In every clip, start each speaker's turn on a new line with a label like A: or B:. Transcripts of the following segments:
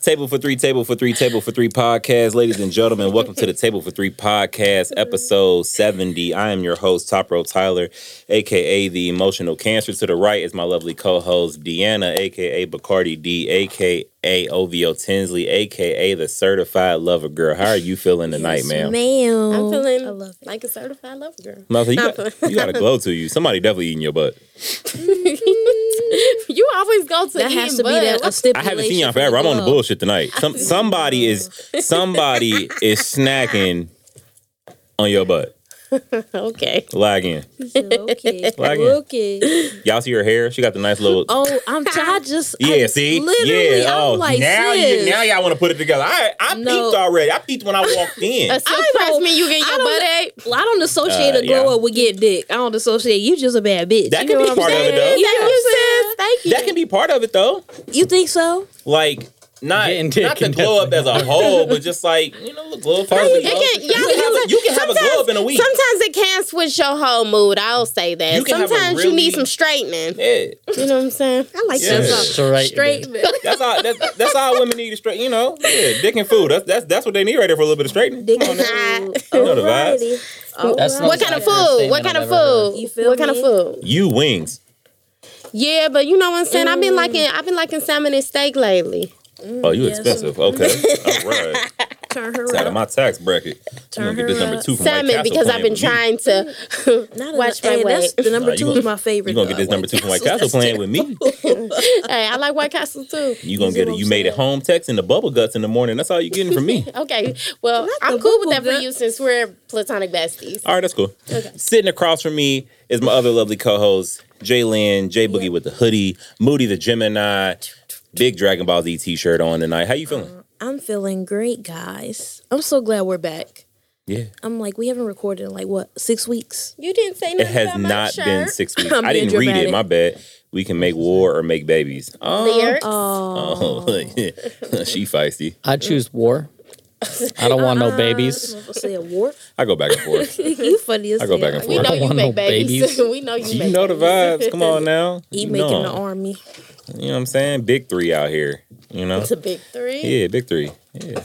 A: Table for Three, Table for Three, Table for Three podcast. Ladies and gentlemen, welcome to the Table for Three podcast, episode 70. I am your host, Top Row Tyler, aka the emotional cancer. To the right is my lovely co host, Deanna, aka Bacardi D, aka OVO Tinsley, aka the certified lover girl. How are you feeling tonight, ma'am?
B: ma'am.
C: I'm feeling
B: Oh, I love it.
C: like a certified love girl.
A: Mother, you,
C: Not
A: got,
C: feeling-
A: you got a glow to you. Somebody definitely eating your butt.
C: you always go to
B: Mm-hmm. That
C: eating
B: has to be
C: bud.
B: that a
C: What's-
B: stipulation.
A: I haven't seen y'all
B: for the
A: forever. I'm on the
B: club.
A: bullshit tonight. Some somebody is somebody is snacking on your butt.
B: uh,
C: okay.
A: Log in.
B: Okay,
A: Like it.
B: okay.
A: Y'all see her hair? She got the nice little.
B: Oh, I'm. T- I just. I
A: yeah, see,
B: Literally,
A: yeah.
B: I'm
A: Oh,
B: like,
A: now
B: sis,
A: you now y'all want to put it together. I I
B: No.
A: peeped already. I peeped when I walked in.
C: A silk
B: I don't-
C: pressman, you get
B: I
C: your
B: don't-
C: butt ache.
B: Well, I don't associate
A: Uh,
B: a glow
A: yeah.
B: up with get dick. I don't associate. You just a bad bitch.
A: That
B: you
A: could
B: know
A: be
B: what I'm
A: part of it,
B: saying?
A: though.
B: You
C: Thank
B: know
C: you,
B: what I'm
C: sis. Thank you.
A: that can be part of it though.
B: saying? You think so?
A: Like not
D: Getting dick
A: not the
D: can
A: glow up as a whole, but just like you know, the glow up.
C: It
A: You,
C: can- y'all
A: you can have a, you can have a glow up in a week.
C: Sometimes it can switch your whole mood. I'll say that.
A: You can have a
C: sometimes you need
A: really-
C: some straightening.
A: Yeah,
C: You know what I'm saying? I like
A: Yeah.
C: that. song.
D: Straight.
C: Straightening.
A: that's all. That's, that's all women need to straight. You know, yeah, dick and food. That's that's that's what they need right there for a little bit of straightening.
B: Dick
A: Come on
B: and
A: now.
B: food.
A: You know the vibes.
B: Alrighty.
D: That's
B: Alright.
C: What kind of food? What kind of
B: heard.
C: food?
B: You feel
C: What kind of
B: me?
C: food?
A: You wings.
C: Yeah, but you know what I'm saying. I've
B: Mm.
C: been liking. I've been liking salmon and steak lately.
A: Oh, you expensive. Okay. All right.
B: Turn her
A: It's out of
B: up.
A: my tax bracket.
B: Turn
A: I'm gonna get
B: her
A: this number
B: up.
A: two from White
C: Salmon
A: Castle
C: because I've
A: playing
C: been
A: with me.
C: trying to
B: Not
C: Watch
B: enough.
C: my
B: Hey, that's-
C: weight.
B: The number
A: Nah, you
B: two
A: gonna-
B: is my favorite.
A: You gonna get this
B: though.
A: number two from White Castle
B: That's
A: playing with me.
C: hey, I like White Castle too.
A: You gonna
B: see
A: get it.
B: what
A: You
B: I'm
A: made it
B: saying?
A: home text and the bubble guts in the morning. That's all you getting from me.
C: Okay, well,
B: Not
C: I'm
B: the
C: cool with
B: boo-boo
C: that for
B: gut.
C: you since we're platonic besties.
A: All right, that's cool. Sitting across from me is my other lovely co-host, Jay Lynn, Jay Boogie with the hoodie, Moody the Gemini, big Dragon Ball Z t-shirt on tonight. How you feeling?
B: I'm feeling great, guys. I'm so glad we're back.
A: yeah.
B: I'm like, we haven't recorded in like what six weeks.
C: You didn't say
A: It
C: nothing
A: has
C: about my
A: not
C: shirt.
A: been six weeks.
B: I'm
A: I didn't
B: being
A: read it.
B: dramatic.
A: My bad. We can make war or make babies. Oh,
C: Lyrics.
B: Oh,
A: oh she feisty.
D: I choose war. I don't want no babies.
B: say a warp.
A: I go back and forth.
B: you funny as
A: I go back
B: hell.
A: and
C: we
A: forth.
C: know
D: don't
C: you
D: want
C: make
D: no
C: babies.
D: babies.
C: we know you.
A: You
C: make
A: know the
C: babies.
A: vibes. Come on now.
B: He
A: You
B: making
A: know.
B: the army.
A: You know what I'm saying? Big three out here. You know?
C: It's a big three.
A: Yeah, big three. Yeah.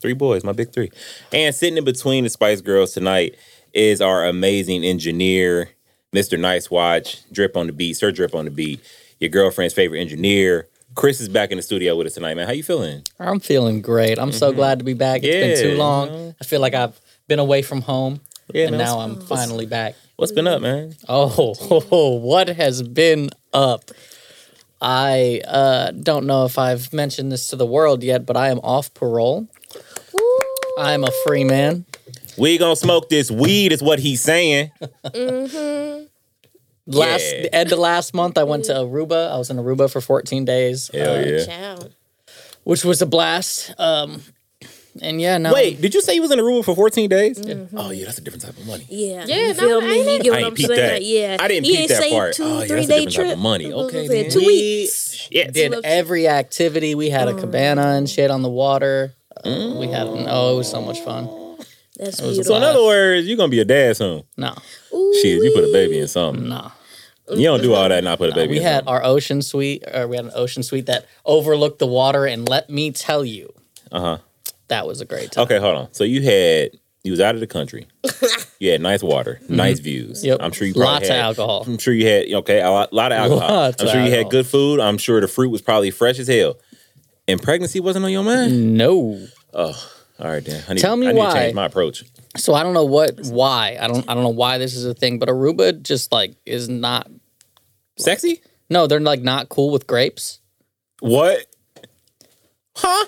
A: three boys, my big three. And sitting in between the Spice Girls tonight is our amazing engineer, Mr. Nice Watch, Drip on the beat, Sir Drip on the beat, your girlfriend's favorite engineer. Chris is back in the studio with us tonight, man. How you feeling?
D: I'm feeling great. I'm so glad to be back. It's
A: Yeah,
D: been too long.
A: you know.
D: I feel like I've been away from home,
A: Yeah,
D: and
A: man,
D: now
A: what's-
D: I'm finally back.
A: What's been up, man?
D: Oh, what has been up? I uh, don't know if I've mentioned this to the world yet, but I am off parole. I'm a free man.
A: We gonna smoke this weed, is what he's saying.
D: Last
A: Yeah.
D: end of last month, I went to Aruba. I was in Aruba for 14 days,
A: Hell
D: uh,
A: yeah.
C: Child.
D: which was a blast. Um, and yeah, now
A: Wait, did you say you was in Aruba for 14 days? Oh yeah, that's a different type of money.
B: Yeah,
C: Yeah,
B: you
C: no,
B: feel
C: ain't
B: me?
C: it?
B: Mm-hmm. You get
A: I
B: what
A: ain't
B: I'm
A: peep
B: saying?
A: that.
B: Yeah,
A: I didn't
B: he
A: peep
B: ain't
A: that
B: say
A: part.
B: Two,
A: Oh, yeah,
B: three
A: that's a
B: day
A: different
B: trip.
A: type of money. Okay,
B: Said
A: then.
B: two
A: Yeah.
B: weeks.
A: Shit.
D: did every activity. We had a cabana and shit on the water. Uh, We had oh, it was so much fun.
B: That's
D: was
A: So
B: beautiful.
A: in other words, you're gonna be a dad soon.
D: No,
A: Shit, you put a baby in something.
D: no.
A: You don't do all that and not put a baby
D: We
A: in
D: had
A: something.
D: our ocean suite, or we had an ocean suite that overlooked the water. And let me tell you,
A: Uh-huh.
D: that was a great time.
A: Okay, hold on. So you had you was out of the country. you had nice water, nice views.
D: Mhm. Yep.
A: I'm sure you probably
D: Lots of
A: had
D: alcohol.
A: I'm sure you had okay, a lot, lot of alcohol.
D: Lots
A: I'm
D: of
A: sure you had
D: alcohol.
A: good food. I'm sure the fruit was probably fresh as hell. And pregnancy wasn't on your mind.
D: No,
A: All right, then. I need,
D: Mm. Tell me
A: I need
D: why.
A: to change my approach.
D: so I don't know what, why. I don't, I don't know why this is a thing. But Aruba just like is not.
A: Sexy?
D: No, they're like not cool with grapes.
A: What? Huh?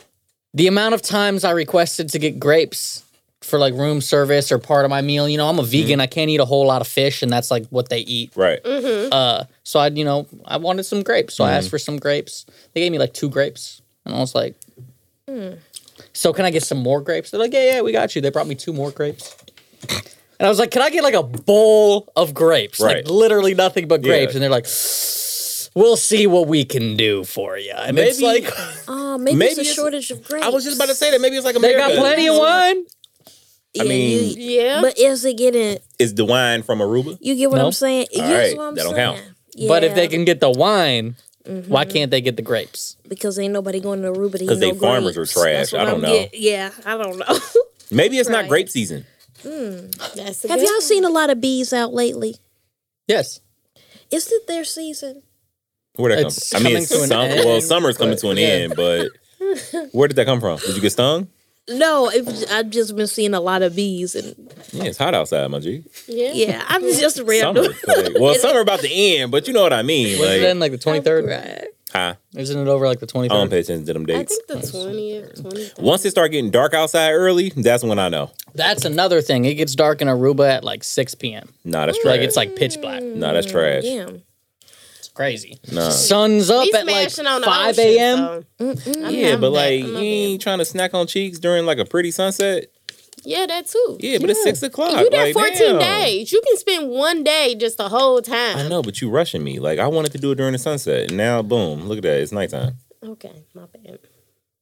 D: the amount of times I requested to get grapes for like room service or part of my meal, you know, I'm a vegan. I can't eat a whole lot of fish, and that's like what they eat.
A: Mm-hmm. Right.
D: Uh, so I, you know, I wanted some grapes, so I
A: Mm-hmm.
D: asked for some grapes. They gave me like two grapes, and I was like, "So can I get some more grapes?" They're like, "Yeah, yeah, we got you." They brought me two more grapes, and I was like, "Can I get like a bowl of grapes?
A: Right.
D: Like literally nothing but
A: Yeah.
D: grapes?" And they're like. We'll see what we can do for you. And it's
A: Maybe-
D: like
B: Oh, maybe,
A: Maybe
B: it's a
A: it's-
B: shortage of grapes.
A: I was just about to say that maybe it's like
D: they
A: America.
D: got plenty of wine.
B: Yeah,
A: mean-
B: you-
C: Yeah.
B: but is it getting?
A: Is the wine from Aruba?
B: You get what
D: No.
B: I'm saying?
A: All
B: Yes,
A: right,
B: what I'm
A: that don't
B: saying.
A: count.
B: Yeah.
D: But if they can get the wine, Why
C: Mm-hmm.
D: can't they get the grapes?
B: because ain't nobody going to Aruba to eat
A: Because they
B: no
A: farmers
B: grapes.
A: are trash.
B: That's what
A: I don't
B: I'm
A: know.
B: get- Yeah, I don't know.
A: Maybe it's not
C: Right.
A: grape season.
C: That's a
B: Have
C: good-
B: y'all seen a lot of bees out lately?
D: Yes.
B: Is it their season?
A: Where that
D: It's
A: come from? I mean,
D: coming
A: it's
D: to an
A: sum-
D: end,
A: well, summer's coming
D: but-
A: to an
D: yeah.
A: end, but where did that come from? Did you get stung?
B: No, it was, I've just been seeing a lot of bees, and
A: Yeah, it's hot outside, my G.
C: Yeah.
B: yeah, I'm just
A: Summer.
B: random.
A: Like, well, summer about to end, but you know what I mean.
D: Wasn't it in
A: Like,
D: like the 23rd?
C: Right.
A: huh?
D: Isn't it over like the
A: I don't
D: 23rd?
A: pay attention to them
C: I
A: dates.
C: think the twentieth, twenty.
A: Once it start getting dark outside early, that's when I know.
D: That's another thing. It gets dark in Aruba at like 6 p.m.
A: Nah, that's trash.
D: Like it's like pitch black.
C: Mm.
A: nah, that's trash.
B: Damn.
D: It's crazy.
A: Nah.
D: Sun's up
C: He's
D: at like
C: smashing on the
D: 5
C: ocean,
D: a.m.
C: so- I'm
A: Yeah,
C: not
A: but
C: that-
A: like mm.
C: I'm
A: you
C: not
A: ain't trying to snack on cheeks during like a pretty sunset.
C: that- yeah, that too.
A: Yeah, but it's six o'clock.
C: You there
A: like,
C: 14
A: damn.
C: days. You can spend one day just the whole time.
A: I know, but you rushing me. Like I wanted to do it during the sunset. and Now, boom, look at that. It's nighttime.
C: Okay, my bad.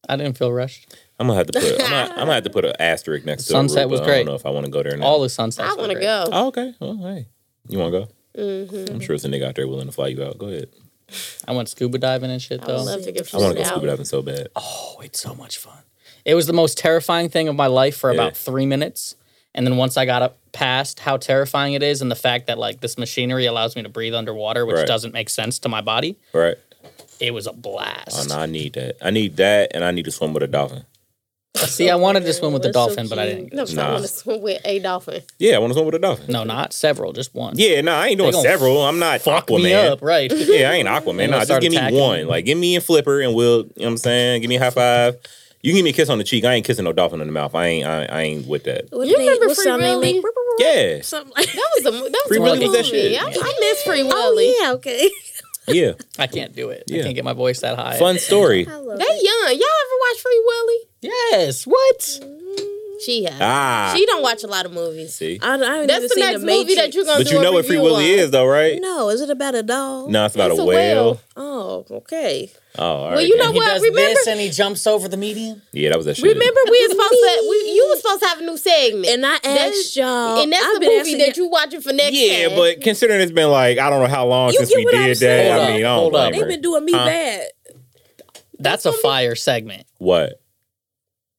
D: I didn't feel rushed.
A: I'm gonna have to put. I'm gonna, I'm gonna have to put an asterisk next to
D: Sunset
A: Aruba.
D: was
A: I
D: great.
A: don't know if I want to go there now.
D: All the sunsets.
C: I want to
D: were great.
C: go.
A: oh, okay. Well, hey, you want to go? I'm sure it's a nigga out there willing to fly you out. Go ahead.
D: I went scuba diving and shit
C: I would
D: though.
C: love to get
A: I want to
C: fished
A: go
C: out.
A: scuba diving so bad.
D: Oh, it's so much fun. It was the most terrifying thing of my life for
A: Yeah.
D: about three minutes. And then once I got up past how terrifying it is and the fact that like this machinery allows me to breathe underwater, which
A: Right.
D: doesn't make sense to my body,
A: Right?
D: it was a
A: Oh
D: blast.
A: no, I need that. I need that, and I need to swim with a dolphin.
D: See, I wanted to swim with the
C: That's so
D: dolphin, but I
C: cute.
D: didn't. get
C: No,
A: Nah.
C: I want to swim with a dolphin.
A: Yeah, I want to swim with a dolphin.
D: No, not several, just one.
A: Yeah, no, I ain't
D: They
A: doing
D: gonna
A: several. I'm not
D: fuck
A: Aquaman.
D: me up, right?
A: Yeah, I ain't Aquaman.
D: gonna
A: Nah, just
D: start
A: give me
D: attacking.
A: one. Like, give me a flipper and we'll, you know what I'm saying? Give me a high five. You can give me a kiss on the cheek. I ain't kissing no dolphin in the mouth. I ain't I, I ain't with that.
B: What
C: You
B: do
C: remember
B: what's
C: Free
B: their name?
C: Willy?
B: Like,
A: Yeah.
B: Something like
C: That was the that was
A: Free
C: a
A: Willy
C: movie.
A: was that shit.
C: I, I miss Free Willy.
B: Oh yeah, okay.
A: Yeah.
D: I can't do it.
A: Yeah.
D: I can't get my voice that high.
A: Fun story.
B: I love
C: They
B: it.
C: young. Y'all ever watch Free Willy?
D: Yes. What?
C: She has.
A: Ah.
C: She don't watch a lot of movies.
A: See?
B: I, I haven't
C: That's
B: even
C: the
B: seen
C: next
B: the
C: movie that
B: Matrix.
C: you're gonna
A: But
C: do.
A: you know
C: a
A: what Free
C: review
A: Willie
C: on.
A: is, though, right?
B: No, is it about a dog?
A: No, it's about
C: It's
A: a
C: a
A: whale.
C: whale.
B: Oh, okay.
A: Oh, all right.
C: you know
A: then.
D: He
C: what? Well,
D: does
C: remember-
D: this and he jumps over the median.
A: Yeah, that was that shit.
C: Remember, we was supposed to. We, you were supposed to have a new segment,
B: And I asked
C: That's-
B: y'all.
C: and that's
B: I've
C: the
B: been
C: movie
B: asking
C: that you watching for next.
A: Yeah,
C: time.
A: but considering it's been like, I don't know how long
B: You
A: since
B: get
A: we
B: what I'm
A: did
B: saying?
A: that. I mean, I
D: Hold up,
A: don't
D: hold up.
A: blame
B: They've
A: her.
B: been doing me
D: Huh?
B: bad.
D: That's a fire segment.
A: What?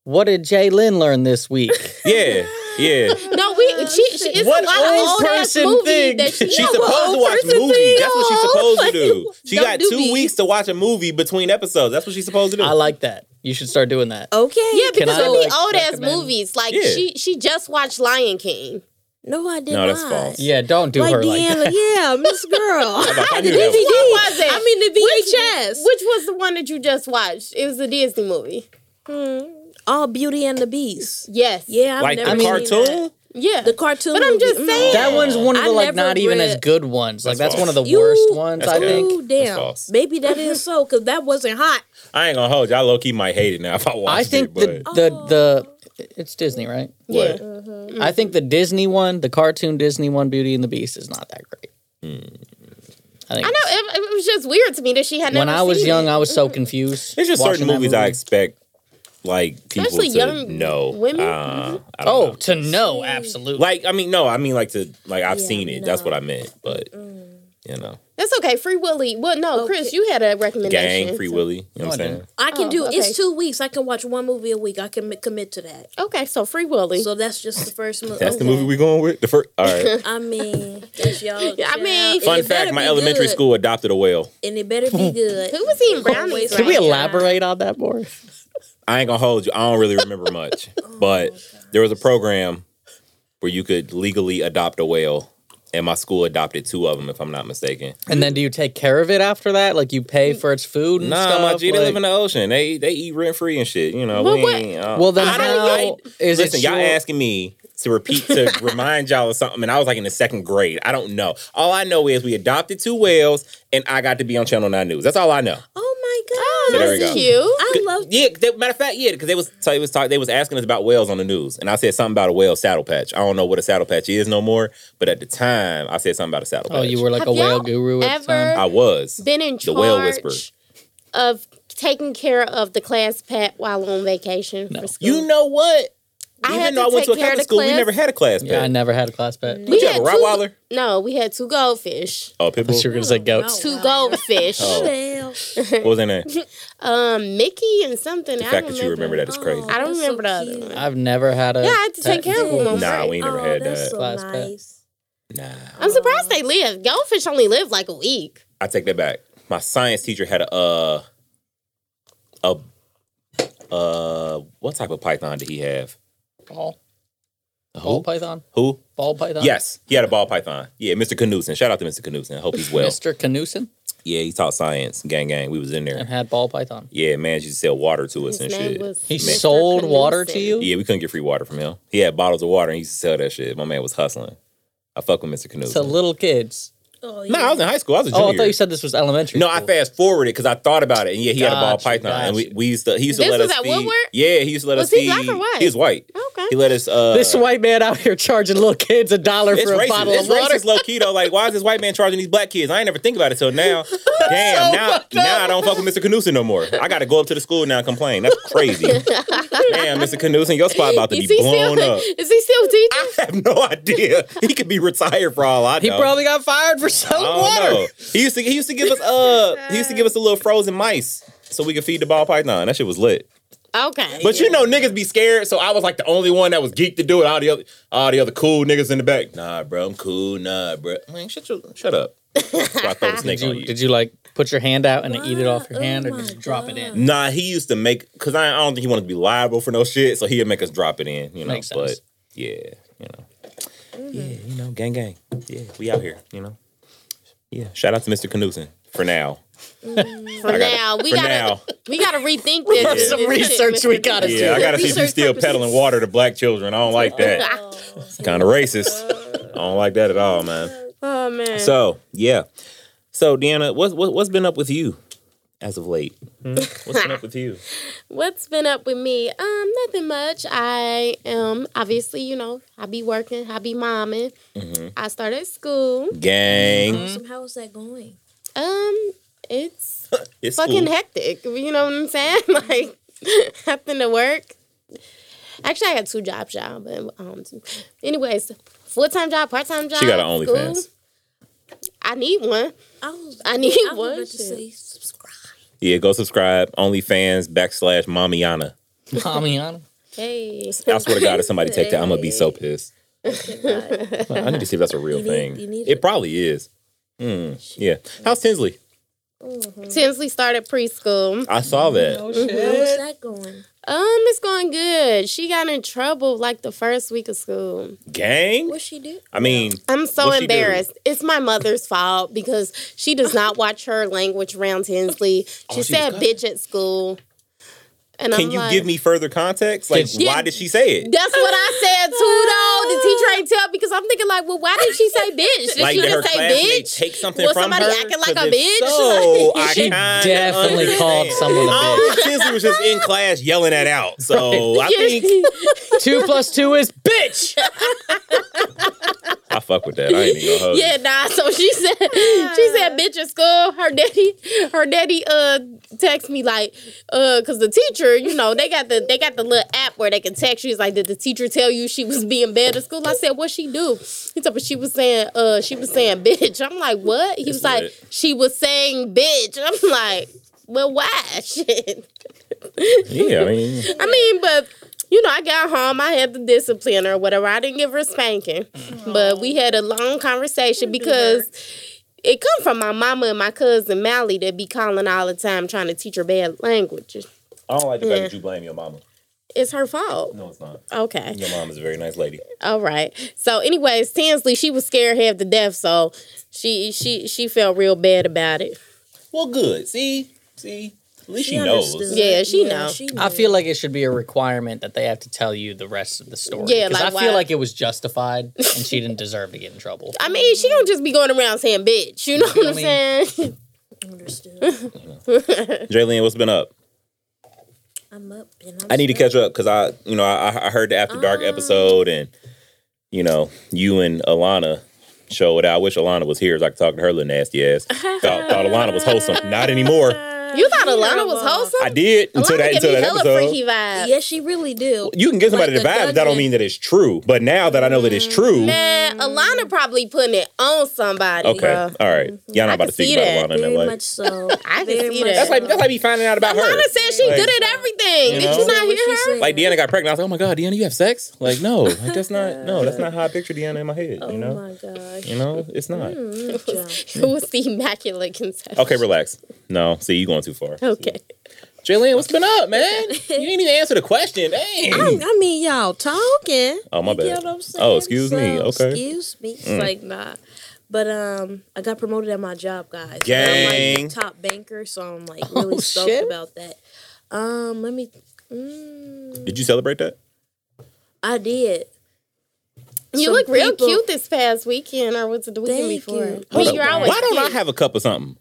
D: What did Jay Lynn learn this week?
A: Yeah. Yeah.
C: no, we.
B: Oh,
C: She, she, it's
D: What
C: a lot of
D: old
C: old ass
D: person
C: movie
D: thing?
C: that she.
A: She's
C: yeah,
A: supposed
C: well,
A: to watch
C: person
A: movies.
C: thing,
A: That's what she's
C: y'all.
A: supposed to do. She
C: Don't
A: got
C: do
A: two
C: me.
A: weeks to watch a movie between episodes. That's what she's supposed to do.
D: I like that. You should start doing that.
B: Okay.
C: Yeah,
D: Can
C: because
D: I,
C: it'll be
D: like,
C: old ass
D: recommend-
C: movies. Like
A: Yeah.
C: she, she just watched Lion King.
B: No, I did
A: No,
B: not.
A: that's false.
D: Yeah, don't do
B: like
D: her like
B: Deanna,
D: that.
B: yeah, Miss Girl.
A: I
B: I
A: knew
B: the
A: that was-
B: DVD.
C: What was it?
B: I mean the VHS.
C: Which was the one that you just watched? It was a Disney movie.
B: Mm, All Beauty and the Beast.
C: Yes.
B: Yeah, I've
A: like
B: never
A: the
B: seen
A: cartoon?
B: that.
C: Yeah.
B: The cartoon.
C: But I'm just
B: movie.
C: saying-
D: That one's one of
B: I
D: the like
B: never
D: not even as
B: read-
D: good ones. Like
A: That's
D: that's one of the
A: false.
B: You-
D: worst ones.
A: That's
D: I
A: false.
D: think.
B: Ooh,
A: That's
B: damn.
A: false.
B: Maybe that is so, because that wasn't hot.
A: I ain't gonna hold you. I low key might hate it now if I watch
D: I think the
A: it. But
D: the the it's Disney, right?
A: What?
C: Oh. Yeah. Mm-hmm.
D: I think the Disney one, the cartoon Disney one, Beauty and the Beast, is not that great.
A: Hmm.
D: I think
C: I know it, it was just weird to me that she had
D: when
C: never
D: I was
C: seen
D: young,
C: it. Mm-hmm.
D: I was so confused.
A: there's just
D: watching
A: certain
D: that
A: movies
D: movie.
A: I expect like people
C: Especially
A: to
C: young
A: know.
C: women.
A: Uh, I don't
D: Oh,
A: know.
D: to know
C: Mm-hmm.
D: absolutely.
A: like I mean, no, I mean like to like I've
B: Yeah, Mm.
A: seen it. That's
B: no.
A: what I meant. But you know,
C: That's okay. Free Willy. Well, no,
B: Okay.
C: Chris, you had a recommendation.
A: gang, free Willy. You know what I'm
D: No, I
A: saying?
D: didn't.
B: I can
C: Oh,
B: do
C: okay.
B: it's two weeks. I can watch one movie a week. I can mi- commit to that.
C: Okay, so Free Willy.
B: So that's just the first movie.
A: That's the movie we going with. The first. All right.
B: I mean, that's y'all.
C: Yeah, I
B: child.
C: mean-
B: And
A: Fun
B: it better
A: fact: My
B: be
A: elementary
B: good.
A: school adopted a whale.
B: and it better be good.
C: Who was eating brownies?
B: Can
D: Can we
C: right now?
D: elaborate on that more?
A: I ain't gonna hold you. I don't really remember much,
B: Oh
A: but there was a program where you could legally adopt a whale, and my school adopted two of them, if I'm not mistaken.
D: And then do you take care of it after that? Like you
C: Mm.
D: pay for its food and
A: Nah,
D: stuff?
A: my G, they
D: Like-
A: live in the ocean. They they eat rent free and shit. You know,
C: But
A: we
C: what-
A: ain't, uh,
D: Well, then
A: I don't
D: how
A: know.
D: is
A: Listen,
D: it?
A: y'all
D: your-
A: asking me to repeat to remind y'all of something, and I was like in the second grade. I don't know. All I know is we adopted two whales, and I got to be on Channel Nine News. That's all I know.
B: Oh
C: Oh,
B: my
A: there
B: god,
A: we go.
C: that's cute.
B: I love
A: Yeah, they, matter of fact, yeah, because they was so they was talk, they was asking us about whales on the news, and I said something about a whale saddle patch. I don't know what a saddle patch is no more, but at the time, I said something about a saddle patch.
D: Oh, you were like
C: Have
D: a whale
C: y'all
D: guru at the
C: ever-
D: time.
A: I was.
C: Been in charge
A: The whale whisperer.
C: of taking care of the class pet while on vacation for school.
A: You know what?
C: I
A: Even
C: had
A: though
C: to
A: I went to a
C: take care of
A: Catholic
C: the
A: school,
C: class.
A: we never had a class
D: Yeah, I
A: pet.
D: never had a class pet.
A: Did you have a
C: had two-
A: Rottweiler?
C: No, we had two goldfish.
A: Oh, pit bull.
D: You were gonna say goats.
C: Two
B: Wow.
C: goldfish.
A: Oh. What was in that? The
C: Um, Mickey and something. I
A: fact
C: don't
A: that you remember that is crazy.
C: I don't
B: Oh, That's so
C: remember the other
B: cute.
C: one.
D: I've never had a.
C: Yeah, I had to take
D: pet.
C: care of them.
A: Nah, we ain't never had
B: oh, that's
A: that.
B: So
D: Class pet.
B: nice.
A: Nah.
C: I'm surprised they live. Goldfish only live like a week.
A: I take that back. My science teacher had a uh a uh what type of python did he have?
D: Ball,
A: A
D: ball
A: Who?
D: python,
A: Who?
D: ball python.
A: Yes, he had a ball python. Yeah, Mr. Knudsen. Shout out to Mr. Knudsen. I hope he's well.
D: Mr. Knudsen
A: yeah, he taught science. Gang gang. We was in
D: and
A: there.
D: had ball python.
A: Yeah, man, she sell water to us
C: His
A: and
C: name
A: shit.
C: was
D: He
C: Mr.
D: sold water to
C: Knudsen.
D: you.
A: yeah, we couldn't get free water from him. He had bottles of water and he used to sell that shit. My man was hustling. I fuck with Mr.
D: to
A: Knudsen.
D: little kids.
B: Oh,
A: No, I was in high school. I was a junior.
D: Oh, I thought you said this was elementary.
A: No, I
D: school.
A: fast forwarded because I thought about it, and yeah, he had a ball
D: Gotcha,
A: python, and we,
D: gotcha.
A: we used to he used to
C: This
A: let
C: was
A: us
C: at
A: feed.
C: Woodward?
A: Yeah, he used to let
C: Was
A: us
C: he
A: feed.
C: black or white?
A: He was white.
C: Okay.
A: He let us. Uh,
D: This white man out here charging little kids a dollar
A: it's
D: for a
A: racist.
D: bottle
A: it's
D: of water.
A: racist, low key though. Like, why is this white man charging these black kids? I ain't never think about it till now. Damn, now now I don't fuck with Mr. Knudsen no more. I got to go up to the school now and complain. That's crazy. Damn, Mr. Knudsen, your spot about to
C: Is
A: be
C: he
A: blown
C: still?
A: up.
C: Is he still teaching?
A: I have no idea. He could be retired for all I
D: He
A: know.
D: probably got fired for
A: I
D: selling
A: don't
D: water.
A: know. Oh, He used to he used to give us uh he used to give us a little frozen mice so we could feed the ball python. That shit was lit.
C: Okay.
A: But you know, niggas be scared, so I was like the only one that was geeked to do it. All the other, all the other cool niggas in the back. Nah, bro, I'm cool. Nah, bro, man, shut your, shut up. So I throw a snake
D: Did you,
A: on you.
D: did you like put your hand out and eat it off your
B: Oh
D: hand, or
B: my
D: did you drop it in?
A: Nah, he used to make because I, I don't think he wanted to be liable for no shit, so he'd make us drop it in. You know,
D: Makes
A: but
D: sense. Mm-hmm.
A: yeah, you know, yeah, you know, gang, gang, yeah, we out here. You know, yeah. Shout out to Mr. Knudsen for now.
C: for
A: I gotta-
C: now, we
A: for
C: gotta
A: now.
C: we gotta rethink this.
A: Yeah.
D: Some
C: This
D: research
C: shit,
D: we
C: Mr.
D: gotta do.
A: Yeah, I gotta see if you
B: Research
A: still
B: purposes. Oh,
A: peddling water to black children. I don't like that. kind of racist. I don't like that at all, man.
C: Oh man.
A: So yeah, so Deanna, what's what, what's been up with you as of late? Hmm? What's been up with you?
C: What's been up with me? Um, nothing much. I am obviously, you know, I be working, I be momming.
A: Mm-hmm.
C: I started school.
A: Gang,
B: So how is that going?
C: Um, it's
A: it's
C: fucking
A: school.
C: hectic. You know what I'm saying? Like having to work. Actually, I had two jobs, y'all. But um, anyways, full time job, part time job.
A: She got an
C: school.
A: OnlyFans.
C: I need one.
B: I was.
C: I need
B: I was
C: one
B: about to
C: shit.
B: say subscribe.
A: Yeah, go subscribe. OnlyFans backslash Mamiana.
D: Pomiana.
C: Hey,
A: I swear to God, if somebody take that, I'm gonna be so pissed. I need to see if that's a real
B: You need-
A: thing.
B: you need
A: it
B: it.
A: probably is. Mm, yeah. How's Tinsley?
C: Tinsley started preschool.
A: I saw that.
D: Oh
B: How's that going?
C: Um, it's going good. She got in trouble like the first week of school.
A: Gang.
B: What she do?
A: I mean,
C: I'm so
A: What'd she do?
C: embarrassed. It's my mother's fault because she does not watch her language around Tinsley. She
A: Oh, she was
C: said
A: cussing.
C: bitch at school. And
A: can
C: I'm
A: you
C: like,
A: give me further context? Like,
D: Did-
A: why did she say it?
C: That's what I said too, though. The teacher ain't tell because I'm thinking like, well, why did she say bitch? Did
A: like,
C: she
A: did her
C: just say
A: classmate
C: bitch?
A: take something
C: Was
A: from
C: somebody
A: her?
C: acting like
A: 'Cause
C: a
A: if
C: bitch?
A: So I
D: She
A: kinda
D: definitely called
A: understand.
D: someone a bitch.
A: Oh, Tinsley was just in class yelling that out. So I think
D: two plus two is bitch.
A: I fuck with that. I ain't even gonna hold.
C: Yeah, nah. So she said, she said, bitch at school. Her daddy, her daddy, uh, text me like, uh, cause the teacher, you know, they got the they got the little app where they can text you. It's like, did the teacher tell you she was being bad at school? I said, what she do? He told me she was saying, uh, she was saying bitch. I'm like, what? He was like,
A: lit.
C: she was saying bitch. I'm like, well, why? Shit.
A: you. Yeah, I mean,
C: I mean, but you know, I got home, I had to discipline her, whatever. I didn't give her a spanking, but we had a long conversation because it come from my mama and my cousin Mally that be calling all the time trying to teach her bad languages.
A: I don't like the
C: Yeah.
A: that you blame your mama.
C: It's her fault.
A: No, it's not.
C: Okay.
A: Your mom is a very nice lady.
C: All right. So, anyways, Tinsley, she was scared half to death, so she she she felt real bad about it.
A: Well, good. See, see, at least she,
B: She
A: knows.
B: understood.
C: Yeah, she know.
D: I feel like it should be a requirement that they have to tell you the rest of the story.
C: Yeah,
D: 'Cause
C: like
D: I feel
C: why-
D: like it was justified, and she didn't deserve to get in trouble.
C: I mean, she don't just be going around saying bitch. You know what I'm
D: I mean-
C: saying?
B: Understood.
A: Jalen, what's been up?
B: I'm up and I'm
A: I need to catch up because I, you know, I, I heard the After
C: Oh.
A: Dark episode, and you know, you and Alana showed out. I wish Alana was here so I could talk to her little nasty ass. thought, thought Alana was wholesome. Not anymore.
C: You thought Alana was wholesome?
A: I did until that
C: Alana give
A: until
C: me
A: that
C: hella freaky
A: episode.
C: vibes.
B: Yes, she really do.
A: You can give somebody
B: Like
A: the
B: the
A: vibe, but that don't
B: judgment.
A: mean that it's true. But now that I know that it's
C: Mm,
A: true,
C: Man, Alana probably putting it on somebody.
A: okay,
C: Bro.
A: all right, y'all not
C: Mm-hmm. I
A: about
C: can
A: to speak
C: see
A: about
C: that.
A: Alana in that
B: Very
A: way.
B: much so.
C: I can
B: Very
C: see
B: much
C: that.
A: That's
B: so.
A: like that's like me finding out about her.
C: Alana said she
A: Like-
C: good at everything.
A: You
C: Did
A: know?
C: you not
B: What she
C: hear her?
B: said.
A: Like Deanna got pregnant. I was like, oh my god, Deanna, you have sex? Like, no, like that's not no, that's not how I picture Deanna in my head.
B: Oh
A: you know,
B: my gosh.
A: you know, it's not.
B: Mm, John.
C: It was the immaculate conception.
A: Okay, relax. No, see, you going too far.
C: Okay.
A: Jalen, what's been up, man? You didn't even answer the question. Dang.
B: I, I mean, y'all talking.
A: Oh, my
B: You get
A: bad.
B: what I'm saying?
A: Oh, excuse me. Okay. Mm.
B: Excuse me. It's like, nah. But um, I got promoted at my job, guys. I'm
A: Gang.
B: like the top banker, so I'm like really
D: Oh,
B: stoked
D: shit.
B: about that. Um, let me. Mm,
A: Did you celebrate that?
B: I did.
C: You
B: Some
C: look real
B: people-
C: cute this past weekend, or was it the weekend
B: Thank
C: before?
B: you.
C: I mean,
A: Hold up.
C: you're always
A: Why don't
C: cute.
A: I have a cup of something?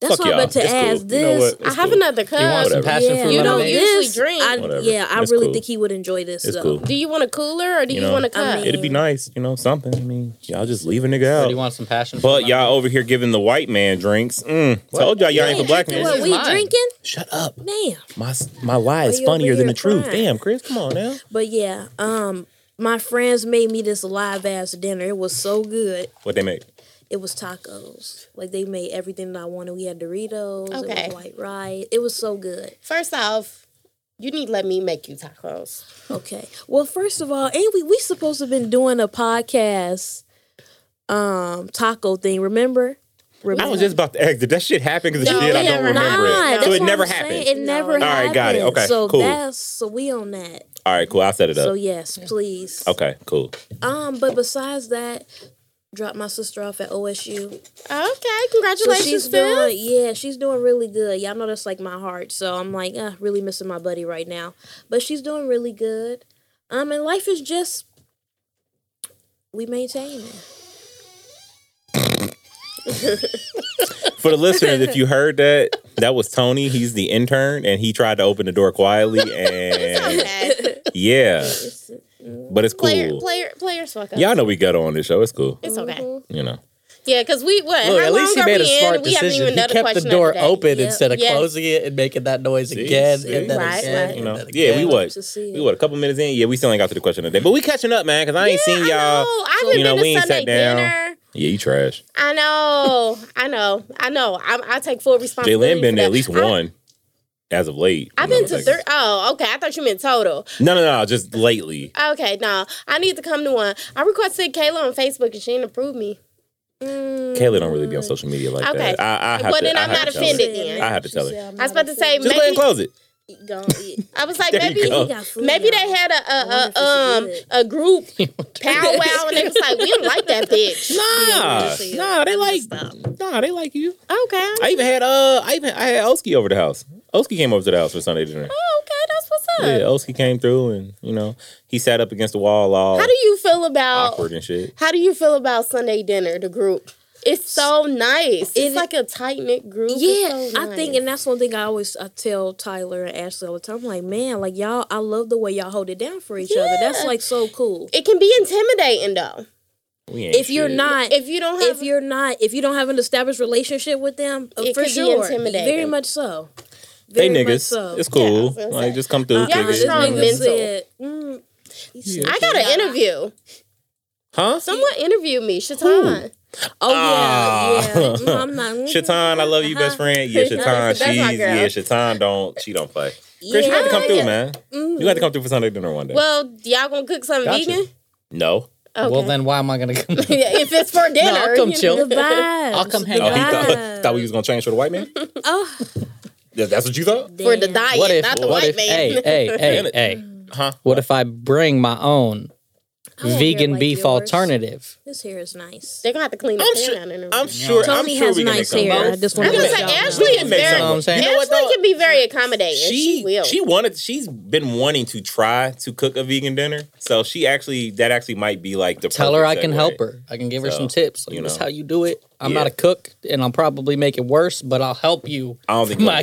B: That's
A: Fuck
B: what I'm
A: y'all.
B: about to
A: It's cool.
B: ask.
A: You know
B: This
A: what? It's
C: I have
A: cool.
C: another cup.
D: You want some
A: Whatever.
D: passion fruit
C: You don't
D: lemonade?
C: usually
B: this,
C: drink.
B: I,
A: Whatever.
B: yeah, I
A: It's
B: really
A: cool.
B: think he would enjoy this.
A: It's
B: though.
A: cool.
C: Do you want a cooler or do
A: You
C: you,
A: know,
C: want a cup?
B: I mean-
A: It'd be nice, you know, something. I mean, y'all just leave a
D: Or do
A: nigga
D: you
A: out.
D: want some passion?
A: But y'all over here giving the white man drinks. Mm, told y'all y'all ain't for black
B: After what
A: men.
D: is
B: we
D: mine.
B: drinking?
A: Shut up.
B: Damn.
A: My my lie is
B: Why you over
A: funnier than the
B: here
A: truth.
B: crying?
A: Damn, Chris, come on now.
B: But yeah, um, my friends made me this live ass dinner. It was so good.
A: What they make?
B: It was tacos. Like they made everything that I wanted. We had Doritos. It
C: Okay.
B: was white rice. It was so good.
C: First off, you need to let me make you tacos.
B: Okay. Well, first of all, ain't we we supposed to have been doing a podcast um taco thing? Remember? Remember?
A: I was just about to ask. Did that shit happen? Because
C: No,
A: it did. I
C: it
A: don't
C: never
A: remember
C: happened.
A: it.
B: Nah,
A: So
B: that's
A: it
B: what
A: never
B: I'm saying.
A: happened.
B: It never
A: All
B: happened.
A: right, got it. Okay,
B: so
A: cool.
B: that's so we on that.
A: All right, cool. I'll set it up.
B: So yes, please.
A: Okay, cool.
B: Um, but besides that, dropped my sister off at OSU.
C: Okay,
B: So
C: congratulations,
B: she's
C: sis.
B: doing, yeah, she's doing really good. Y'all know that's like my heart, so I'm like, uh, really missing my buddy right now. But she's doing really good. Um, and life is just we maintain it.
A: For the listeners, if you heard that, that was Tony. He's the intern, and he tried to open the door quietly. And
C: Okay.
A: yeah, but it's
C: Player,
A: cool.
C: player, players fuck up.
A: Y'all know we got on this show. It's cool.
C: It's
B: Mm-hmm.
C: okay.
A: You know.
C: Yeah, because we what?
D: Look,
C: how
D: at least
C: long
D: he made
C: are
D: a
C: we in?
D: smart
C: We haven't
D: decision.
C: even
D: He
C: done a
D: kept the
C: question of
D: door
C: day.
D: open
B: Yep.
D: instead of
C: Yeah.
D: closing it and making that noise
A: See,
D: again
A: see.
D: and then
C: Right,
D: again.
A: You
C: right.
D: and
A: know.
D: then
A: Yeah, we
D: again.
A: what?
B: To see it.
A: We what? A couple minutes in. Yeah, we still ain't got to the question of the day, but we catching up, man. Cause I ain't seen
C: I
A: y'all.
C: know. I haven't
A: you know,
C: been
A: we
C: to
A: ain't
C: Sunday
A: sat down.
C: dinner.
A: Yeah, you trash.
C: I know, I know, I know. I, I take full responsibility.
A: Jalen been to
C: for that.
A: at least
C: I-
A: one as of late.
C: I've
A: you know,
C: been to
A: like-
C: three oh okay. I thought you meant total.
A: No, no, no. Just lately.
C: Okay, no, I need to come to one. I requested Kayla on Facebook and she didn't approve me. Mm,
A: Kayla don't really be on social media like
C: Okay.
A: that. I, I have
C: Well,
A: to,
C: then
A: I
C: I'm
A: have
C: not
A: to tell her.
C: offended then.
A: I have to tell her.
C: I was about to say
A: Just go ahead and
C: maybe.
A: close it.
C: I was like
A: There you
C: maybe
A: go.
C: maybe they had a
B: wonder if
C: a,
B: it's
C: a um
B: good.
C: a group powwow and they was like we don't like that bitch.
A: Nah,
B: just so you
A: nah, they like, nah, they like you.
C: Okay.
A: I even had uh, I even I had Oski over the house. Oski came over to the house for Sunday dinner.
C: Oh, okay, that's what's up.
A: Yeah, Oski came through and you know he sat up against the wall, all
C: How do you feel about
A: Oh, awkward and shit.
C: how do you feel about Sunday dinner? The group. It's so nice. It's
B: It-
C: like a tight knit group. It's
B: Yeah,
C: so
B: I think,
C: nice.
B: and that's one thing I always I tell Tyler and Ashley all the time. I'm like, man, like y'all, I love the way y'all hold it down for each other. That's
C: Yeah.
B: like so cool.
C: it can be intimidating though.
A: We ain't
B: If you're
A: shit.
B: not,
C: If you don't have
B: if you're not if you don't have an established relationship with them uh,
C: It
B: for
C: could be
B: sure
C: intimidating.
B: very much so
A: they
B: very
A: niggas,
B: much so
A: it's
C: Yeah, I
A: cool.
C: was gonna
A: like
C: say.
A: just come through,
B: Uh-uh,
C: Y'all
A: kick
C: are
A: it.
B: this
C: strong
B: nigga
C: mental.
B: said, mm, he said-
C: I got an interview.
A: huh?
C: Someone interviewed me, Shatan.
B: oh yeah
A: Ah.
B: yeah Mm, i'm not mm,
A: Shaitan, I love you, best friend. Yeah, Shaitan,
C: That's my
A: she's
C: girl.
A: yeah, Shaitan don't she don't play. Chris, you
B: yeah. mm.
A: got to come
C: like
A: through,
C: it.
A: man. You got to come through for Sunday dinner one day.
C: Well, y'all gonna cook something
A: Gotcha.
C: vegan?
A: no,
C: Okay.
D: Well, then why am I gonna come?
C: yeah, if it's for dinner,
D: I'll come
C: you know.
D: chill.
B: the vibes
D: I'll come
B: the
D: hang
A: oh,
D: out.
A: he
B: vibes.
A: thought, thought we was gonna change for the white man.
B: oh
A: That- That's what you thought?
C: for the
B: damn.
C: diet,
D: What if?
C: not the
D: What
C: white
D: if?
C: man.
D: Hey, hey, hey, hey.
A: Huh?
D: What if I bring my own
B: I want hair
D: vegan
B: like
D: beef
B: yours.
D: alternative?
B: this hair is nice
C: They're gonna have to clean the
A: I'm
C: pan
A: sure-
C: out in there.
A: I'm sure.
B: Tony
A: I'm sure
B: has
A: we can
B: nice
A: make something
B: hair. I
A: work.
B: just
A: We
B: wanna
A: can
B: let
A: make
B: y'all know.
A: something. We can make something work.
C: Ashley is
D: very-
A: You know what?
C: Ashley
A: though?
C: can be very accommodating. She,
A: she
C: will.
A: she wanted she's been wanting to try to cook a vegan dinner. So she actually that actually might be like the
D: Tell her I
A: perfect
D: can
A: segue.
D: help her. I can give her
A: So,
D: some tips. Like,
A: you
D: This is
A: know.
D: how you do it. I'm
A: Yeah.
D: not a cook, and I'll probably make it worse, but I'll help you.
A: I don't think
D: My
A: you'll be-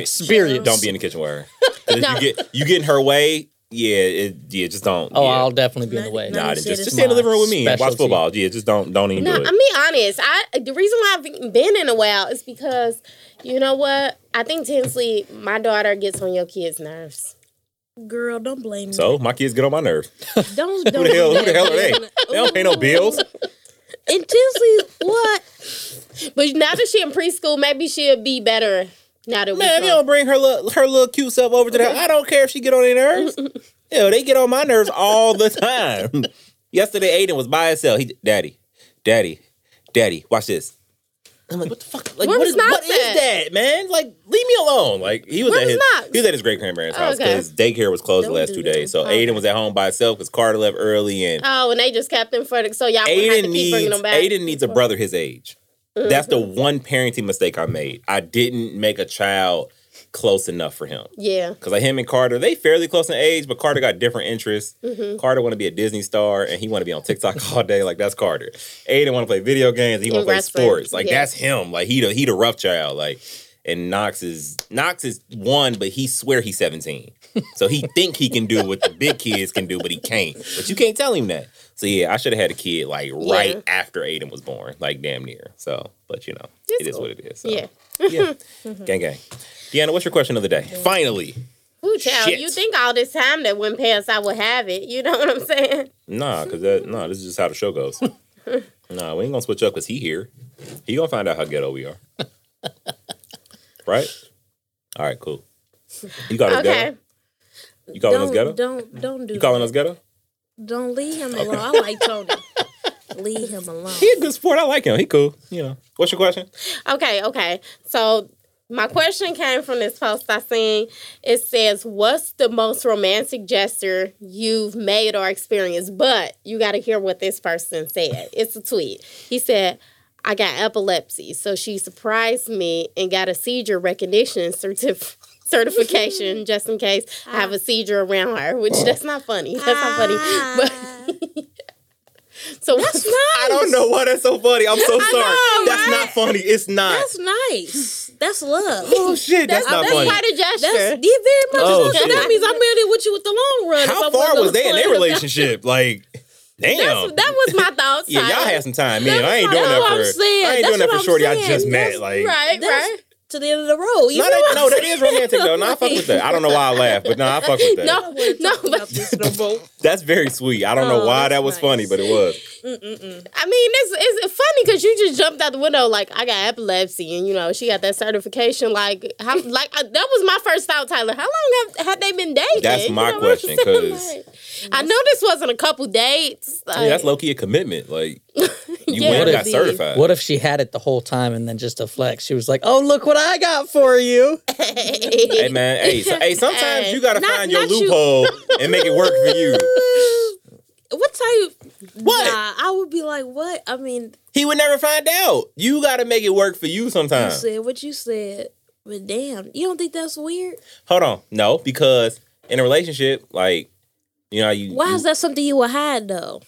D: experience.
A: Don't be in the kitchen with her. 'Cause if you get you get in her way. yeah, it, yeah, just don't.
D: Oh,
A: yeah.
D: I'll definitely be in the way.
B: Nah,
A: Nah,
B: Honestly,
A: just
B: this
A: just stay in the living room with me and watch
D: specialty.
A: football. Yeah, just don't don't even
C: No,
A: do it.
C: I'm be honest. I the reason why I've been in a while is because you know what? I think Tinsley, my daughter gets on your kids' nerves.
B: Girl, don't blame me.
A: so my kids get on my nerves.
B: don't
A: Who
B: don't.
A: the hell? Who the hell are they? They don't pay no bills.
B: Intensely, what?
C: But now that she in preschool, maybe she'll be better. Now that
A: Man, if
C: we
A: you
C: grown.
A: don't bring her little her little cute self over to the I don't care if she get on their nerves. Yo, they get on my nerves all the time. Yesterday, Aiden was by himself. He, daddy, daddy, daddy, watch this. I'm like, what the fuck? Like,
C: Where
A: what
C: was
A: is, what
C: Knox
A: is
C: at?
A: that, man? Like, leave me alone. Like, he was
C: Where
A: at
C: was
A: his
C: Knox?
A: he was at his great grandparents'
C: Oh,
A: house
C: okay.
A: because daycare was closed
B: Don't
A: the last
B: do
A: two
B: that.
A: days. So
B: Okay.
A: Aiden was at home by himself because Carter left early, and
C: Oh, and they just kept them for the so y'all wouldn't have to
A: Aiden
C: keep
A: needs
C: bringing them back. Mm-hmm.
A: Aiden needs a brother his age. That's the one parenting mistake I made. I didn't make a child close enough for him.
C: Yeah.
A: Cause like him and Carter, they fairly close in age, but Carter got different interests.
C: Mm-hmm.
A: Carter want to be a Disney star, and he want to be on TikTok all day. Like that's Carter. Aiden want to play video games. He want to
C: And
A: play
C: wrestling,
A: sports. Like
C: yeah.
A: that's him. Like he the he the rough child. Like and Knox is Knox is one, but he swear he's seventeen. So he think he can do what the big kids can do, but he can't. But you can't tell him that. So yeah, I should have had a kid like right
C: Yeah.
A: after Aiden was born, like damn near. So, but you know,
C: It's
A: it is
C: cool.
A: what it is. So.
C: Yeah. Mm-hmm.
A: yeah. gang gang. Deanna, what's your question of the day? Finally.
C: Ooh, child,
A: Shit.
C: you think all this time that when parents I would have it, you know what I'm saying?
A: Nah, cause that nah, this is just how the show goes. nah, we ain't gonna switch up cause he here. He gonna find out how ghetto we are. right? All right, cool. You got us
C: Okay.
A: ghetto? You calling
B: don't,
A: us ghetto?
B: Don't don't do.
A: you calling
B: that.
A: us ghetto?
B: Don't leave him alone. I like Tony. leave him alone.
A: He a good sport. I like him. He cool. You know. What's your question?
C: Okay, okay. So my question came from this post I seen. It says, "What's the most romantic gesture you've made or experienced?" But you got to hear what this person said. It's a tweet. He said, "I got epilepsy, so she surprised me and got a seizure recognition certif- certification just in case I
B: Ah.
C: have a seizure around her." Which that's not funny. That's not funny. But so what's
A: I don't know why that's so funny. I'm so sorry.
C: know,
A: that's not funny. It's not.
B: That's nice. That's love.
A: oh shit, that's, not
C: that's
A: funny.
C: quite a gesture.
B: That's yeah, very much.
A: Oh,
B: love. so
A: shit.
B: that means I'm really with you with the long run. if
A: How
B: I wanna
A: far
B: go
A: was they in
B: further
A: their
B: down.
A: relationship? Like, damn.
C: That's, that was my thoughts.
A: yeah, y'all
C: Tyler.
A: had some time, man.
B: That's
A: I ain't
B: what-
A: doing
B: that's what
A: that
B: I'm
A: for.
B: saying.
A: I ain't doing
B: That's
A: that for
B: what
A: shorty.
B: I'm
A: I just
B: saying.
A: met. Like,
C: right,
B: That's-
C: right.
B: To the end of the road. You
A: No,
B: know
A: that,
B: what
A: no, that is romantic though. No, I fuck with that. I don't know why I laugh, but no, I fuck with that.
C: No, no,
B: about
C: but
B: this no more.
A: That's very sweet. I don't know
B: Oh,
A: why that
B: that's
A: was
B: nice.
A: funny, but it was.
C: I mean, it's it's funny because you just jumped out the window like I got epilepsy, and you know she got that certification. Like, how, like I, that was my first thought, Tyler. How long have had they been dating?
A: That's
C: You
A: my
C: know what
A: question,
C: I'm saying?
A: 'cause-
C: Like, I know this wasn't a couple dates.
A: Yeah, that's
C: like-
A: low key a commitment. Like you
C: Yeah,
A: went
D: it
A: and got
D: is.
A: certified.
D: What if she had it the whole time and then just a flex? She was like, "Oh, look what I got for you."
A: Hey man, hey, so, hey. Sometimes
C: Hey,
A: you gotta
C: not-
A: find your
C: not you.
A: loophole and make it work for you.
B: What type?
A: What?
B: Nah, I would be like, what? I mean,
A: He would never find out. You gotta make it work for you
B: you
A: sometimes.
B: said what you said, but damn, you don't think that's weird?
A: Hold on, no, because in a relationship, like you know, you,
B: Why
A: you-
B: is that something you would hide though?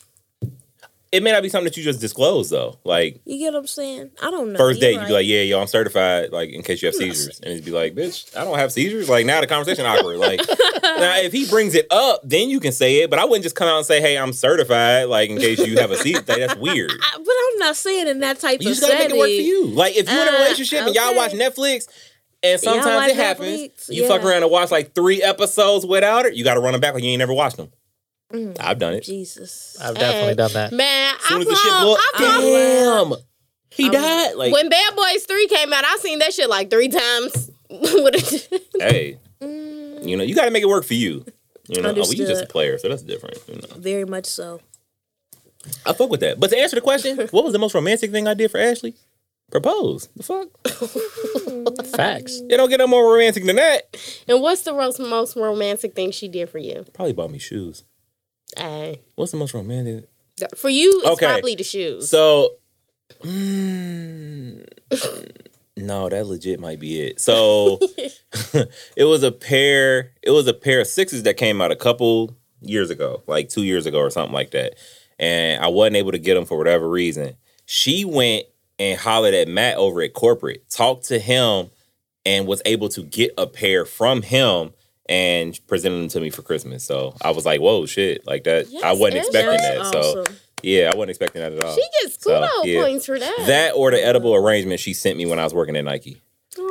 A: it may not be something that you just disclose though. Like
B: You get what I'm saying? I don't know.
A: first
B: You're
A: date, you'd be
B: right.
A: like, "Yeah, yo, I'm certified." Like in case you have seizures, and it'd be like, "Bitch, I don't have seizures." Like now the conversation awkward. Like now if he brings it up, then you can say it. But I wouldn't just come out and say, "Hey, I'm certified." Like in case you have a seizure, like, that's weird.
B: I, but I'm not saying in that type
A: You
B: of
A: just gotta make it work for
B: setting.
A: you. Like if you're in a
B: Uh,
A: relationship and y'all
B: okay.
A: watch Netflix. And
B: Y'all
A: sometimes
B: watch
A: it happens.
B: Netflix,
A: You fuck
B: yeah.
A: around and watch like three episodes without it. You got to run them back like you ain't never watched them.
B: Mm.
A: I've done it.
B: Jesus.
D: I've
C: definitely done
D: that.
C: man,
A: soon
C: I
A: as the shit blew
C: blow,
A: up,
C: I blow.
A: damn, he
B: I'm-
A: died. Like,
C: When Bad Boys Three came out, I seen that shit like three times. With a-
A: hey, you know, you got to make it work for you. You know, oh, well, you just a
B: Understood.
A: player, so that's different. You know,
B: Very much so.
A: I fuck with that. But to answer the question, what was the most romantic thing I did for Ashley? Propose. The fuck?
D: Facts.
A: It don't get no more romantic than that.
C: and what's the most, most romantic thing she did for you?
A: Probably bought me shoes.
C: Uh,
A: What's the most romantic?
C: for you, it's
A: Okay.
C: probably the shoes.
A: So, mm, no, that legit might be it. So, it was a pair. It was a pair of sixes that came out a couple years ago, like two years ago or something like that. And I wasn't able to get them for whatever reason. She went and hollered at Matt over at corporate, talked to him, and was able to get a pair from him. and presented them to me for Christmas. So I was like, whoa, shit. Like that, I wasn't
C: Yes,
A: expecting that.
B: that's
A: So
B: awesome.
A: yeah, I wasn't expecting that at all.
C: She gets
A: So,
C: kudo
A: yeah.
C: points for that.
A: That or the edible arrangement she sent me when I was working at Nike.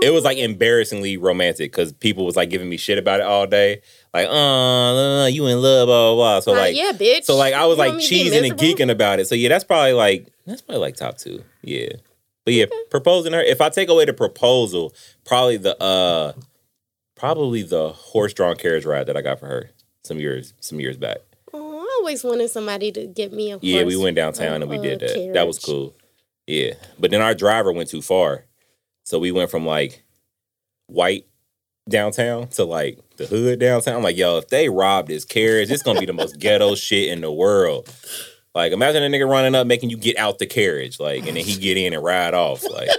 A: It was like embarrassingly romantic because people was like giving me shit about it all day. Like, uh, uh, you in love, blah, blah, blah. So, like,
C: Like, yeah, bitch.
A: so like I was
C: You
A: like
C: want me to be
A: cheesing and
C: miserable?
A: geeking about it. So yeah, that's probably like that's probably like top two. Yeah. But yeah, proposing her. If I take away the proposal, probably the uh probably the horse drawn carriage ride that I got for her some years some years back.
C: Oh, I always wanted somebody to get me a
A: Yeah, we
C: horse.
A: went downtown and we did
C: uh,
A: that. That was
C: carriage.
A: cool. Yeah. But then our driver went too far. So we went from like white downtown to like the hood downtown. I'm like, yo, if they rob this carriage, it's gonna be the most ghetto shit in the world. Like, imagine a nigga running up, making you get out the carriage, like, and then he get in and ride off, like,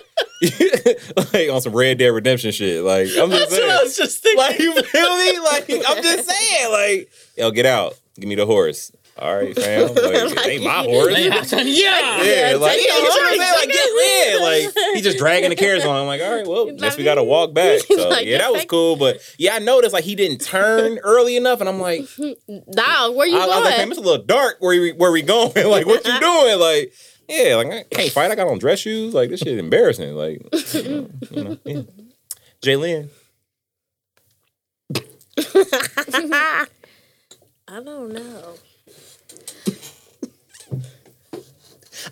A: like on some Red Dead Redemption shit. Like, I'm just saying,
D: just thinking.
A: like, you feel me? Like, I'm just saying, like, yo, get out, give me the horse. All right, fam. Like, it ain't my horse. Yeah,
D: yeah.
C: Yeah,
A: like,
C: take
A: yeah, you know
C: the
A: what I'm
C: horse,
A: saying? Like,
C: take
A: get rid. Like, he just dragging the carriage on. I'm like, all right, well, guess we got to walk back. So,
C: Like,
A: yeah, that was cool. But, yeah, I noticed, like, he didn't turn early enough. And I'm like,
C: Dog, where
A: I,
C: you
A: I was like, fam,
C: going?
A: it's a little dark. Where we, where we going? like, what you doing? Like, yeah, like, I can't fight. I got on dress shoes. Like, this shit embarrassing. Like, you know, you know, yeah. Jalen.
B: I don't know.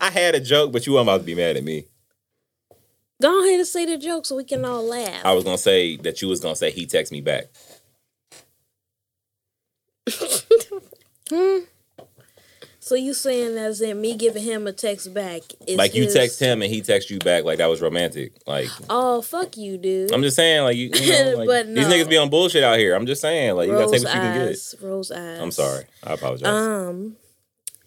A: I had a joke, but you weren't about to be mad at me.
B: Go ahead and say the joke so we can all laugh.
A: I was gonna say that you was gonna say he text me back.
B: so you saying as in me giving him a text back? Is
A: like you
B: his-
A: text him and he text you back. Like that was romantic. Like
B: Oh fuck you, dude.
A: I'm just saying. Like you, you know, like,
B: But
A: these
B: no.
A: niggas be on bullshit out here. I'm just saying. Like you gotta take what you can get.
B: eyes, Rose eyes.
A: I'm sorry. I apologize.
B: Um,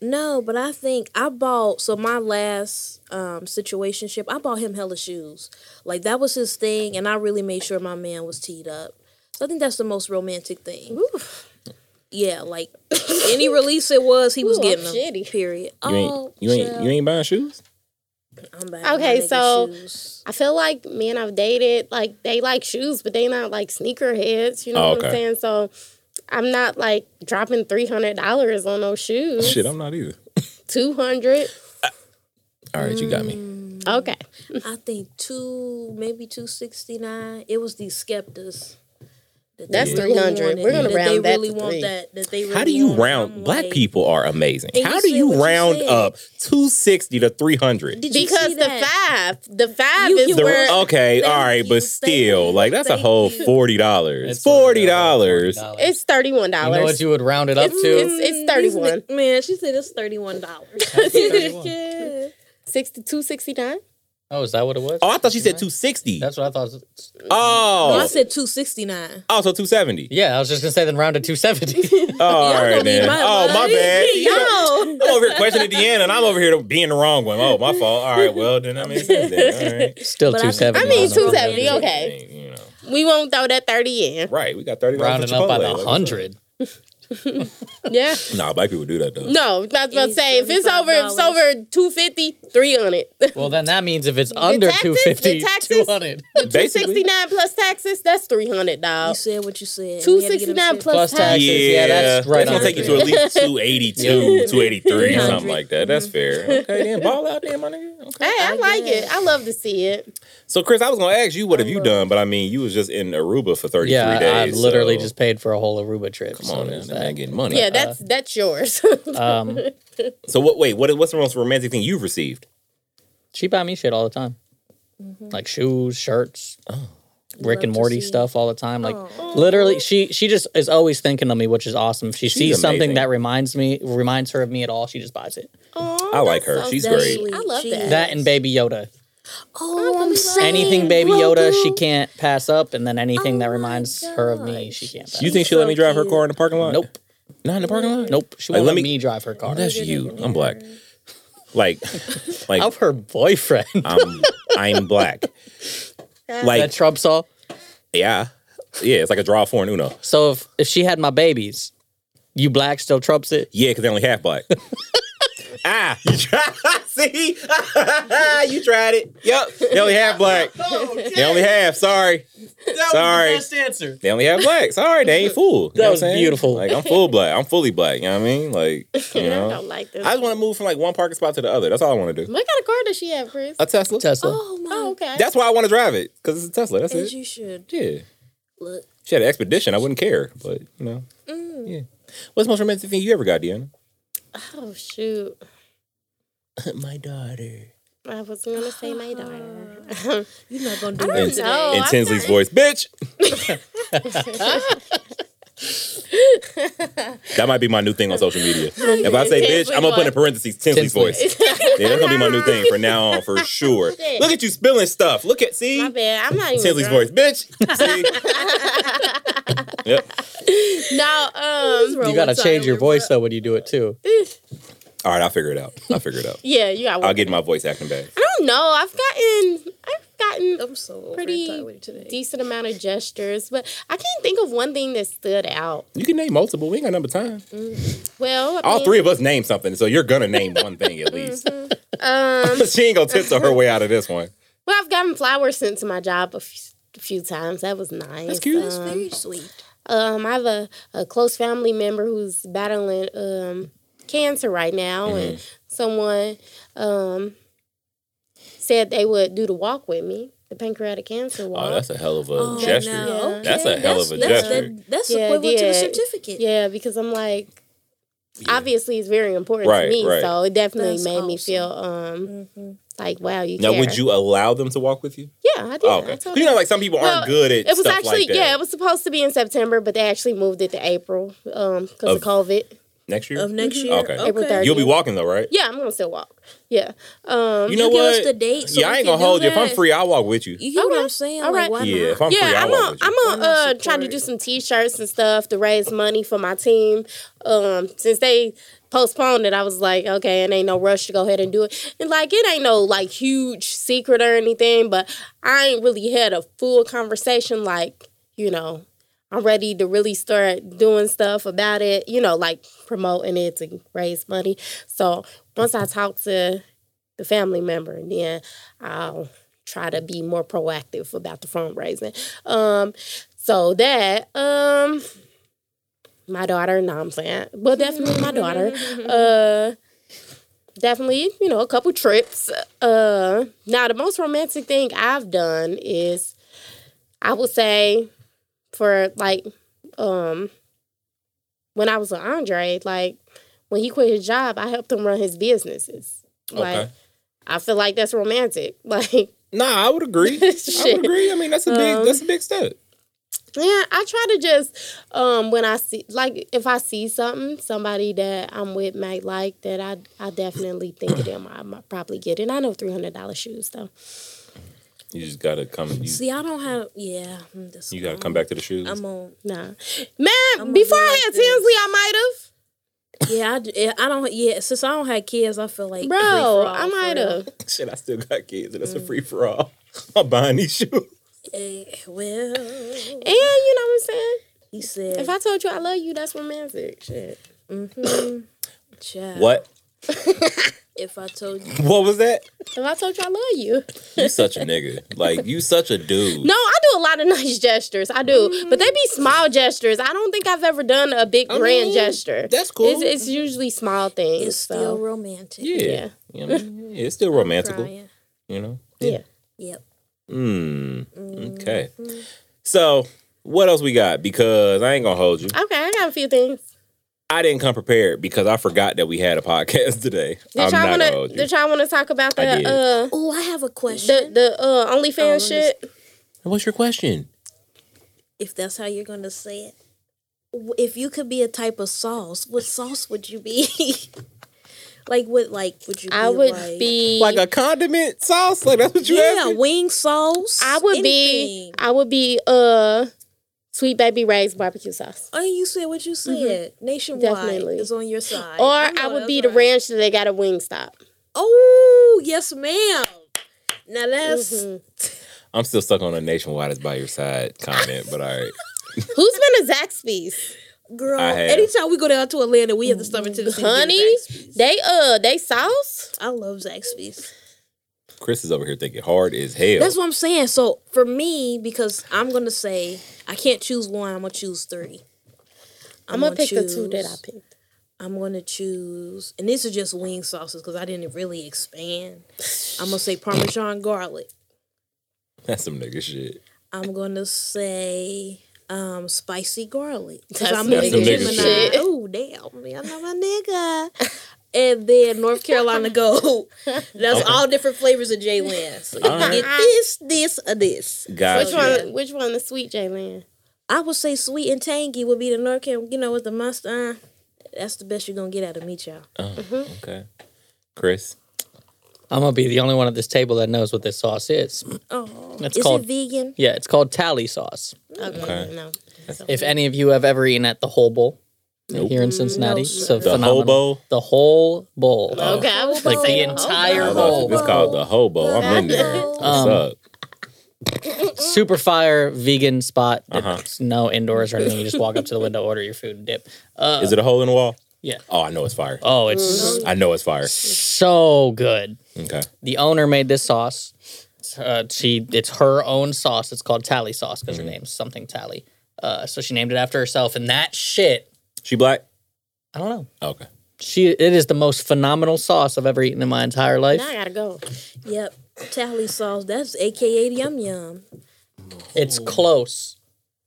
B: no, but I think I bought so my last um situationship, I bought him hella shoes. Like that was his thing, and I really made sure my man was teed up. So I think that's the most romantic thing. Yeah, like any release it was, he was
C: Ooh, I'm
B: getting them.
C: shitty.
B: Period.
A: you
B: oh,
A: ain't. You ain't.
B: child.
A: You ain't buying shoes.
B: I'm back.
C: Okay, so-
B: shoes.
C: I feel like men I've dated, like they like shoes, but they not like sneaker heads. You know
A: Oh,
C: what I'm
A: okay.
C: saying? So I'm not like dropping three hundred dollars on those shoes.
A: Shit, I'm not either.
C: Two hundred.
A: All right, you got me.
C: Okay.
B: I think two, maybe two sixty nine. It was these skeptics. that
C: That's
B: they
C: 300.
B: wanted,
C: We're gonna
B: that
C: round
B: they
C: that
B: really
C: to
B: want
C: three.
B: that. That they really
A: How do you
B: want.
A: round?
B: Mm, I'm
A: Black
B: like,
A: people are amazing.
B: And
A: How
B: you
A: do
B: said
A: you
B: what you
A: round
B: said.
A: up 260 to 300?
B: Did you see
C: Because the
B: that?
C: five, the five
B: You-
C: is
B: you
A: The-
C: where
A: okay,
B: Thank
A: all right,
B: you,
A: but
B: thank
A: still,
B: you,
A: like that's a
B: thank
A: whole
B: you.
A: forty dollars.
D: It's
A: Forty dollars.
C: it's thirty one
D: You know what
C: dollars.
D: you would round it up
C: It's-
D: to?
C: it's
B: Mm,
C: 31.
B: these ni- Man, she said it's thirty one dollars.
C: Sixty two sixty nine.
D: Oh, is that what it was?
A: Oh, I thought she said two sixty.
D: That's what I thought.
A: Oh,
B: I said two sixty nine.
A: also two seventy.
D: Yeah, I was just gonna say then round to 270.
A: Oh, all right
B: gonna be
A: then.
B: my
A: oh, my
B: buddy.
A: bad. You know,
B: Yo,
C: Oh.
A: I'm over here questioning Deanna, and I'm over here being the wrong one. Oh, my fault. All right, well then that makes sense. Then. All right.
D: Still
B: But I-
D: 270.
C: I mean,
D: on
C: two
D: the-
C: seventy. Okay,
A: You know,
C: we won't throw that thirty in.
A: right? We got thirty dollars.
D: Rounding up by the 100.
C: Yeah.
A: Nah, black people do that though.
C: No, I was about to
B: It's
C: say if it's over, if it's
B: $75.
C: over 250, 300.
D: Well, then that means if it's under
C: taxes, the
D: 250,
C: taxes.
D: 200.
A: Basically,
C: 69 plus taxes, that's 300, dog.
B: you said what you said.
C: Two
B: We had to get
C: sixty
B: him
C: nine
B: shit.
C: plus
D: Plus
C: tax.
D: tax. Yeah, that's right
A: It's gonna
D: on
A: take you to
D: the
A: at least 282, 283,
B: Yeah.
A: something like that. That's fair. Okay, then ball out there, my nigga. Okay.
C: Hey, I,
B: I
C: like
B: guess.
C: it. I love to see it.
A: So, Chris, I was gonna ask you, what have you done? But I mean, you was just in Aruba for 33
D: Yeah, I, I
A: days.
D: literally
A: so-
D: just paid for a whole Aruba trip.
A: Come on,
D: so
A: man,
D: there's
A: that man
D: that.
A: getting money.
C: Yeah, that's that's yours.
D: Um,
A: So what? Wait, what? What's the most romantic thing you've received?
D: she buy me shit all the time, like shoes, shirts,
A: Oh.
D: Rick
B: Love
D: and
B: to
D: Morty
B: see.
D: stuff all the time. Like literally, she she just is always thinking of me, which is awesome. If she sees
A: amazing.
D: something that reminds me reminds her of me at all, she just buys it.
C: Aw,
A: I like
C: Oh, that's
A: her. She's
C: sweet.
A: great.
C: I love
B: She
C: that.
B: is.
D: That and Baby Yoda.
B: Oh, I'm saying
D: Anything Baby
B: Grogu.
D: Yoda, she can't pass up, and then anything that
B: Oh my
D: reminds her of me, she can't pass.
A: You think she
B: so
A: let me drive her
B: cute.
A: car in the parking lot?
D: Nope,
A: not in the parking lot.
D: nope. She
A: Like,
D: won't
A: let
D: let,
A: me-
D: me drive her car.
A: that's you. I'm black. Like, like
D: Of her boyfriend.
A: I'm I'm black.
D: that
A: Like,
D: Trump saw.
A: yeah, yeah. It's like a draw four and Uno.
D: So if if she had my babies, you black still trumps it.
A: Yeah, because they only half black. ah, you try- See, you tried it. Yep, they only have black.
D: Oh,
A: They only have. Sorry,
D: that
A: Sorry.
D: was the best answer.
A: they only have black. Sorry, they ain't full. You know what I'm
D: was
A: saying?
D: beautiful.
A: Like I'm full black. I'm fully black. You know what I mean? Like you
C: I
A: know,
C: don't like this.
A: uh, I just want to move from like one parking spot to the other. That's all I want to do.
C: what kind of car does she have, Chris?
A: A Tesla.
D: Tesla.
B: Oh my.
C: Oh, okay.
A: Um, That's why I want to drive it because it's a Tesla. That's
B: As
A: it.
B: you should
A: Yeah.
B: look.
A: She had an expedition. I wouldn't care, but you know,
B: Mm.
A: yeah. What's the most romantic thing you ever got, Deanna?
C: oh shoot.
A: My daughter.
C: I was gonna say my daughter.
B: You're not gonna do
C: I don't
B: that
A: And-
B: today.
C: know.
A: In
C: I'm
A: Tinsley's
C: not-
A: voice, bitch. That might be my new thing on social media. If I say
C: Tinsley's
A: bitch, I'm gonna put in
C: voice.
A: parentheses Tinsley's
D: Tinsley.
A: voice. Yeah, that's gonna be my new thing from now on for sure.
C: Shit.
A: Look at you spilling stuff. Look at see
C: my bad. I'm not even.
A: Tinsley's
C: drunk.
A: voice, bitch. See? yep.
C: No, um,
D: You gotta change your voice though when you do it too.
A: All right, I'll figure it out. I'll figure it out.
C: yeah, you got.
A: I'll get my voice acting back.
C: I don't know. I've gotten. I've gotten
B: I'm so over
C: Pretty
B: it with today.
C: decent amount of gestures, but I can't think of one thing that stood out.
A: You can name multiple. We ain't got number time.
C: Mm-hmm. Well, I
A: All
C: mean,
A: three of us name something, so you're gonna name one thing at least.
C: Mm-hmm. Um,
A: she ain't gonna tiptoe her way out of this one.
C: well, I've gotten flowers sent to my job a f- few times. That was nice.
A: That's cute.
B: That's
C: Um,
B: very sweet.
C: um, I have a, a close family member who's battling um, cancer right now, and
A: Mm-hmm.
C: someone um, said they would do the walk with me, the pancreatic cancer walk.
A: Oh, that's a hell of a
B: Oh,
A: gesture.
B: no.
C: Yeah.
A: That's a
B: Okay,
A: hell of a
B: that's,
A: gesture.
B: That, that's
C: Yeah,
B: equivalent to
C: yeah.
B: a certificate.
C: yeah, because I'm like,
A: Yeah.
C: obviously, it's very important
A: Right,
C: to me,
A: right.
C: so it definitely
B: That's
C: made me
B: awesome.
C: feel um,
B: Mhm.
C: like, wow, you.
A: Now,
C: care.
A: would you allow them to walk with you?
C: Yeah, I did.
A: Oh,
C: I
A: okay.
C: told
A: You
C: her.
A: know, like some people aren't
C: Well,
A: good at
C: it was
A: stuff
C: actually
A: like that.
C: yeah, it was supposed to be in September, but they actually moved it to April um
A: Of-
C: because of COVID.
A: Next year,
B: Of next year.
A: Mm-hmm. Okay.
C: April 30th.
A: you'll be walking though, right?
C: Yeah, I'm gonna still walk. Yeah. Um
A: You know
B: you give
A: what?
B: us the date so
A: yeah,
B: we
A: I ain't
B: can
A: gonna
B: do
A: hold you. If I'm
B: that.
A: free, I'll walk with you.
B: You get what
C: Okay.
B: I'm saying?
C: All
B: Like,
C: right.
B: why
A: yeah,
B: not?
A: if I'm free,
C: yeah,
A: I'll
C: I'm
A: walk
C: on,
A: with you.
C: I'm
B: Why
C: on
B: not
C: uh trying to
B: support?
C: do some t-shirts and stuff to raise money for my team. Um since they postponed it, I was like, okay, it ain't no rush to go ahead and do it. And like it ain't no like huge secret or anything, but I ain't really had a full conversation like, you know, I'm ready to really start doing stuff about it, you know, like promoting it to raise money. So once I talk to the family member, and then I'll try to be more proactive about the fundraising. Um, so that um, my daughter, no, I'm saying, well, definitely my daughter. Uh, definitely, you know, a couple trips. Uh, now the most romantic thing I've done is, I would say, for like, um, when I was with Andre, like when he quit his job, I helped him run his businesses. Like,
A: Okay.
C: I feel like that's romantic. Like,
A: Nah, I would agree. I
C: Shit.
A: would agree. I mean, that's a big
C: Um,
A: that's a big step.
C: yeah, I try to just um when I see like if I see something somebody that I'm with might like that I I definitely think of them I might probably get it. I know three hundred dollar shoes though.
A: You just gotta come. You,
B: See, I don't have. Yeah, I'm just-
A: you gotta come back to the shoes.
B: I'm on.
C: Nah,
B: gonna
C: man. Before
B: be
C: I
B: like this.
C: had Tinsley, I might have.
B: Yeah, I, d- yeah, I don't. Yeah, since I don't have kids, I feel like free for
C: Bro,
B: all,
C: I
B: for
C: might
B: real.
C: have.
A: Shit, I still got kids, and that's
C: Mm.
A: a free for all. I'm buying these shoes.
B: Eh, well,
C: And you know what I'm saying?
B: he said.
C: If I told you I love you, that's romantic. Shit.
B: child,
A: What?
B: If I told you,
A: What was that?
C: If I told you I love you.
A: You such a nigga. Like you such a dude.
C: No, I do a lot of nice gestures. I do.
B: Mm-hmm.
C: But they be small gestures. I don't think I've ever done a big grand
A: mean,
C: gesture.
A: that's cool.
C: It's, it's usually small things.
B: it's
C: so.
B: still romantic.
A: Yeah.
C: Yeah.
A: You know what I mean? Yeah, it's still romantical.
B: Brian.
A: You know.
C: yeah.
B: Yep.
A: Mm, okay.
C: Mm-hmm.
A: So what else we got? Because I ain't gonna hold you.
C: Okay, I got a few things.
A: I didn't come prepared because I forgot that we had a podcast today.
C: Did
A: I'm
C: y'all
A: not
C: wanna
A: gonna hold you.
C: did y'all wanna talk about
A: I
C: the
A: did.
C: uh
B: Oh, I have a
C: the
B: question.
C: the uh OnlyFans
B: Oh, let me
C: shit?
A: What's your question?
B: if that's how you're gonna say it, W- if you could be a type of sauce, what sauce would you be? like what? Like would you? Be
C: I would
B: like,
C: be
A: Like a condiment sauce? Like that's what you
B: Yeah,
A: asking?
B: wing sauce.
C: I would be I would be uh sweet baby Ray's barbecue sauce.
B: Oh, you said what you said. Nationwide
C: Mm-hmm. Definitely.
B: is on your side.
C: Or
B: I
C: I,
B: know,
C: would
B: that's
C: be the
B: right.
C: ranch that they got at Wingstop.
B: Oh, yes, ma'am. Now that's
C: Mhm.
A: I'm still stuck on a nationwide is by your side comment, but all right.
C: Who's been to Zaxby's?
B: Girl,
A: I have.
B: anytime we go down to Atlanta, we have to stop into the same
C: Honey, they uh, they sauce.
B: I love Zaxby's.
A: Chris is over here thinking hard as hell.
B: That's what I'm saying. So for me, because I'm gonna say I can't choose one, I'm gonna choose three.
C: I'm, gonna pick the two that I
B: choose-
C: picked.
B: I'm gonna choose, and these are just wing sauces because I didn't really expand. I'm gonna say Parmesan garlic.
A: That's some nigga shit.
B: I'm gonna say um spicy garlic because
C: That's
B: I'm
C: some
B: a
A: nigga
B: nigga Gemini.
C: shit.
B: Oh damn, y'all know my nigga. And then North Carolina gold. That's
A: Okay.
B: all different flavors of J Land. So you
A: All
B: can
A: right.
B: get this, this, or this.
A: Got
C: Which
A: you.
C: one?
B: yeah.
C: Which one? The sweet Jalen.
B: I would say sweet and tangy would be the North Carolina. You know, with the mustard. Uh, that's the best you're gonna get out of me, child.
A: Oh, Okay. Chris.
D: I'm gonna be the only one at this table that knows what this sauce is.
B: Oh,
D: That's
B: is
D: called-
B: it vegan?
D: Yeah, it's called tally sauce.
C: Okay,
A: Okay.
C: no.
D: If any of you have ever eaten at the whole bowl
A: Nope.
D: here in Cincinnati,
B: No,
D: so
B: sir.
A: The hobo.
D: The whole bowl.
A: Oh.
C: Okay, I was
D: Like
C: gonna say
D: the
C: whole
D: entire
A: I
C: bowl.
A: thought It's called the hobo. I'm in there.
B: Um,
A: What's
D: Um,
A: up?
D: Super fire vegan spot.
A: Uh-huh.
D: It's no indoors or anything. You just walk up to the window, order your food, and dip. Uh,
A: Is it a hole in the wall?
D: Yeah.
A: Oh, I know it's fire.
B: Uh,
D: Oh, it's
A: I know it's fire.
D: so good.
A: Okay.
D: the owner made this sauce. Uh, she it's her own sauce. It's called Tally sauce because
A: Mm-hmm.
D: her name's something Tally. Uh, so she named it after herself, and that shit.
A: She black?
D: I don't know.
A: Okay.
D: She it is the most phenomenal sauce I've ever eaten in my entire life.
C: Now I gotta go.
B: Yep, tally sauce. That's AKA yum yum.
D: It's close.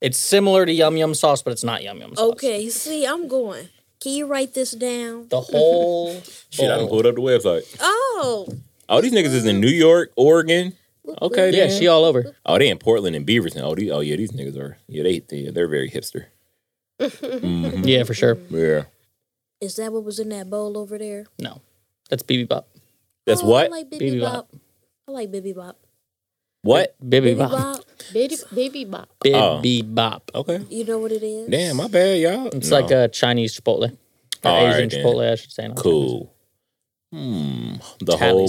D: It's similar to Yum Yum sauce, but it's not Yum Yum sauce.
B: Okay, see, I'm going. Can you write this down?
D: The whole
A: Shit, I done
D: bowl.
A: pulled up the website.
B: Oh,
A: Oh, these niggas is in New York, Oregon.
D: Okay, yeah, she all over.
A: Oh, they in Portland and Beaverton. Oh, these, oh yeah, these niggas are. Yeah, they, they they're very hipster. Mhm.
D: Yeah, for sure.
A: Yeah.
B: is that what was in that bowl over there?
D: No, that's BB Bop.
A: That's
B: Oh, I
A: what?
B: like Bibby
D: Bibimbap.
B: Bop. I like Bibby Bop.
A: What?
D: BB
B: Bibby
D: Bop.
B: Bop.
C: Baby, baby bop.
A: Oh.
D: BB Bop.
A: Okay.
B: You know what it is?
A: Damn, my bad, y'all.
D: It's
A: No.
D: like a Chinese Chipotle. Or
A: All right,
D: Asian
A: then.
D: Chipotle, I should say. not
A: cool. Hmm. The
D: Tally
A: whole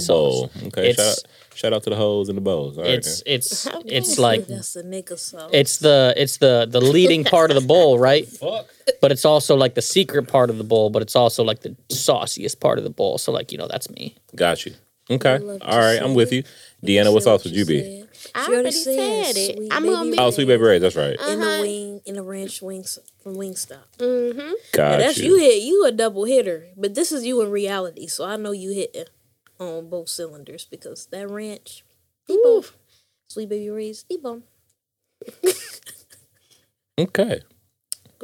A: bowl.
D: sauce.
A: Okay. Shout
D: It's-
A: out, shout out to the hoes and the bows. All right.
D: it's it's
C: How dare
D: it's
C: you.
D: like
B: that's the nigga sauce.
D: it's the it's the the leading part of the bowl, right? But it's also like the secret part of the bowl, but it's also like the sauciest part of the bowl. So like, you know, that's me.
A: then. got you. Okay.
B: love to
A: All right.
B: see
A: I'm with you. Deanna, what sauce would you be?
C: I
B: She already
C: already
B: said
C: said it.
B: sweet
C: I'm
B: baby
C: gonna be.
A: Oh, sweet baby rays. That's right.
B: In
C: Uh-huh.
B: a wing, in a ranch wings from Wingstop.
C: Mm-hmm.
B: Now,
A: Got
B: that's you.
A: you.
B: hit. You a double hitter, but this is you in reality. So I know you hitting on both cylinders because that ranch, Debo, Sweet Baby Ray's Debo.
A: Okay.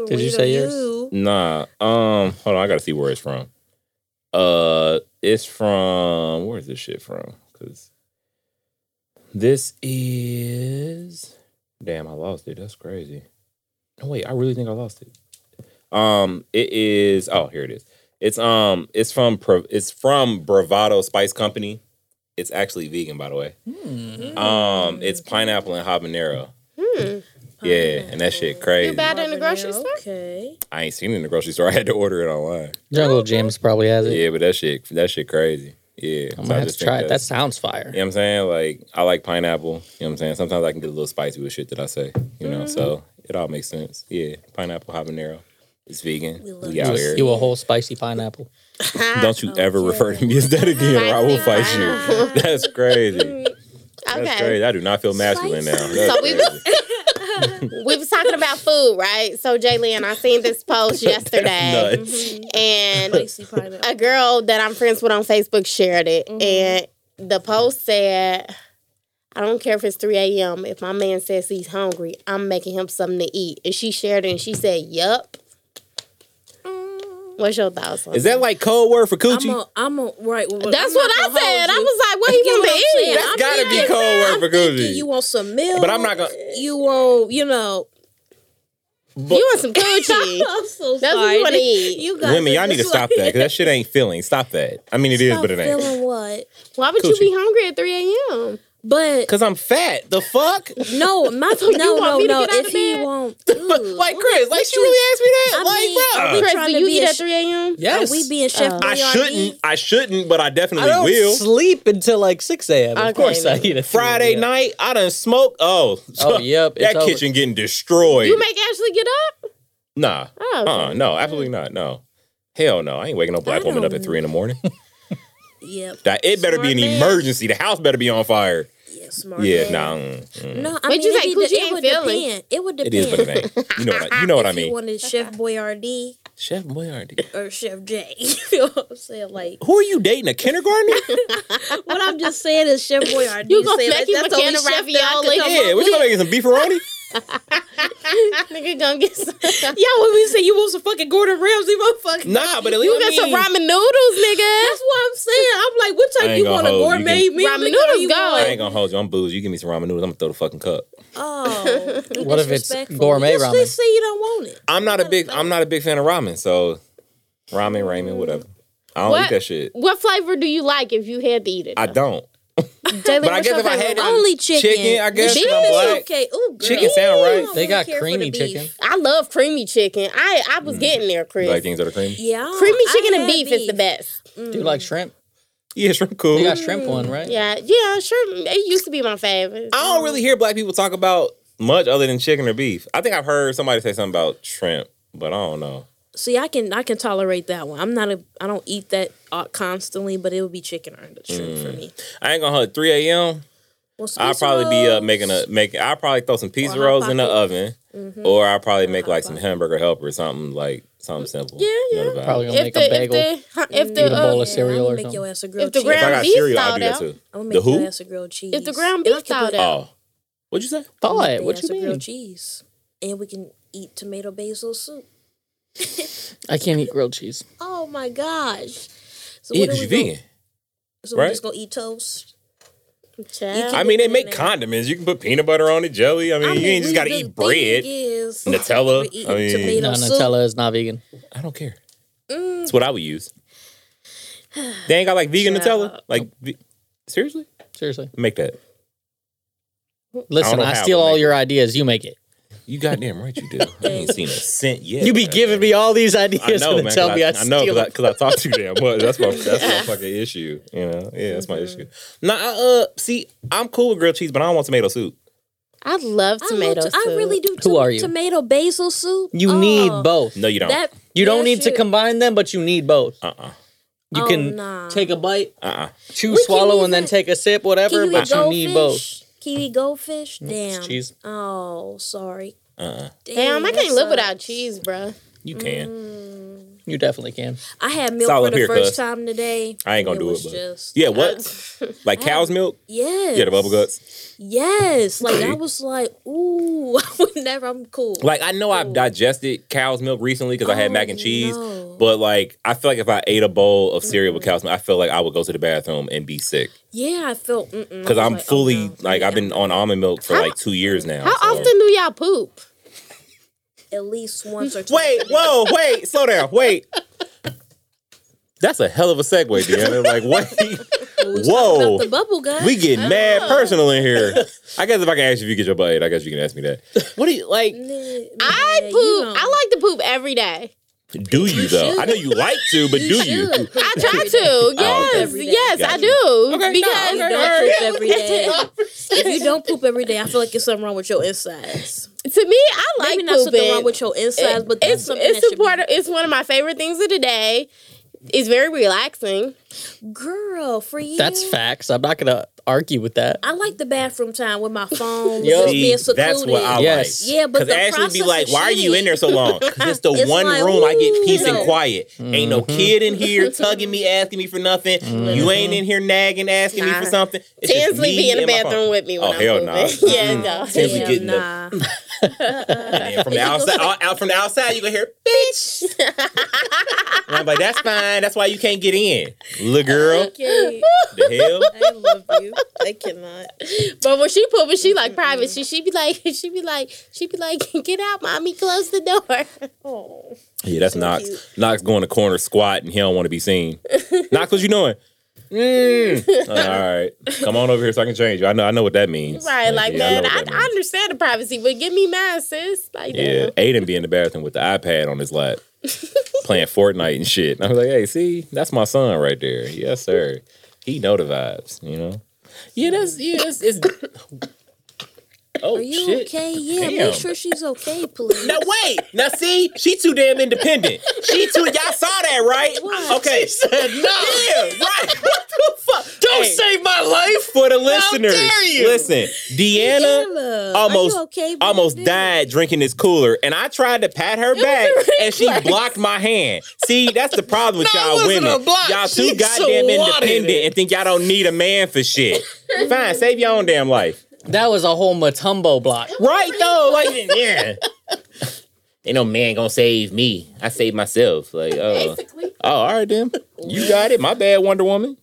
D: Did you say yours?
A: Nah. Um. Hold on. I gotta see where it's from. Uh. It's from. Where's this shit from? Cause this is. Damn, I lost it. That's crazy. No wait, I really think I lost it. Um. It is. Oh, here it is. It's um. It's from. Pro- It's from Bravado Spice Company. It's actually vegan, by the way.
B: Hmm.
A: Um. It's pineapple and habanero. Yeah, and that shit crazy.
C: You bought it in the grocery store?
B: Okay.
A: I ain't seen it in the grocery store. I had to order it online.
D: Jungle Jim's probably has it.
A: Yeah, but that shit, that shit crazy. Yeah,
D: I'm
A: So I
D: gonna have
A: just
D: to
A: think
D: try it. That
A: that's-
D: sounds fire.
A: you know what I'm saying. Like I like pineapple. You know what I'm saying. Sometimes I can get a little spicy with shit that I say. You know, so
B: Mm-hmm.
A: it all makes sense. Yeah, pineapple habanero. It's vegan. We,
B: We love
A: out
D: You,
A: here.
D: you a whole spicy pineapple.
C: Hmm.
A: Don't you ever
B: yeah.
A: refer to me as that again, or I will fight you. That's crazy. That's
C: Okay.
A: crazy. I do not feel masculine now. That's
C: So we-
A: crazy.
C: We was talking about food, right? So Jalen, I seen this post yesterday,
B: mm-hmm.
A: Nuts.
C: and
B: Spicy pineapple.
C: a girl that I'm friends with on Facebook shared it, and the post said, "I don't care if it's 3 a.m. If my man says he's hungry, I'm making him something to eat." And she shared it, and she said, "Yup."
B: Mm.
C: What's your thoughts? On
A: Is that like code word for
B: I'm
A: coochie?
B: a, I'm a, right. well,
C: That's
B: I'm
C: what
B: not
C: I
B: gonna
C: said.
B: hold
C: I
B: you.
C: was like, "What he
B: You know
C: gonna
B: what I'm
C: eat?"
B: saying?
A: That's gotta be
B: thinking-
A: code word
B: I'm
A: for
B: thinking
A: coochie.
B: You want some milk?
A: But I'm not gonna.
B: You want, you know.
C: You want some coochie?
B: I'm so
C: That's what
B: sorry.
C: you wanna eat.
B: You guys
A: Women,
B: are
A: y'all need to
B: just
A: stop
B: like-
A: that because that shit ain't feeling. Stop that. I mean, it is,
B: Stop
A: but it ain't.
B: Feeling what?
C: Why would you
A: Coochie.
C: be hungry at 3 a.m.?
B: But
A: Cause I'm fat. The fuck?
B: no, my
C: you
B: no
C: want
B: no
C: me to
B: no.
C: get out
B: If
C: of
B: he
C: bed?
B: won't, Ooh.
A: like Chris, like she
B: you-
A: really asked me that.
B: I mean,
A: like,
B: are
A: bruh.
B: we-
C: Chris,
B: trying
C: do
B: to
C: you
B: be a
C: eat at
B: sh-
C: 3 a.m.?
B: are
D: Yes.
B: we
C: Uh,
B: being chef?
A: I
B: Boyardee?
A: shouldn't. I shouldn't, but I definitely
D: I don't
A: will.
D: sleep until like 6 a.m.
C: Okay,
D: of course I
C: then.
D: eat it.
A: Friday night, I done smoked. Oh,
D: Oh, yep,
A: that
D: it's over.
A: kitchen getting destroyed.
C: You make Ashley get up?
A: Nah.
C: Oh, okay.
A: Uh, no, absolutely not. No. Hell no. I ain't waking no black
B: I
A: woman up
B: don't-
A: at three in the morning.
B: Yep.
A: That it better be an
B: Smart man.
A: emergency. The house better be on fire.
B: Yeah, smart.
A: Yeah,
B: man.
A: nah. mm, mm.
B: No, I
C: What'd
B: mean,
C: you
B: it,
C: say?
B: would-
C: Coochie
B: it
C: ain't
B: would
C: feeling.
B: depend. It would
A: It
B: depend.
A: is what it ain't. You know what I, you know what I
B: If you
A: mean.
B: wanted Chef Boyardee
A: Chef Boyardee.
B: or Chef J, you know what I'm saying? Like,
A: Who are you dating? A kindergartner?
B: what I'm just saying is Chef Boyardee.
C: You gonna
B: said
C: make him
B: that's
C: a
B: only
C: can of
B: chef that all
C: ravioli?
B: can come
A: yeah,
B: up
A: what you gonna
B: with.
A: make some beefaroni?
C: Nigga gonna get some.
B: Yeah, when we say you want some fucking Gordon Ramsay, motherfucker.
A: nah, but at least
C: You got
A: I
C: some
A: mean,
C: ramen noodles, nigga.
B: That's what I'm saying. I'm like, what
A: I
B: type
A: ain't
B: you
A: gonna
B: want a
A: hold you.
B: gourmet
A: You
B: meal?
C: Ramen
B: nigga,
C: noodles
B: or you
C: gone.
A: I
B: want-
A: ain't gonna hold you. I'm booze. You give me some ramen noodles. I'm gonna throw the fucking cup.
B: Oh, you
D: What if it's
B: disrespectful.
D: gourmet
B: you just
D: ramen?
B: say you don't want it.
A: I'm not a big. I'm not a big fan of ramen. So, ramen, ramen, whatever. I don't
C: What?
A: eat that shit.
C: What flavor do you like if you had to eat it?
A: I don't. But I guess if I had it,
B: Only chicken.
A: um, chicken, I guess.
C: The
A: and I'm
C: chicken is
A: black.
B: Okay. Ooh, girl.
A: Chicken sound right.
B: I don't
D: They
B: really
D: got
B: care for the
D: creamy
B: beef.
D: chicken.
C: I love creamy chicken. I I was getting there, Chris.
A: You Mm. like things that are creamy.
B: Yeah. I-
C: creamy
B: I
C: chicken and
B: had
C: beef, is the best.
D: Do
B: Mm.
D: you like shrimp?
A: Yeah, shrimp cool.
D: You got shrimp one, right?
C: Yeah, yeah, sure. It used to be my favorite.
A: I don't really hear black people talk about much other than chicken or beef. I think I've heard somebody say something about shrimp, but I don't know.
B: See, I can I can tolerate that one. I'm not a I don't eat that uh, constantly, but it would be chicken or the shrimp for me.
A: I ain't gonna hold it. 3 a.m.
B: Well,
A: I'll
B: Swiss
A: Mm. probably be up
B: rolls,
A: making a make. I'll probably throw some pizza
B: Or hot
A: rolls in the
B: pocket.
A: oven, or I'll probably make
B: hot
A: like some
B: pocket.
A: hamburger help or something like something simple.
C: Yeah,
A: You know
C: yeah.
A: the vibe.
D: Probably gonna
C: If
D: make
C: the,
D: a bagel.
C: if the if
D: Eat a
C: the
D: bowl
C: uh,
D: of cereal
B: I'm
D: or
B: gonna make your
D: something.
B: ass a grilled
C: the
B: cheese.
A: If I
C: ground-
A: got
C: beef
A: cereal, I'll
C: thawed
A: do that
C: out.
A: too.
B: I'm gonna
A: The
B: make
A: who?
B: your ass a grilled cheese.
C: if the ground
B: And I
C: beef
B: can
C: thawed
B: put-
C: out,
A: Oh, what'd you say?
B: I'm gonna make
D: Thought.
B: their
D: What
B: ass a
D: you mean?
B: Grilled cheese, and we can eat tomato basil soup.
D: I can't eat grilled cheese.
B: Oh my gosh! So
A: Yeah, because
B: what are we
A: you're
B: gonna-
A: vegan.
B: So
A: right?
B: we're just gonna eat toast.
C: child.
A: I mean, they make condiments. You can put peanut butter on it, jelly. I mean, you ain't just
B: we-
A: gotta
B: the
A: eat bread.
B: thing is,
A: Nutella.
B: we're eating
A: I mean-
B: tomato
D: No,
B: soup.
D: Nutella is not vegan.
A: I don't care.
B: Mm.
A: It's what I would use. They ain't got like vegan
B: Child.
A: Nutella. Like, ve- seriously,
D: Seriously.
A: make that.
D: Listen,
A: know
D: I,
A: how,
D: steal
A: but
D: all
A: make
D: your ideas. You make it.
A: You goddamn right you do. I ain't seen a cent yet.
D: You be
A: man.
D: giving me all these
A: I
D: ideas
A: know,
D: and
A: man.
D: tell me I,
A: I know
D: steal them.
A: because I, talk too damn much. That's my that's my fucking issue. You know, yeah, that's my
B: Mm.
A: issue. Nah, I, uh, see, I'm cool with grilled cheese, but I don't want tomato soup.
C: I love
B: I
C: tomato
B: love to- I really do.
D: Who
B: to-
D: are you?
B: Tomato basil soup.
D: You
B: Oh,
D: need both.
A: No, you don't.
B: That
D: You don't
B: that
D: need to
B: shit-
D: combine them, but you need both.
A: Uh uh-uh.
D: You
B: Oh,
D: can
B: nah.
D: take a bite,
A: uh.
D: chew,
B: We can
D: swallow, and then
B: even-
D: take a sip,
B: Can
D: whatever,
B: you
D: but
B: eat
D: you need both.
B: goldfish? Can you eat goldfish?
A: Mm,
B: Damn.
D: cheese.
B: Oh, sorry.
A: Uh uh.
C: Damn, I
B: that
C: can't live
B: sucks.
C: without cheese, bruh.
A: You can.
B: Mm,
D: You definitely can.
B: I had milk
A: all
B: for
A: up
B: the
A: here,
B: first
A: cuz.
B: time today.
A: I ain't
B: and
A: gonna do
B: was
A: it, but
B: Just,
A: yeah, what? Like cow's milk?
B: Yes.
A: Yeah, the bubble guts.
B: Yes. Like I was like, ooh, I would never. I'm cool.
A: Like I know I've digested cow's milk recently because I had
B: Oh,
A: mac and cheese,
B: no.
A: but like I feel like if I ate a bowl of cereal with cow's milk, I feel like I would go to the bathroom and be sick
B: yeah, I felt mm-mm. I
A: because
B: was
A: I'm
B: like, oh,
A: fully
B: no.
A: like I've been on almond milk for like two years now.
C: How
A: so-
C: often do y'all poop?
B: at least once or twice.
A: Wait, whoa, wait, slow down, wait. That's a hell of a segue, Deanna. Like, wait, whoa,
B: the bubble guts.
A: we get mad personal in here. I guess if I can ask you if you get your butt, ate, I guess you can ask me that. What do you like?
C: I
B: Yeah, you
C: poop.
B: don't.
C: I like to poop every day.
A: Do you though? I know you like to, but do you?
B: should.
C: I try to. Yes,
B: Every day.
C: yes, I
A: Gotcha.
C: do.
A: Okay,
C: because
A: no, okay,
B: don't
A: all right.
B: poop every day. if you don't poop every day, I feel like it's something wrong with your insides.
C: to me, I like
B: Maybe not
C: pooping.
B: something wrong with your insides, but that's
C: it's
B: something
C: it's
B: that
C: a
B: should be-
C: part of, it's one of my favorite things of the day. It's very relaxing.
B: Girl, for you.
D: That's facts. I'm not gonna argue with that.
B: I like the bathroom time with my phone,
D: Yo.
B: just
A: See,
B: being secluded.
A: That's what I
D: Yes.
A: like.
B: Yeah, but the
A: Ashley be
B: process
A: like,
B: is
A: "Why are you
B: shitty."
A: in there so long? 'Cause it's the
B: It's
A: one
B: like,
A: room I get
B: ooh,
A: peace and
B: no.
A: quiet. Ain't no kid in here tugging me, asking me for nothing.
B: Mm-hmm.
A: You ain't in here nagging, asking me for
C: Nah.
A: something. It's just
C: Tansley
A: me
C: be in the
A: and my phone.
C: bathroom with me when
A: Oh,
C: I'm
A: hell
C: pooping.
A: nah.
C: yeah, no.
A: Tansley
B: Hell
A: getting the-
B: nah.
A: And then from the outside, out, out from the outside, you gonna hear bitch. and I'm like, that's fine. That's why you can't get in, little girl.
B: Okay.
A: The hell.
B: I love you. I cannot.
C: But when she pooping, she like private. She she be like she be like she be like get out, mommy, close the door.
B: Oh.
A: Yeah, that's Knox. Knox going to corner squat and he don't want to be seen. Knox, what you doing? Mm. All right, come on over here so I can change you. I know, I know what that means.
C: Right, like
A: yeah, know
C: man, I,
A: what that
C: I
A: means.
C: understand the privacy, but give me mine, sis. Like
A: yeah,
C: damn.
A: Aiden be in the bathroom with the iPad on his lap, playing Fortnite and shit. And I was like, hey, see, that's my son right there. Yes, sir. He know the vibes, you know. Yeah, that's yeah. It's, it's Oh
B: Are you
A: shit.
B: okay? Yeah,
A: Damn.
B: make sure she's okay, please.
A: Now wait. Now see, she too damn independent. She too. Y'all saw that, right?
B: What?
A: Okay. Yeah, right. What the fuck?
E: Don't
A: Hey,
E: save my life.
A: for the listeners.
E: dare you?
A: Listen, Deanna
B: Deanna,
A: almost-
B: are you okay, baby?
A: almost died drinking this cooler, and I tried to pat her back, and she blocked my hand. See, that's the problem with
E: No, it
A: y'all
E: wasn't a
A: women.
E: block.
A: Y'all too
E: She
A: goddamn
E: swatted
A: independent
E: it.
A: and think y'all don't need a man for shit. Fine, save your own damn life.
D: That was a whole Matumbo block.
A: Right though, like yeah. Ain't no man gonna save me. I save myself. Like oh,
C: Basically.
A: oh, all right then. You got it. My bad, Wonder Woman.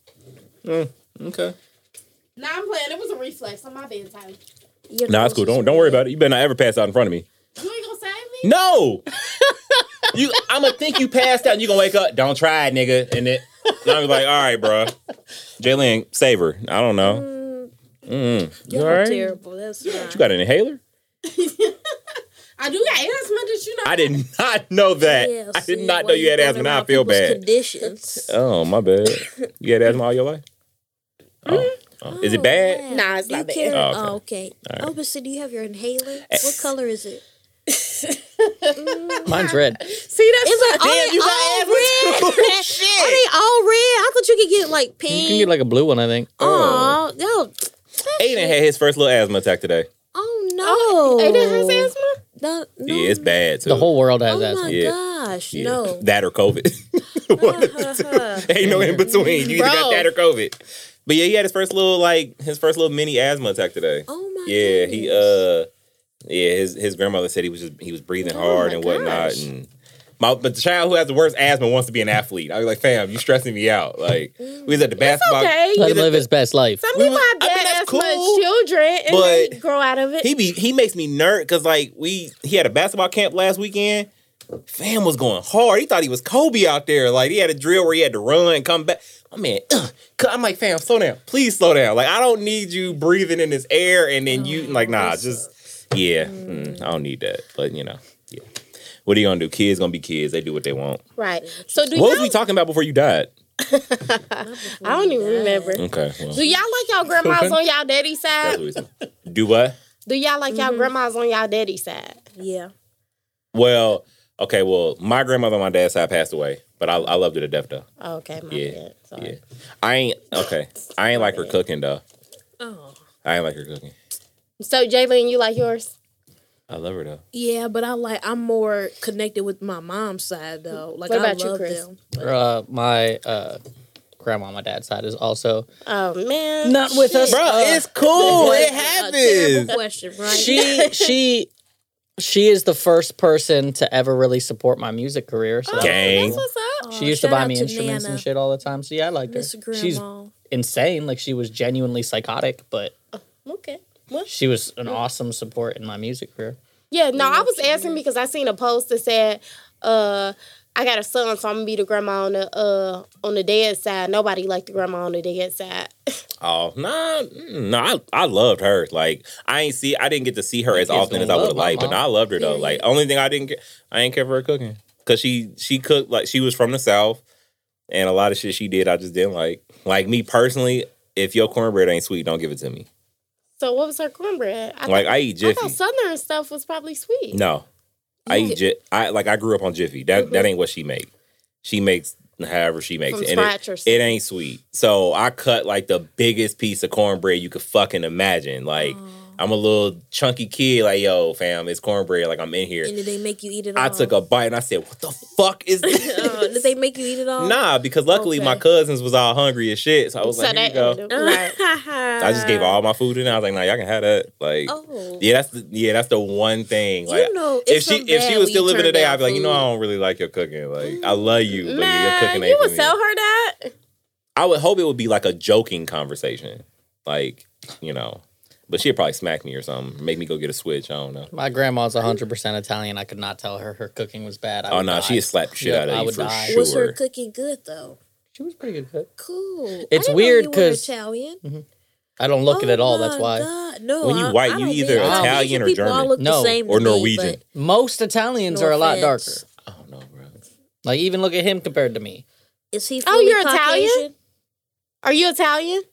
A: Mm, okay.
C: Nah, I'm playing. It was a reflex on my bedtime.
B: Your
A: Nah, it's cool.
B: nose is
A: Don't don't worry about it. You better not ever pass out in front of me.
C: You ain't gonna save me?
A: No. you I'm gonna think you passed out and you're gonna wake up. Don't try it, nigga. And then and I'm like, all right, bro. Jalen, save her. I don't know.
B: Mm,
A: Mm. You
B: Y'all
A: all right? You
B: terrible. That's not.
A: got an inhaler?
C: I do got asthma, did you know?
A: I did not know that.
B: Yeah,
A: I did
B: see,
A: not
B: why
A: know you had asthma.
B: bringing
A: Now I
B: out
A: feel
B: people's
A: bad.
B: Conditions.
A: Oh, my bad. You had asthma all your life? Oh. oh. Is it bad?
B: Mm-hmm. man.
C: Nah, it's
B: Do you
C: not bad.
B: care-
A: Oh, okay.
B: Oh, okay.
A: All right.
B: Oh, but so do you have your inhaler? What color is it?
D: Mine's red.
C: See, that's
B: It's like, oh,
A: Damn,
B: are
A: you
B: they
A: got
B: all
A: asthma
B: red?
A: too.
B: Are
A: Shit.
B: they all red? I thought you could get like pink.
D: You can get like a blue one, I think.
B: oh, yo.
A: uh, Aiden had his first little asthma attack today.
B: Oh no.
C: Oh, it has asthma?
B: No, no,
A: yeah, it's bad too.
D: The whole world has
B: Oh
D: that.
B: my
A: Yeah.
B: gosh.
A: yeah.
B: No.
A: That or COVID. One of the two. Ain't no in between. You either got
C: Bro.
A: that or COVID. But yeah, he had his first little like his first little mini asthma attack today.
B: oh my
A: yeah, he
B: goodness.
A: uh, yeah, his his grandmother said he was just he was breathing
B: Oh,
A: hard
C: my
A: and whatnot.
C: gosh.
A: And my but the child who has the worst asthma wants to be an athlete. I was like, fam, you stressing me out. Like we was at the basketball.
C: Okay.
D: Let
A: Yeah,
D: him live his best life.
C: Some
A: We
C: people
A: was-
C: have
A: I mean,
C: bad
A: that's
C: asthma as
A: cool,
C: children and
A: but
C: they grow out of it.
A: He be he makes me nerd because like we he had a basketball camp last weekend. Fam was going hard. He thought he was Kobe out there. Like he had a drill where he had to run and come back. My man, ugh. I'm like, fam, slow down. Please slow down. Like I don't need you breathing in this air and then you like nah, just yeah. Oh, mm, I don't need that. But you know, yeah. What are you gonna do? Kids gonna be kids. They do what they want.
C: right. So do
A: What was
C: y'all
A: we talking about before you died?
C: I don't even remember.
A: Okay. Well,
C: Do y'all like y'all grandmas on y'all daddy's
A: that's what
C: side?
A: we said. do what?
C: Do y'all like
B: Mm-hmm.
C: y'all grandmas on y'all daddy's side?
B: yeah.
A: Well, okay. Well, my grandmother on my dad's side passed away, but I, I loved her to death though.
C: Oh, Okay, my
A: Yeah,
C: bad.
A: Yeah.
C: Sorry.
A: I ain't okay. I ain't like her cooking though.
B: Oh.
A: I ain't like her cooking.
C: So Jalen, you like yours?
A: I love her though.
B: Yeah, but I like I'm more connected with my mom's side though. Like
C: What
B: I
C: about you,
B: love
C: Chris?
B: them.
D: Uh, my uh, grandma on my dad's side is also
C: Oh man.
D: not with us.
A: Bro,
D: Uh,
A: it's cool. It
B: Terrible
A: happens.
B: question, right?
D: she she she is the first person to ever really support my music career. So
A: Gang.
C: That's what's up.
D: She used to
B: Shout
D: buy
B: out
D: me
B: to
D: instruments
B: Nana.
D: and shit all the time. So yeah, I liked her.
B: Miss Grandma.
D: She's insane. Like she was genuinely psychotic, but
C: Okay. Well,
D: she was an awesome support in my music career.
C: yeah, no, I was asking because I seen a post that said, uh, I got a son, so I'm gonna be the grandma on the uh on the dad's side. Nobody liked the grandma on the dad's side.
A: Oh no, no, I, I loved her. Like I ain't see, I didn't get to see her as
D: kids
A: often
D: don't
A: as I would
D: love
A: have
D: my
A: liked, but
D: mom.
A: no, I loved her though.
B: Yeah.
A: Like only thing I didn't, care, I ain't care for her cooking because she she cooked like she was from the south, and a lot of shit she did I just didn't like. Like me personally, if your cornbread ain't sweet, don't give it to me.
C: So what was her cornbread? I,
A: Like I eat
C: thought- I
A: Jiffy.
C: thought southern stuff was probably sweet.
A: No, I eat Jiffy. I like I grew up on Jiffy. That that ain't what she make. She makes however she makes
C: From
A: it, and it-
C: scratch or
A: it
C: something.
A: ain't sweet. So I cut like the biggest piece of cornbread you could fucking imagine. Like
B: Oh.
A: I'm a little chunky kid. Like yo, fam, it's cornbread. Like I'm in here.
B: and did they make you eat it all?
A: I took a bite and I said, "What the fuck is this?"
B: Oh, did they make you eat it all?
A: nah, because luckily my
B: Okay.
A: cousins was all hungry as shit. So I was
C: So
A: like, "Here
C: that
A: you go."
C: right.
A: I just gave all my food in. I was like, "Nah, y'all can have that." Like,
B: Oh.
A: yeah, that's the, yeah, that's the one thing. Like,
B: you know,
A: if
B: it's
A: she
B: something
A: if she
B: bad
A: was
B: when
A: still
B: you
A: living
B: turn
A: today,
B: down
A: I'd be like, you know, I
B: food.
A: don't really like your cooking. Like, I love you, but your
C: Man,
A: cooking
C: you
A: ain't for
C: would
A: me.
C: sell her that?
A: I would hope it would be like a joking conversation, like you know. But she'd probably smack me or something, make me go get a switch. I don't know.
D: My grandma's 100% Italian. I could not tell her her cooking was bad. I
A: Oh
D: would
A: no,
D: die.
A: she'd slap the shit
D: Yeah,
A: out
D: I
A: of you
D: would
A: for
D: die.
A: sure.
B: Was her cooking good though?
D: She was pretty good cook.
B: Cool. I
D: It's
B: didn't know
D: weird
B: you were
D: 'cause-
B: Italian.
D: I don't look it
B: Oh
D: at all.
B: my
D: That's why.
B: God. No,
A: When you
B: I-
A: white,
B: I
A: you
B: don't
A: either
B: think- I think
A: Italian or
B: people all
A: German.
B: look the
D: No,
B: same to
A: or
B: me,
A: Norwegian.
B: but-
D: Most Italians
B: No
D: are a lot
B: offense.
D: darker.
A: I don't know, bro.
D: Like even look at him compared to me.
B: Is he?
C: Oh,
B: fully
C: you're Italian?
B: Caucasian?
C: Are you Italian?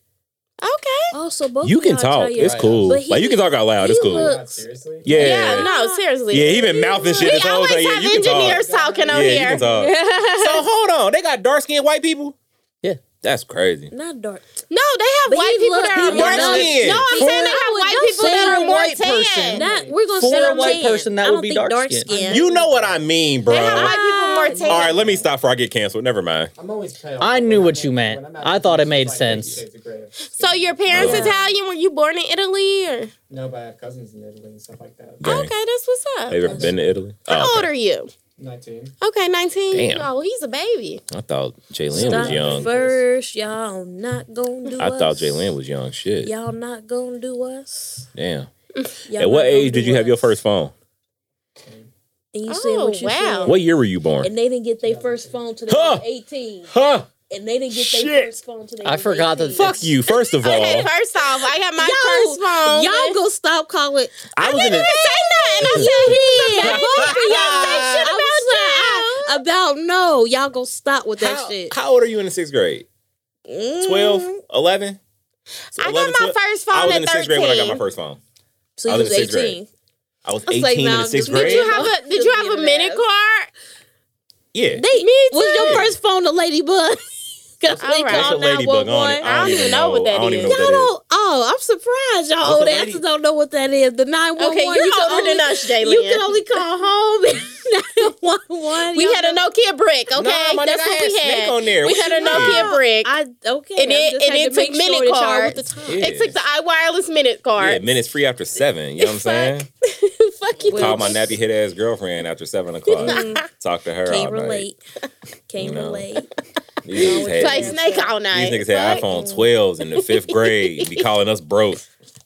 C: Okay.
B: Oh, so both
A: You
B: of
A: can
B: y'all
A: talk.
B: try your-
A: It's cool.
B: But he-
A: like you can talk out loud. It's
B: he
A: cool.
B: look-
E: God, seriously?
A: yeah.
C: Yeah.
A: Yeah.
C: No, seriously.
A: he been mouthing shit
C: We
A: this whole
C: always
A: time. Yeah,
C: have
A: you can talk.
C: engineers talking on
A: Yeah, you
C: here.
A: can talk. So hold on. They got dark skinned white people?
D: Yeah.
A: That's crazy.
B: Not dark.
C: No, they have
B: But
C: white
B: he
C: people
B: look-
C: that
B: he
C: are more
A: dark skin.
C: No, I'm
B: For-
C: saying they have
B: Don't
C: white people
B: say
C: that
B: for
C: are
B: a
C: more
D: white person.
C: tan.
B: Not we're gonna
D: For
B: say
D: a
B: I'm
D: white
B: tan.
D: person, that
B: I
D: would
B: don't
D: be
B: think
D: dark
B: dark
D: skin.
B: skin.
A: You know what I mean,
C: They have
A: bro.
C: white people
A: All
C: more tan.
A: right, let me stop before I get canceled. Never mind.
E: I'm always pale.
D: I
E: When
D: knew
E: I'm
D: what
E: at-
D: you
E: when
D: meant.
E: I'm at
D: I
E: the
D: thought it
E: beach,
D: made
E: it's like 50
D: sense.
E: shades of gray.
C: So your parents
B: Yeah.
C: Italian? Were you born in Italy or?
E: No, but I have cousins in Italy and stuff like that.
A: Dang.
C: Okay, that's what's up.
A: Have you ever been to Italy?
C: How
A: Oh,
C: old
A: okay.
C: are you?
E: 19.
C: Okay, nineteen.
A: Damn.
C: Oh, he's a baby.
A: I thought Jalen was
B: Stop
A: young.
B: first, y'all not gonna do
A: I
B: us.
A: thought Jalen was young. Shit.
B: Y'all not gonna do us.
A: Damn.
B: Y'all
A: At what
B: not gonna
A: age did
B: do
A: you have your
B: us.
A: first phone?
B: And you
C: Oh,
B: said what you
C: wow.
B: said.
A: What year were you born?
B: And they didn't get their first phone till they
A: Huh.
B: was eighteen.
A: Huh?
B: And they didn't get
A: Shit.
B: their first phone till they
D: I
B: was
D: forgot that-
B: 18.
A: Fuck you, first of all.
C: Okay, first off, I got my
B: Y'all-
C: first phone.
B: Y'all
C: go.
B: go stop calling.
A: I was in
C: Didn't
A: a,
C: even say nothing. I said
B: did.
C: I
B: Both of y'all
C: say shit
B: I'm
C: about
B: sorry, I- About no, y'all go stop with that
A: how,
B: shit.
A: how old are you in the sixth grade? 12? 11?
C: Mm. Mm-hmm. I
A: 11,
C: got my
A: 12?
C: first
A: I
C: phone
A: was in
C: at
A: the sixth grade when I got my
C: thirteen.
A: first phone.
B: So
A: I
B: you
A: was
B: was
A: in sixth grade.
B: eighteen.
A: I was
B: I
A: 18
B: was like,
A: in
B: no,
A: the sixth
B: did
A: grade.
C: Did you have a Did you have a
B: Just
C: mini
B: being
C: card?
A: yeah.
B: They
C: Me
B: was
C: too.
B: your first phone the ladybug. Cause
C: All
B: they
C: right.
A: That's a
B: called nine
A: ladybug
B: one
A: on
B: one.
A: it.
C: I don't even know what that
A: I don't
C: is.
A: even know
B: Y'all
A: what that is.
B: don't. Oh, I'm surprised
A: That's
B: y'all
A: a
B: old
A: lady-
B: asses don't know what that is. The nine one one.
C: Okay, you're older than us, Jalen.
B: You can only call home nine one one.
C: We had a Nokia brick, okay?
A: Nah, my
C: That's
A: nigga,
C: what
A: I had
C: we
A: Snake
C: had.
A: on there.
C: We
A: What
C: had
A: you
C: a Nokia
A: mean?
C: brick.
B: I okay.
C: And it-
B: I just
C: and
B: had
C: it
B: to make
C: took mini
B: sure that y'all
C: cards.
B: With the time.
A: Yeah.
C: it took the iWireless minute
A: Yeah,
C: card.
A: minutes free after seven. You know what I'm saying?
C: Fuck you.
B: Well,
A: Call my nappy head ass girlfriend after seven o'clock.
C: Mm-hmm.
A: Talk to her all
B: Can't
A: night.
B: relate. Can't
A: You know.
B: relate.
A: These, niggas
C: Play
A: had,
B: Like,
C: Snake all night.
A: these niggas had
C: Fuck.
A: iPhone 12s in the fifth grade. and Be calling us broke.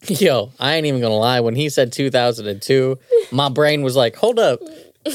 D: Yo, I ain't even gonna lie. When he said 2002, my brain was like, hold up.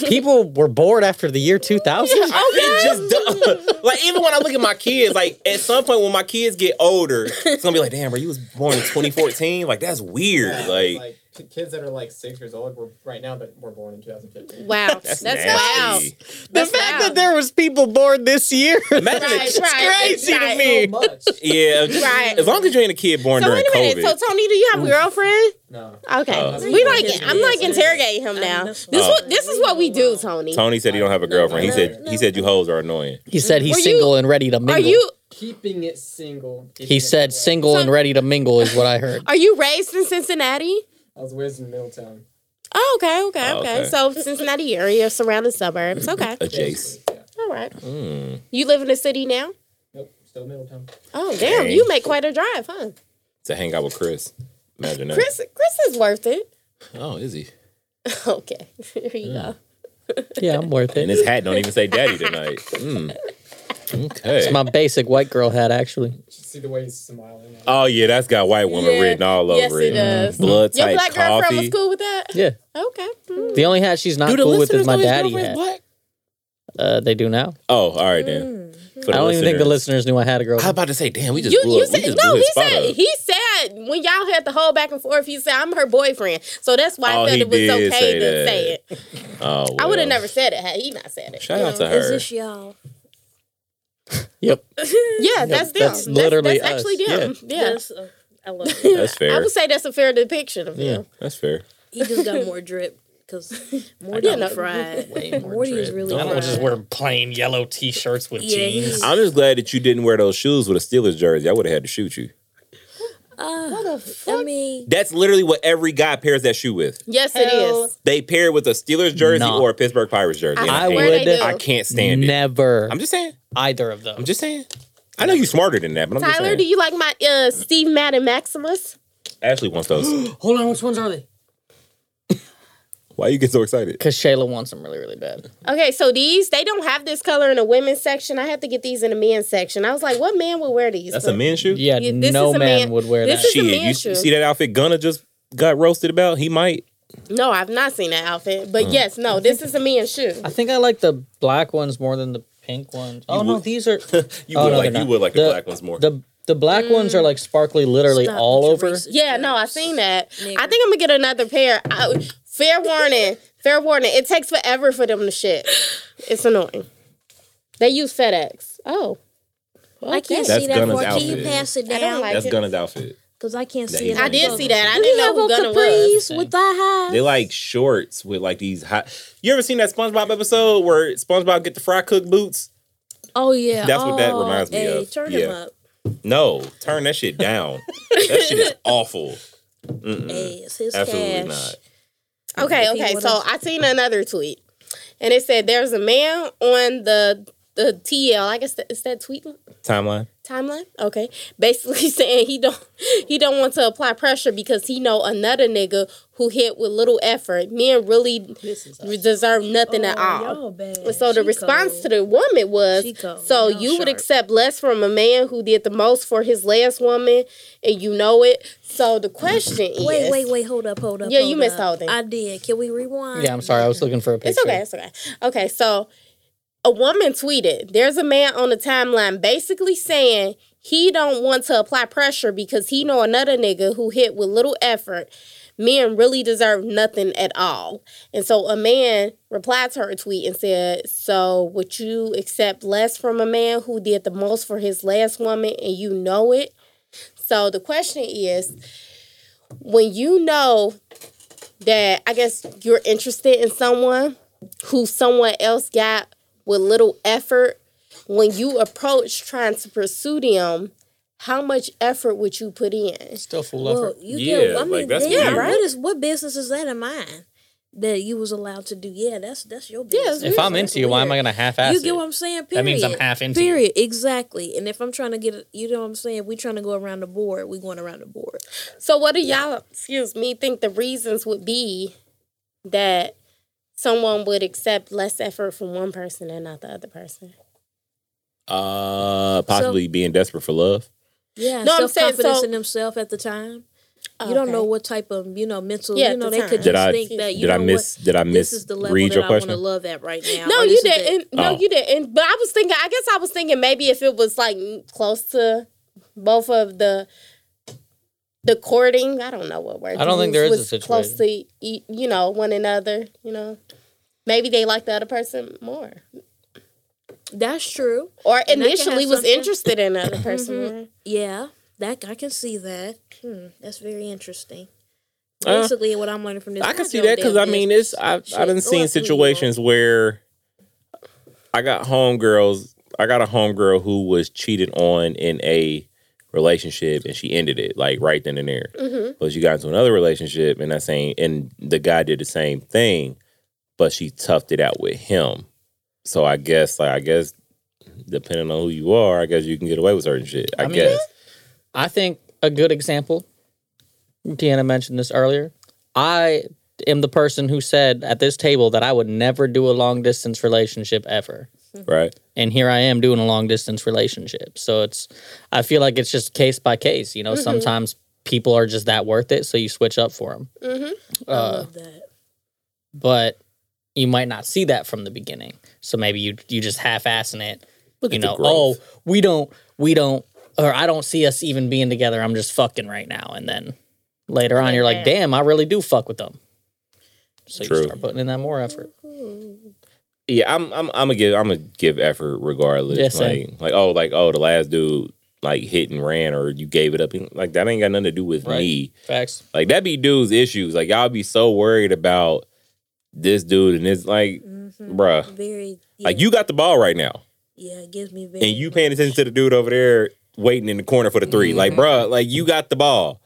D: People were bored after the year 2000?
C: Oh,
A: I- It just do- like even when I look at my kids, like at some point when my kids get older, it's gonna be like, damn, bro, you was born in 2014. Like that's weird.
E: Yeah,
A: like,
E: ki- kids that are like six years old were right now that were born in 2015.
C: Wow.
A: that's,
C: That's, wow.
A: nasty.
D: The
C: That's
D: fact that
C: wild.
D: there was people bored this year.
A: Imagine
C: Right,
A: it-
C: right,
D: crazy to
C: right.
D: me.
E: So much.
A: Yeah, just-
C: Right.
A: as long as you ain't a kid born
C: So
A: during
C: wait a minute.
A: COVID.
C: So Tony, do you have a girlfriend?
E: No.
C: Okay,
A: Uh,
C: we like. I'm like
B: Business.
C: interrogating him now. This
A: Oh.
C: what this is what we do, Tony.
A: Tony said he don't have a girlfriend. He
E: No,
A: said he said you hoes are annoying.
D: He said he's
C: Were you-
D: single and ready to mingle.
C: Are you
E: Keeping it single. keeping
D: he
E: it
D: said
E: well.
D: single and ready to mingle is what I heard.
C: are you raised in Cincinnati?
E: I was raised in Middletown.
C: Oh, okay, okay,
A: Oh,
C: okay.
A: okay.
C: So Cincinnati area, surrounding suburbs. Okay,
A: Adjacent.
E: Basically, Yeah.
C: all right.
A: Mm.
C: You live in the city now?
E: Nope. Still Middletown.
C: Oh, damn!
A: Dang.
C: You make quite a drive, huh?
A: To hang out with Chris. Imagine that.
C: Chris, Chris is worth it.
A: Oh, is he?
C: Okay, here you
A: Mm.
C: go.
D: Yeah, I'm worth
A: And
D: it.
A: his hat don't even say daddy tonight. Mm. Okay.
D: It's my basic white girl hat, actually.
E: You should see the way he's smiling.
A: oh yeah, that's got white woman
C: Yeah.
A: written all
C: Yes,
A: over
C: it
A: it. Mm.
C: does.
A: Blood
C: Your
A: type
C: black girlfriend was
A: coffee.
C: cool with that.
D: Yeah.
C: Okay. Mm.
D: The only hat she's not
A: Do the
D: cool with is
A: listeners
D: my
A: know his
D: daddy
A: girlfriend's
D: hat.
A: black?
D: Uh, they do now.
A: Oh, all right then. For
D: I don't even think the
A: listeners.
D: listeners knew I had a girl.
A: I was about to say, damn, we just
C: Mm. You,
A: blew,
C: you
A: up- we
C: said
A: just
C: no.
A: blew his
C: He
A: spot
C: said
A: up.
C: he said when y'all had the whole back and forth. He said I'm her boyfriend, so that's why
A: Oh,
C: I
A: he
C: said it was
A: did
C: okay
A: say
C: to
A: that.
C: say it.
A: Oh,
C: I would
A: well.
C: have never said it had he not said it.
A: Shout out to
B: Is
A: her.
B: this y'all?
D: Yep.
C: Yeah, that's them.
D: that's literally
C: that's actually
D: us.
C: them. Yeah.
B: Yes. uh, I love it.
A: That's fair.
C: I would say that's a fair depiction of
A: yeah,
C: you.
A: that's fair.
B: He just got more drip because Morty
D: got
B: is fried. Morty is really
D: I
B: fried.
D: don't just wear plain yellow t-shirts with
B: Yeah,
D: jeans.
B: he's-
A: I'm just glad that you didn't wear those shoes with a Steelers jersey. I would have had to shoot you.
B: Uh, I mean,
A: That's literally what every guy pairs that shoe with.
C: Yes,
B: Hell.
C: it is.
A: They pair it with a Steelers jersey
D: Nah.
A: or a Pittsburgh Pirates jersey. and
D: I
A: hate
C: swear
A: it.
C: they
D: would
C: do.
A: I can't stand it.
D: Never
A: I'm just saying.
D: either of those.
A: I'm just saying. I know you're smarter than that, but I'm just
C: Tyler,
A: saying.
C: do you like my uh, Steve Madden Maximus?
A: Ashley wants those.
D: Hold on, which ones are they?
A: Why you get so excited?
D: Because Shayla wants them really, really bad.
C: Okay, so these they don't have this color in the women's section. I had to get these in the men's section. I was like, what man would wear these?
A: That's
C: But-
A: a men's shoe.
D: Yeah,
C: Yeah, this
D: no
C: is a
D: man,
C: man-
D: would wear
C: this
D: that.
C: is- a
A: Shit, you,
C: man's
A: you
C: shoe.
A: see that outfit Gunna just got roasted about? He might.
C: No, I've not seen that outfit, but yes, no, this is a man's shoe.
D: I think I like the black ones more than the pink ones. Oh no,
A: would-
D: these are
A: You
D: Oh,
A: would like
D: no, they're
A: you
D: not.
A: would like the,
D: The-
A: black ones more.
D: the the black ones are like sparkly, literally
B: Stop
D: all
B: with your
D: over.
B: racist
C: Yeah, no, I
B: jokes.
C: seen that. I
B: Nigga.
C: think I'm gonna get another pair. I, fair warning, fair warning. It takes forever for them to ship. It's annoying. They use FedEx. Oh,
B: I can't
A: That's
B: see that
A: Gunna's
B: far. Can you
A: outfit.
B: pass it
C: I don't
B: down?
C: like-
A: That's Gunna's outfit.
B: Because I can't
A: That
B: see
A: he
B: it.
A: like
C: I did
A: that.
C: see that. I
B: Do
C: didn't
B: you
C: know
B: have
C: who
B: on
C: Gunna was.
B: capris with thigh highs?
A: They like shorts with like these hot. You ever seen that SpongeBob episode where SpongeBob get the fry cook boots?
B: Oh yeah,
A: That's what that
B: Oh,
A: reminds me
B: hey,
A: of.
B: Turn
A: Yeah.
B: him up.
A: No, turn that shit down. that shit is awful. Mm-mm.
B: Hey, it's his
A: Mm-hmm. Absolutely
B: cash.
A: not.
C: Okay,
B: If he
C: okay.
B: would've-
C: So I seen another tweet, and it said there's a man on the the TL. I guess that, is that tweet
A: Timeline.
C: timeline. Okay, basically saying he don't he don't want to apply pressure because he know another nigga who hit with little effort. Men really deserve nothing
B: Oh,
C: at all. So the response to the woman was,
B: She cold.
C: "So
B: Y'all
C: you would
B: sharp.
C: accept less from a man who did the most for his last woman, and you know it." So the question is,
B: wait, wait, wait, hold up, hold up.
C: Yeah, you
B: hold
C: missed
B: up.
C: the whole thing.
B: I did. Can we rewind?
D: Yeah, I'm sorry. I was looking for a picture.
C: It's okay. It's okay. Okay, so a woman tweeted, "There's a man on the timeline basically saying he don't want to apply pressure because he know another nigga who hit with little effort. Men really deserve nothing at all." And so a man replied to her tweet and said, "So would you accept less from a man who did the most for his last woman and you know it?" So the question is, when you know that I guess you're interested in someone who someone else got with little effort, when you approach trying to pursue them, how much effort would you put in?
D: Still full of
B: Well,
D: effort.
B: you
A: Yeah,
B: can. I
A: like,
B: mean,
A: that's
B: then,
A: weird.
B: What is what business is that in mine that you was allowed to do? Yeah, that's that's your
C: Yeah,
B: business.
C: it's
D: If I'm into you, why am I gonna half-ass
B: You get
D: it?
B: what I'm saying? Period.
D: That means I'm half into you.
B: Period. Exactly. And if I'm trying to get, you know what I'm saying? we trying to go around the board. we going around the board.
C: So what do y'all, excuse me, think the reasons would be that someone would accept less effort from one person and not the other person?
A: Uh, possibly being desperate for love.
B: Yeah,
C: No, I'm
B: self
C: saying,
B: confidence
C: so-
B: in themself at the time. You don't know
C: Okay.
B: what type of you know mental.
C: Yeah,
B: you
C: at
B: know they
C: the
B: could
C: time.
B: just
A: Did I-
B: think that you
A: did
B: know
A: I miss? Did I
B: What,
A: miss?
B: this is the level
A: read
B: that
A: your
B: I want to
A: question.
B: love at right now.
C: No,
B: or
C: you
B: this is the-
C: didn't. No,
A: Oh.
C: you didn't. But I was thinking. I guess I was thinking maybe if it was like close to both of the the courting. I don't know what word.
D: I don't
C: to
D: think
C: use,
D: there is a
C: was Close to e- you know one another. You know, maybe they like the other person more,
B: That's true.
C: or
B: And that can
C: initially
B: have
C: was
B: something- Mm-hmm.
C: interested in the other person. more.
B: Yeah, that I can see that. Hmm, that's very interesting.
A: Uh,
B: Basically, what I'm learning from this,
A: I can
B: mind
A: see
B: your
A: that
B: damn
A: because I mean,
B: business.
A: it's I I
B: Shit,
A: done
B: go
A: seen
B: after me,
A: situations where I got homegirls. I got a homegirl who was cheated on in a relationship and she ended it like right then and there.
B: Mm-hmm.
A: But she got into another relationship and that same and the guy did the same thing, but she toughed it out with him. So I guess like I guess depending on who you are, I guess you can get away with certain shit. I,
D: mean,
A: guess.
D: I think a good example. Deanna mentioned this earlier. I am the person who said at this table that I would never do a long distance relationship ever.
A: Right.
D: and here I am doing a long distance relationship. So it's I feel like it's just case by case. You know, sometimes people are just that worth it, so you switch up for them.
B: I
D: Uh,
B: love that.
D: but you might not see that from the beginning. So maybe you you just half assing it. you
A: at the
D: know, oh,
A: growth.
D: we don't, we don't, or I don't see us even being together. I'm just fucking right now, and then later on, you're like, damn, I really do fuck with them. So
A: True.
D: you start putting in that more effort.
A: Yeah, I'm I'm I'm gonna give I'm gonna give effort regardless.
D: Yes, sir.
A: like like oh like oh the last dude like hit and ran or you gave it up like that ain't got nothing to do with
D: Right.
A: me.
D: Facts.
A: Like that be dudes issues. Like y'all be so worried about this dude and it's like bruh.
B: Mm-hmm. Very yeah,
A: Like you got the ball right now
B: Yeah, it gives me very.
A: and you paying attention to the dude over there waiting in the corner for the 3
C: Mm-hmm.
A: Like bruh, like you got the ball.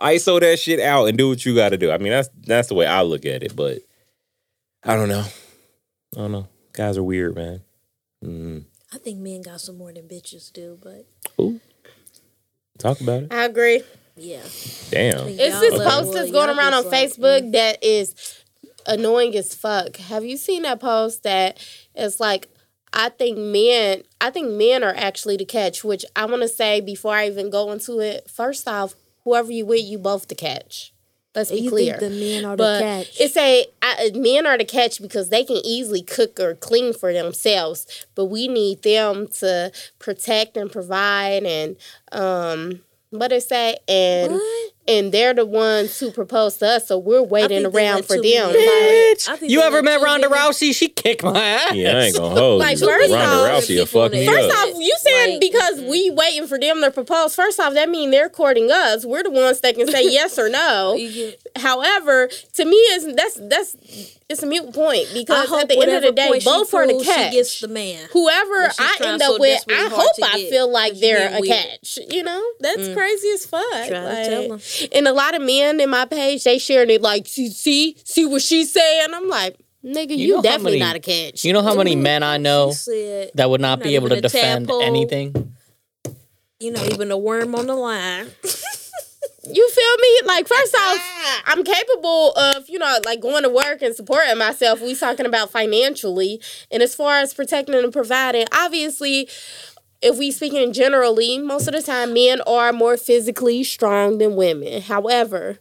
A: ISO that shit out and do what you got to do. I mean that's that's the way I look at it. But I don't know. I don't know. Guys are weird, man. Mm.
B: I think men got some more than bitches do, but
A: Ooh. Talk about it.
C: I agree.
B: yeah,
A: Damn.
C: It's
B: Y'all
C: this
B: look-
C: post that's
B: well,
C: going
B: y'all
C: around on
B: just like,
C: Facebook that is annoying as fuck. Have you seen that post that is like, I think men, I think men are actually the catch. Which I want to say before I even go into it. First off, whoever you with, you both the catch. Let's be
B: you
C: clear.
B: think the men are
C: but
B: the catch?
C: it's a I, uh, men are the catch because they can easily cook or clean for themselves, but we need them to protect and provide and um what they say and
B: What?
C: and they're the ones who proposed to us, so we're waiting
B: think they
C: around
B: let
C: for
B: too
C: them.
B: many-
C: Like,
B: I think
D: you
B: they
D: ever
B: let
D: met
B: two
D: Ronda
B: women-
D: Rousey? She kicked my ass.
A: Yeah, I ain't gonna hold
C: Like,
A: you.
C: first
A: Ronda
C: off-
A: Rousey will fuck me
B: First
A: up.
B: off-
C: you said one because we waiting for them to propose. First off, that mean they're courting us. We're the ones that can say yes or no. However, to me, is that's that's it's a mute point
B: I
C: because
B: hope
C: at the end of the day, both are the
B: She
C: catch.
B: gets the man.
C: Whoever
B: that she's
C: I
B: trying
C: end
B: so
C: up with,
B: desperately
C: I
B: hard
C: hope
B: to
C: I
B: get,
C: feel like
B: but you
C: they're
B: being
C: a
B: weird.
C: catch. You know, that's crazy as fuck.
B: Try to
C: Like,
B: tell 'em.
C: and a lot of men in my page, they sharing it like, see, see, see what she's saying. I'm like, nigga, you,
D: know how
C: definitely
D: many-
C: not a catch.
D: You know how many men I know
B: She said,
D: that would not
B: Not
D: be able to
B: even a
D: defend
B: tadpole.
D: anything?
B: you know, even a worm on the line.
C: You feel me? Like first off, I'm capable of you know like going to work and supporting myself. We talking about financially, and as far as protecting and providing, obviously. If we speaking generally, most of the time men are more physically strong than women. However,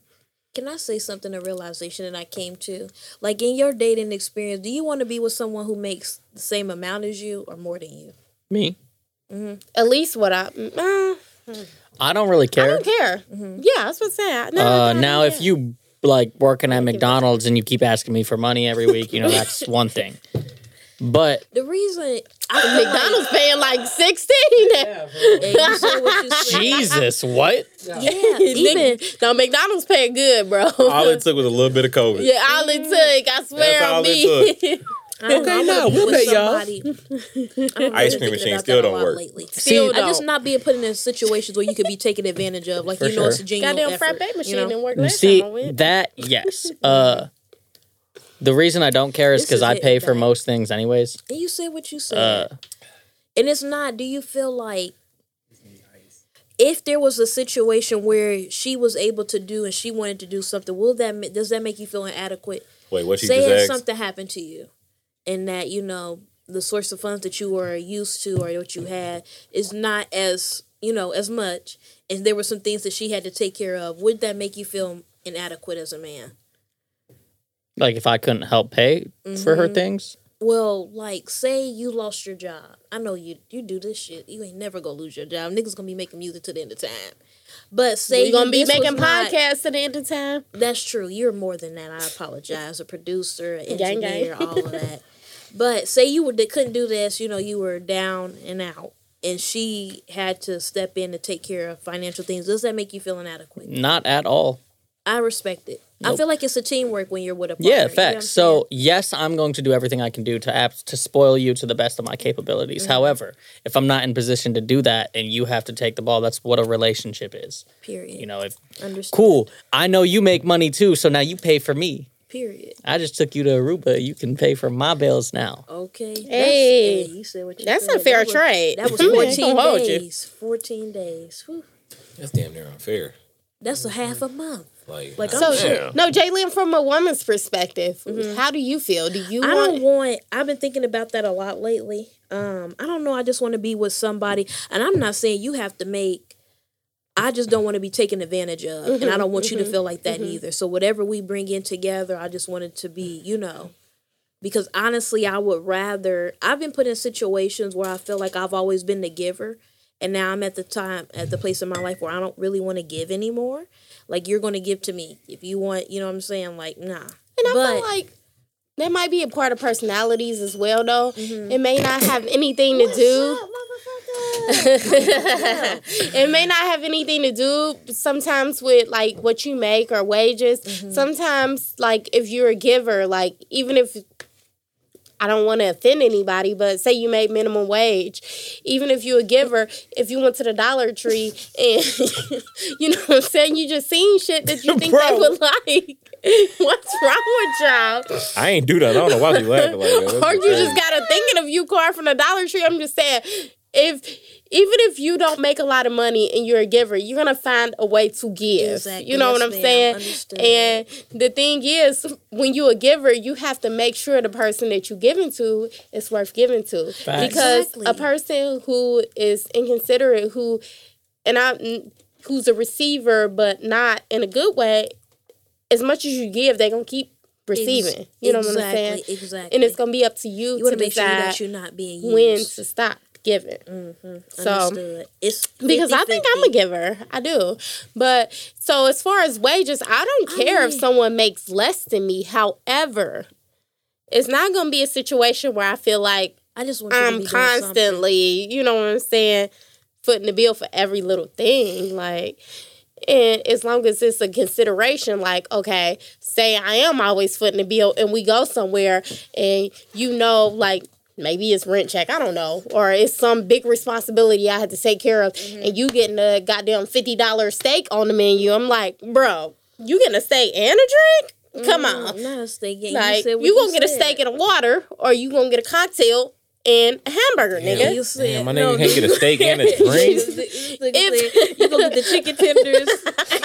B: Can I say something? A realization that I came to, like in your dating experience, do you want to be with someone who makes the same amount as you or more than you?
D: Me.
C: at least what I, mm, uh,
D: I don't really
C: I
D: care.
C: don't care.
B: Mm-hmm.
C: Yeah, that's what I'm saying. No,
D: Uh,
C: no, I
D: now,
C: don't
D: if
C: care.
D: you like working at McDonald's and you keep asking me for money every week, you know that's one thing. But
B: The reason I feel like-
C: McDonald's paying like sixteen.
B: Yeah, you said what you said.
D: Jesus, what?
B: Yeah, even
C: Even no, McDonald's paying good, bro.
A: All it took was a little bit of COVID.
C: Yeah, all
B: Mm.
C: it took. I swear
A: That's all
C: on me.
A: it
B: okay,
D: now, we'll pay y'all.
A: Ice cream machine still don't work.
B: Lately.
C: Still
B: I just
C: don't.
B: not being put in situations where you could be taken advantage of. Like
D: For
B: you know, it's a
D: sure.
B: genuine
C: Goddamn
B: effort,
C: frappe machine
B: you know?
C: didn't work last
D: See
C: time I went.
D: that? Yes. Uh, the reason I don't care is
B: This
D: because
B: is
D: I
B: it,
D: pay for
B: Zach.
D: most things anyways.
B: And you said what you said.
D: Uh,
B: and it's not. Do you feel like if there was a situation where she was able to do and she wanted to do something, will that ma- does that make you feel inadequate?
A: Wait, what she
B: Say if
A: just asked?
B: something happened to you, and that you know the source of funds that you were used to or what you had is not as you know as much, and there were some things that she had to take care of. Would that make you feel inadequate as a man?
D: like if I couldn't help pay for
C: Mm-hmm.
D: her things,
B: Well, like, say you lost your job. I know you you do this shit. You ain't never gonna lose your job. Niggas gonna be making music to the end of time. But say
C: We gonna be
B: this was
C: making
B: not-
C: podcasts to the end of time.
B: That's true. You're more than that. I apologize. A producer, an
C: Gang, gang.
B: engineer, all of that. But say you were they couldn't do this. You know, you were down and out, and she had to step in to take care of financial things. Does that make you feel inadequate?
D: not at all.
B: I respect it. I
D: Nope.
B: feel like it's a teamwork when you're with a partner.
D: Yeah,
B: you know what I'm
D: facts.
B: saying?
D: so yes, I'm going to do everything I can do to ab- to spoil you to the best of my capabilities.
C: Mm-hmm.
D: However, if I'm not in position to do that and you have to take the ball, that's what a relationship is.
B: period.
D: You know, if
B: Understand.
D: cool, I know you make money too, so now you pay for me.
B: Period.
D: I just took you to Aruba. You can pay for my bills now.
B: Okay. That's-
C: Hey,
B: you said what you
C: that's a
B: said.
C: fair
B: that
C: trade.
B: Was, that
C: I ain't
B: was 14
C: gonna hold you.
B: days. 14 days. Whew.
A: That's damn near unfair.
B: That's a half a month.
A: Like,
B: Like,
C: So
B: I'm sure.
C: no, Jalen, from a woman's perspective, how do you feel? Do you
B: Mm-hmm. I
C: want
B: don't want, I've been thinking about that a lot lately. Um, I don't know. I just want to be with somebody. And I'm not saying you have to make, I just don't want to be taken advantage of. And
C: Mm-hmm,
B: I don't want you to feel like that either. So whatever we bring in together, I just want it to be, you know. Because honestly, I would rather, I've been put in situations where I feel like I've always been the giver. and now I'm at the time at the place in my life where I don't really want to give anymore. Like you're going to give to me if you want, you know what I'm saying? Like nah.
C: And I
B: but
C: feel like that might be a part of personalities as well, though.
B: Mm-hmm.
C: It may not have anything to do. it may not have anything to do sometimes with like what you make or wages. Sometimes, like if you're a giver, like even if I don't want to offend anybody, but say you made minimum wage, even if you're a giver, if you went to the Dollar Tree and you know what I'm saying, you just seen shit that you think they
D: Bro.
C: would like. What's wrong with y'all?
A: I ain't do that. I don't know why she laughing like that.
C: Or
A: That's
C: you just
A: crazy.
C: got a thinking of you card from the Dollar Tree. I'm just saying, if even if you don't make a lot of money and you're a giver, you're gonna find a way to give.
B: Exactly.
C: You know
B: Yes,
C: what I'm
B: ma'am.
C: saying?
B: Understood.
C: And the thing is, when you're a giver, you have to make sure the person that you're giving to is worth giving to.
D: Facts.
C: Because
B: Exactly.
C: a person who is inconsiderate, who and I who's a receiver but not in a good way, as much as you give, they're gonna keep receiving.
B: Ex-
C: you know
B: exactly,
C: what I'm saying?
B: Exactly.
C: and it's gonna be up to you,
B: you
C: to
B: want to make sure
C: decide
B: that you're not being
C: when
B: used.
C: to stop giving. So
B: Understood. It's
C: because I think I'm a
B: 50-50.
C: giver, I do. But so as far as wages, I don't care if someone makes less than me. However, it's not gonna be a situation where I feel like
B: I just want you to
C: I'm
B: be doing something.
C: constantly, you know what I'm saying, footing the bill for every little thing. Like, and as long as it's a consideration, like, okay, say I am always footing the bill and we go somewhere and you know, like, maybe it's rent check, I don't know, or it's some big responsibility I had to take care of
B: Mm-hmm.
C: and you getting a goddamn $50 steak on the menu. I'm like, bro, you getting a steak and a drink? Come on.
B: Mm, Not a steak. Yeah, you,
C: Like
B: said
C: you,
B: what
C: gonna get a
B: said.
C: steak and a water, or you gonna get a cocktail and a hamburger,
B: Yeah,
C: nigga.
B: you said,
A: Damn, my nigga
B: no,
A: can't get a steak and a
B: you
A: drink.
B: said-
C: If-
B: you gonna get the chicken tenders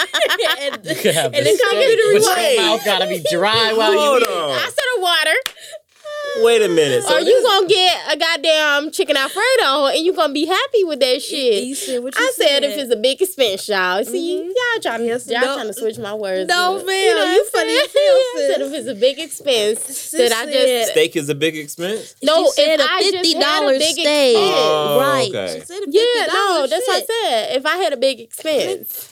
B: and,
D: You could have
B: and
D: this.
B: the computer
D: But
B: away.
D: your mouth gotta be dry while you
A: Hold
D: eat.
A: on.
C: I said a water.
A: Wait a minute. So
C: or you gonna get a goddamn chicken alfredo, and you gonna be happy with that shit.
B: You said what you
C: I said if it's a big expense, y'all. See,
B: Mhm.
C: y'all trying,
B: Yes,
C: y'all
B: no-
C: trying to switch my words.
B: No,
C: up.
B: ma'am,
C: what
B: you
C: I'm
B: funny
C: saying?
B: as hell,
C: I said
B: sis.
C: if it's a big expense, that I
B: said-
C: just
A: steak is a big expense.
C: no.
B: She said
C: if
B: a
C: I just had a
B: $50
C: big
B: steak.
C: expense-
A: Oh,
B: right.
A: okay.
B: She said a
C: yeah, no,
B: $50
C: that's what
B: shit.
C: I said. If I had a big expense.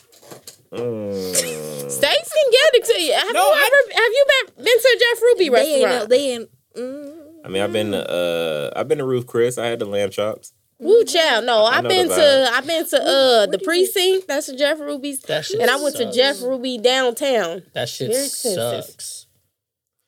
A: Mm.
C: Steaks can get it to you. Have
E: No,
C: you
E: I-
C: ever have you been, been to a Jeff Ruby
B: They ain't,
C: restaurant?
B: no- they ain't. Mm,
A: I mean, I've been to, uh, I've been to Ruth Chris. I had the lamb chops.
C: Woo chow. No,
A: I
C: I've
A: know
C: been
A: the
C: to I've been to uh
B: What
C: the
B: do you-
C: precinct. That's a Jeff Ruby's.
D: That shit
C: And I went to
D: sucks.
C: Jeff Ruby downtown.
D: That shit
C: Very expensive.
D: sucks.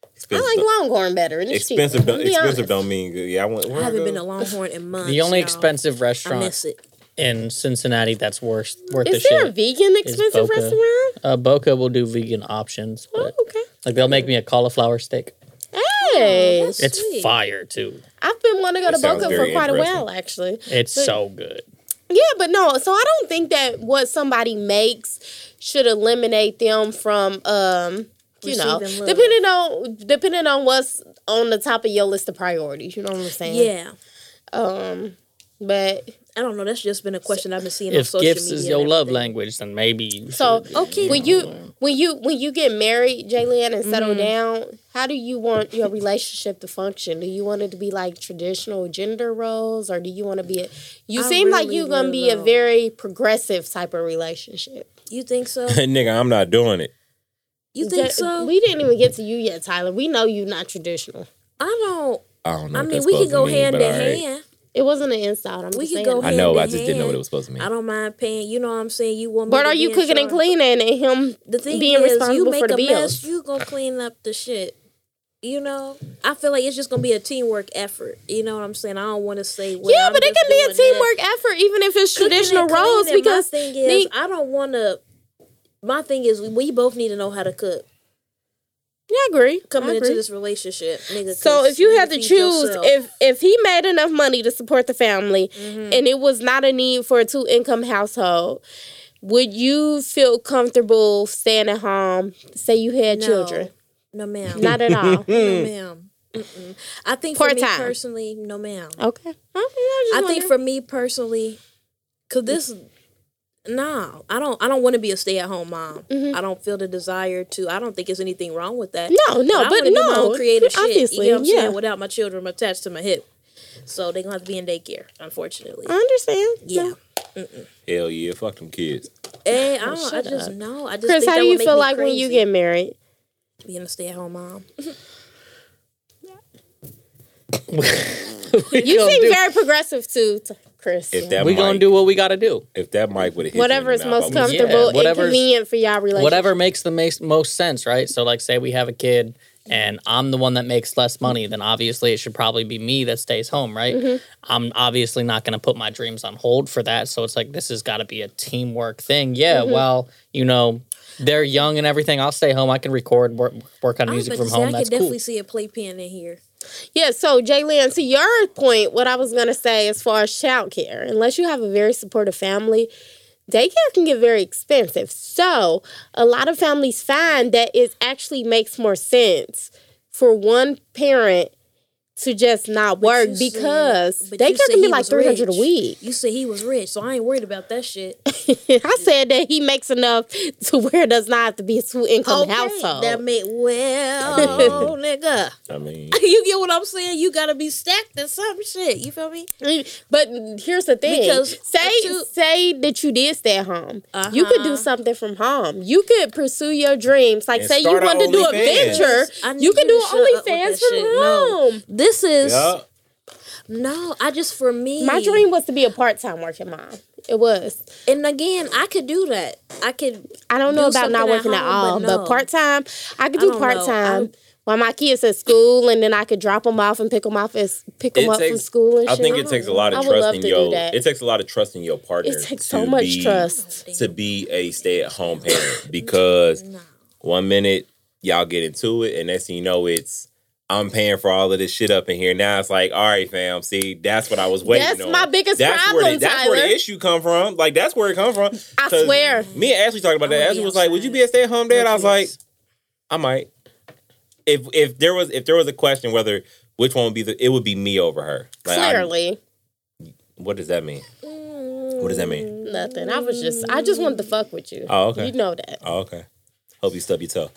C: I
A: Expensive.
C: like
A: don't-
C: Longhorn better. And it's
A: expensive.
C: cheaper.
A: Don't,
C: Let's be
A: expensive
C: honest.
A: don't mean good. Yeah, I went.
B: I
A: where
B: haven't
A: go?
B: been to Longhorn in months.
D: The only
B: y'all.
D: expensive
B: I
D: restaurant
B: miss it.
D: in Cincinnati that's worth worth the
C: Is there a
D: shit.
C: vegan expensive
D: Boca.
C: restaurant?
D: Uh, Boca will do vegan options,
C: Oh,
D: but
C: okay.
D: like they'll make me a cauliflower steak.
C: Hey.
B: that's-
D: It's
B: Sweet.
D: fire too.
C: I've been wanting to go
A: That
C: to
A: sounds
C: Boca for
A: very
C: quite a
A: interesting.
C: while actually.
D: It's
C: But-
D: so good.
C: Yeah, but no. So I don't think that what somebody makes should eliminate them from um you know
B: Receiving love.
C: depending on depending on what's on the top of your list of priorities. You know what I'm saying?
B: Yeah.
C: Yeah. Um, but
B: I don't know. That's just been a question I've been seeing on
D: If
B: social
D: gifts
B: media.
D: is
B: and
D: your love
B: everything.
D: language, then maybe you
C: so
D: should-
C: okay, when you when you when you get married, Jalen, and
B: Mm-hmm.
C: settle down, how do you want your relationship to function? Do you want it to be like traditional gender roles, or do you want to be a? You
B: I
C: seem like
B: really
C: you're gonna
B: would,
C: be a
B: though.
C: very progressive type of relationship.
B: You think so?
A: Nigga, I'm not doing it.
B: You think
C: Ju-
B: so?
C: We didn't even get to you yet, Tyler. We know you not traditional.
B: I don't.
A: I don't know.
B: I
A: what
B: mean,
A: that's
B: we could
A: supposed to
B: go
A: mean,
B: hand
A: but
B: to
A: all right.
B: hand.
C: It wasn't an insult. I'm
B: We
C: just
B: could
C: saying.
B: go
A: I know.
B: Hand
A: I
B: to
A: just didn't know what
B: hand.
A: it was supposed to mean.
B: I don't mind paying. You know what I'm saying? You want me
C: But
B: to
C: are
B: be
C: you
B: in
C: cooking and
B: charge.
C: cleaning and him?
B: The thing
C: being
B: is, you
C: responsible
B: make
C: for the
B: a mess,
C: bills?
B: you gonna clean up the shit. You know, I feel like it's just gonna be a teamwork effort. You know what I'm saying? I don't want to say. Well,
C: yeah,
B: I'm
C: but it
B: just
C: can be a
B: doing this.
C: teamwork effort, even if it's
B: Cooking
C: traditional
B: and cleaning,
C: roles.
B: my
C: Because
B: thing is,
C: think-
B: I don't want to. My thing is, we both need to know how to cook
C: yeah, I agree. I
B: coming into
C: agree.
B: this relationship, nigga.
C: So
B: 'cause
C: if you
B: need
C: had to
B: feed
C: choose,
B: yourself.
C: if if he made enough money to support the family,
B: Mm-hmm.
C: and it was not a need for a two income household, would you feel comfortable staying at home? Say you had
B: No.
C: children, Mm.
B: no ma'am,
C: not at all. okay,
B: no ma'am. Mm-mm. I think for me
C: Part-time. Oh,
B: personally, no ma'am.
C: okay. I,
B: I think
C: just wondered.
B: for me personally, cause this, no, I don't. I don't want to be a stay at home mom.
C: Mm-hmm.
B: I don't feel the desire to. I don't think there's anything wrong with that.
C: No, no,
B: I
C: but
B: wanna do my
C: no,
B: own creative shit.
C: obviously,
B: you know what I'm
C: yeah.
B: saying? Without my children attached to my hip, so they're gonna have to be in daycare, unfortunately.
C: I understand.
B: yeah.
C: No.
A: Hell yeah, fuck them kids.
B: And Eh, I, don't, I
C: oh, shut
B: just
C: up.
B: know. I just
C: Chris,
B: think
C: how
B: that
C: do
B: would
C: you
B: make
C: feel
B: me
C: like when you
B: crazy,
C: get married?
B: being a stay at home mom?
D: We
C: You
D: gonna
C: seem
D: do-
C: very progressive too, t- Chris.
A: If that
D: we
A: mic,
D: gonna do what we gotta do.
A: if that mic would hit you in
C: whatever
A: the
C: is
A: mouth, I
C: most
A: would've-
D: Yeah,
C: comfortable and
D: whatever's-
C: convenient for y'all relationship.
D: Whatever makes the mas- most sense, right? So like, say we have a kid. And I'm the one that makes less money, then obviously it should probably be me that stays home, right? I'm obviously not gonna put my dreams on hold for that. So it's like, this has gotta be a teamwork thing. Yeah, well, you know, they're young and everything. I'll stay home. I can record, work, work on
B: I was
D: music
B: about
D: from
B: to say,
D: home.
B: I
D: That's
B: could
D: cool.
B: definitely see a playpen in here.
C: Yeah, so Jalen, to your point, what I was gonna say as far as childcare, unless you have a very supportive family, daycare can get very expensive. So a lot of families find that it actually makes more sense for one parent to just not work
B: you said-
C: because
B: but you
C: daycare
B: said
C: can
B: he
C: be like
B: was
C: three hundred a
B: rich.
C: week.
B: You said he was rich, so I ain't worried about that shit.
C: I said that he makes enough to where it does not have to be a two income household.
B: That meant well, nigga.
A: I mean,
B: you get what I'm saying? You gotta be stacked in some shit. You feel me?
C: Mm, But here's the thing:
B: Because
C: say
B: up to-
C: say that you did stay at home, you could do
B: Uh-huh.
C: something from home. You could pursue your dreams. Like
A: And
C: say you
A: start a
C: want to do
A: OnlyFans.
C: a venture,
B: I need
C: you can
B: you
C: do
B: to shut up with
C: OnlyFans
B: that shit.
C: from
B: No.
C: home.
B: This is
A: yeah,
B: No, I just for me.
C: My dream was to be a part time working mom. It was.
B: And again, I could do that. I could.
C: I don't know
B: Do something
C: about
B: at
C: not working at,
B: home,
C: all,
B: but
C: but,
B: no.
C: part time, I could
B: I don't
C: do
B: know.
C: part time
B: I'm-
C: while my kids at school, and then I could drop them off and pick them off as pick them
A: It
C: up from
A: takes-
C: school and
A: I
C: shit.
A: think it takes a lot
C: I
A: of
C: would
A: trust
C: love
A: in
C: to do
A: your.
C: that.
A: It takes a lot of trust in your partner.
C: It takes so
A: to
C: much
A: be-
C: trust.
A: to be a stay-at-home parent because
B: No.
A: one minute y'all get into it, and next thing you know, it's I'm paying for all of this shit up in here. Now it's like, all right, fam. See, that's what I was waiting
C: That's
A: on.
C: my biggest
A: that's Where
C: problem,
A: the, that's where the
C: Tyler.
A: issue come from. Like that's where it come from.
C: I
A: 'Cause
C: swear.
A: Me and Ashley talked about that.
B: I would
A: Ashley
B: be
A: was like, "Would you
B: outside.
A: be a stay-at-home dad?" I was
B: No
A: like,
B: kids.
A: "I might." If if there was if there was a question whether which one would be the it would be me over her. Like, I'm-
C: Clearly,
A: what does that mean? What does that mean?
C: nothing. I was just, I just wanted to fuck with you.
A: Oh, okay.
C: Mm. You know that.
A: Oh, okay. Hope you stub your toe.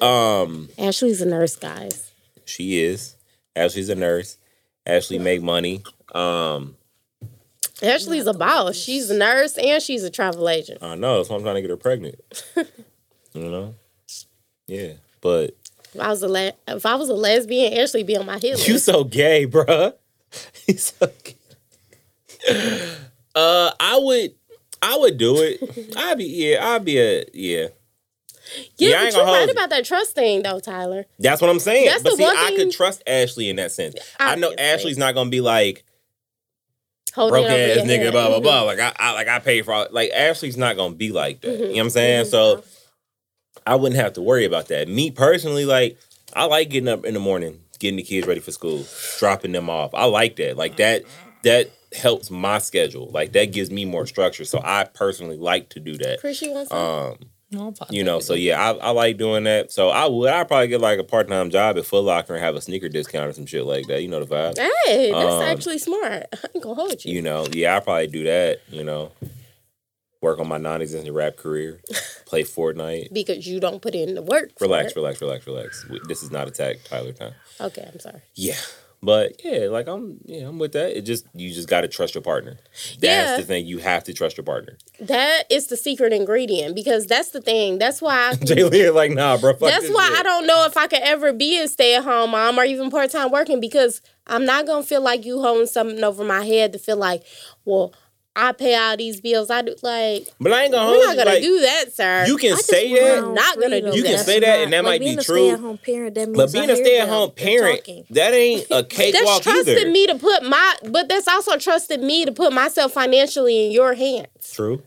A: Um,
C: Ashley's a nurse, guys.
A: she is. Ashley's a nurse. Ashley make money. Um,
C: Ashley's a boss. She's a nurse and she's a travel agent.
A: I know that's why I'm trying to get her pregnant. you know, yeah. But
C: If I was a le- if I was a lesbian, Ashley be on my hit
A: you
C: list.
A: so gay, bruh. You so gay. Uh, I would, I would do it. I'd be, yeah, I'd be a, yeah. Yeah, I
C: Yeah,
A: ain't
C: but you're
A: gonna hold
C: right
A: you.
C: about that trust thing though, Tyler.
A: That's what I'm saying.
C: That's
A: but
C: the
A: see,
C: one
A: I
C: thing-
A: could trust Ashley in that sense. I know
C: Obviously.
A: Ashley's not gonna be like,
C: Holding
A: broke
C: it over
A: ass
C: your
A: nigga,
C: head.
A: blah blah blah. Like I, I like I paid for all, like Ashley's not gonna be like that. You know what I'm saying? So I wouldn't have to worry about that. Me personally, like I like getting up in the morning, getting the kids ready for school, dropping them off. I like that. Like that that helps my schedule. Like that gives me more structure. So I personally like to do that.
C: Chris, you want some?
A: Um,
D: No, I'm fine.
A: you know, so yeah, I, I like doing that. So I would I probably get like a part time job at Foot Locker and have a sneaker discount or some shit like that. You know the vibe.
C: hey, that's
A: um,
C: actually smart. I ain't gonna hold you.
A: you know, yeah, I probably do that. You know, work on my non-existent rap career, play Fortnite.
C: because you don't put in the work. for
A: Relax,
C: it.
A: relax, relax, relax. We- This is not attack Tyler time.
C: Okay, I'm sorry.
A: Yeah, but yeah, like I'm, yeah, I'm with that. It just you just got to trust your partner. That's
C: Yeah.
A: the thing. You have to trust your partner.
C: That is the secret ingredient because that's the thing. That's why.
A: Jay Lee is like, nah, bro. Fuck
C: that's
A: this
C: why
A: shit.
C: I don't know if I could ever be a stay at home mom or even part time working because I'm not gonna feel like you holding something over my head to feel like, well, I pay all these bills. I do like
A: But I ain't gonna hold
C: we're not
A: you,
C: gonna
A: like,
C: do that, sir.
A: You can
C: I just
A: say
C: want
A: that.
C: I'm not gonna do
A: You can
C: that.
A: say that, and that might be
B: being
A: true.
B: A stay-at-home parent, that means
A: But being
B: I
A: a
B: hear
A: stay-at-home
B: them. They're
A: parent,
B: talking.
A: that ain't a cakewalk
C: That's
A: either.
C: trusting me to put my, but that's also trusting me to put myself financially in your hands.
A: True.